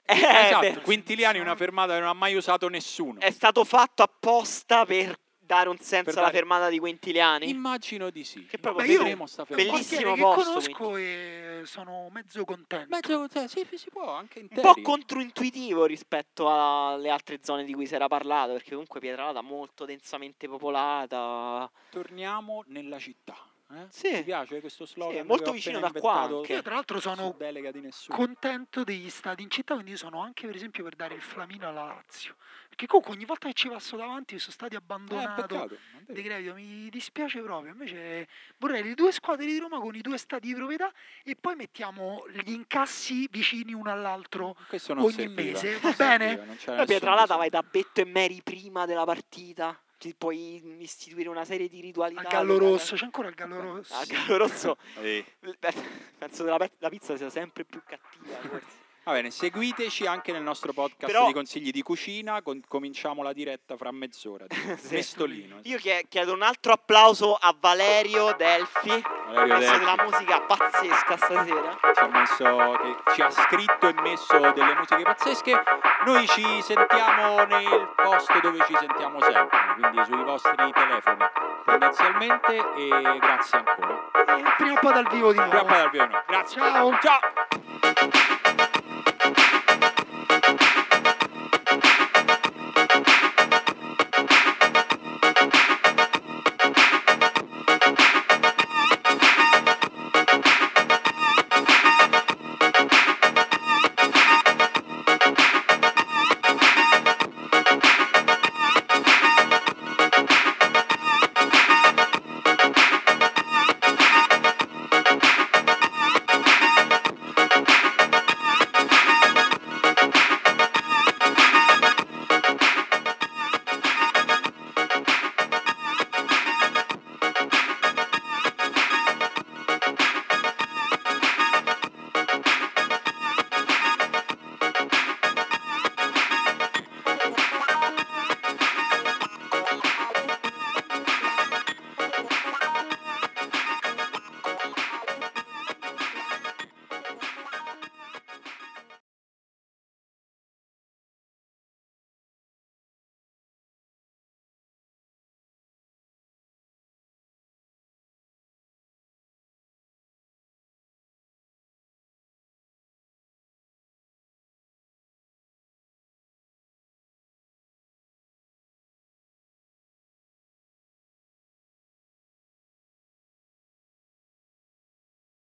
Speaker 2: Eh,
Speaker 3: esatto,
Speaker 2: beh, Eh,
Speaker 3: Quintiliani è una fermata che non ha mai usato nessuno.
Speaker 2: è stato fatto apposta per dare un senso
Speaker 3: Per
Speaker 2: alla
Speaker 3: dare-
Speaker 2: fermata di Quintiliani.
Speaker 3: Immagino di sì.
Speaker 2: Che proprio
Speaker 4: Beh, io-
Speaker 3: vedremo sta fermata.
Speaker 2: bellissimo
Speaker 4: Quartiere che
Speaker 2: posto,
Speaker 4: conosco e sono mezzo contento.
Speaker 3: Mezzo- cioè, sì, sì, si può anche in
Speaker 2: un po' controintuitivo rispetto alle altre zone di cui si era parlato, perché comunque Pietralata è molto densamente popolata.
Speaker 3: Torniamo nella città. eh?
Speaker 2: Sì.
Speaker 3: Ti piace questo slogan?
Speaker 2: Sì,
Speaker 3: che ho
Speaker 2: molto
Speaker 3: appena
Speaker 2: vicino da
Speaker 3: inventato
Speaker 2: qua anche.
Speaker 4: Che io tra l'altro
Speaker 3: su
Speaker 4: sono
Speaker 3: delega di nessuno.
Speaker 4: contento degli stati in città, quindi io sono anche per esempio per dare il Flamino alla Lazio. Perché comunque ogni volta che ci passo davanti sono stati
Speaker 3: Eh,
Speaker 4: abbandonati.
Speaker 3: peccato, non devi-
Speaker 4: De Grevio, mi dispiace proprio. Invece vorrei le due squadre di Roma con i due stati di proprietà e poi mettiamo gli incassi vicini uno all'altro.
Speaker 3: Questo non
Speaker 4: ogni
Speaker 3: serviva,
Speaker 4: mese,
Speaker 3: non
Speaker 4: va
Speaker 3: serviva,
Speaker 4: bene?
Speaker 2: Poi
Speaker 3: non c'era nessun
Speaker 2: Pietralata
Speaker 3: bisogno.
Speaker 2: vai da Betto e Mary prima della partita, ti puoi istituire una serie di ritualità.
Speaker 4: Al Gallo
Speaker 2: legate-
Speaker 4: Rosso, c'è ancora il Gallo Rosso.
Speaker 2: Al Gallo Rosso,
Speaker 6: Eh,
Speaker 2: penso che la, pe- la pizza sia sempre più cattiva. forse.
Speaker 3: Va bene, seguiteci anche nel nostro podcast
Speaker 2: Però-
Speaker 3: di consigli di cucina. con- cominciamo la diretta fra mezz'ora. di
Speaker 2: Sì.
Speaker 3: Mestolino.
Speaker 2: Io chie- chiedo un altro applauso a Valerio Delfi, che ha
Speaker 3: Valerio
Speaker 2: messo
Speaker 3: Delfi
Speaker 2: della musica pazzesca stasera.
Speaker 3: ci ha messo- che ci ha scritto e messo delle musiche pazzesche. Noi ci sentiamo nel posto dove ci sentiamo sempre, quindi sui vostri telefoni tendenzialmente. E grazie ancora.
Speaker 4: E prima o poi dal vivo di nuovo.
Speaker 3: Prima o poi dal vivo, no. Grazie.
Speaker 4: Ciao.
Speaker 3: Ciao.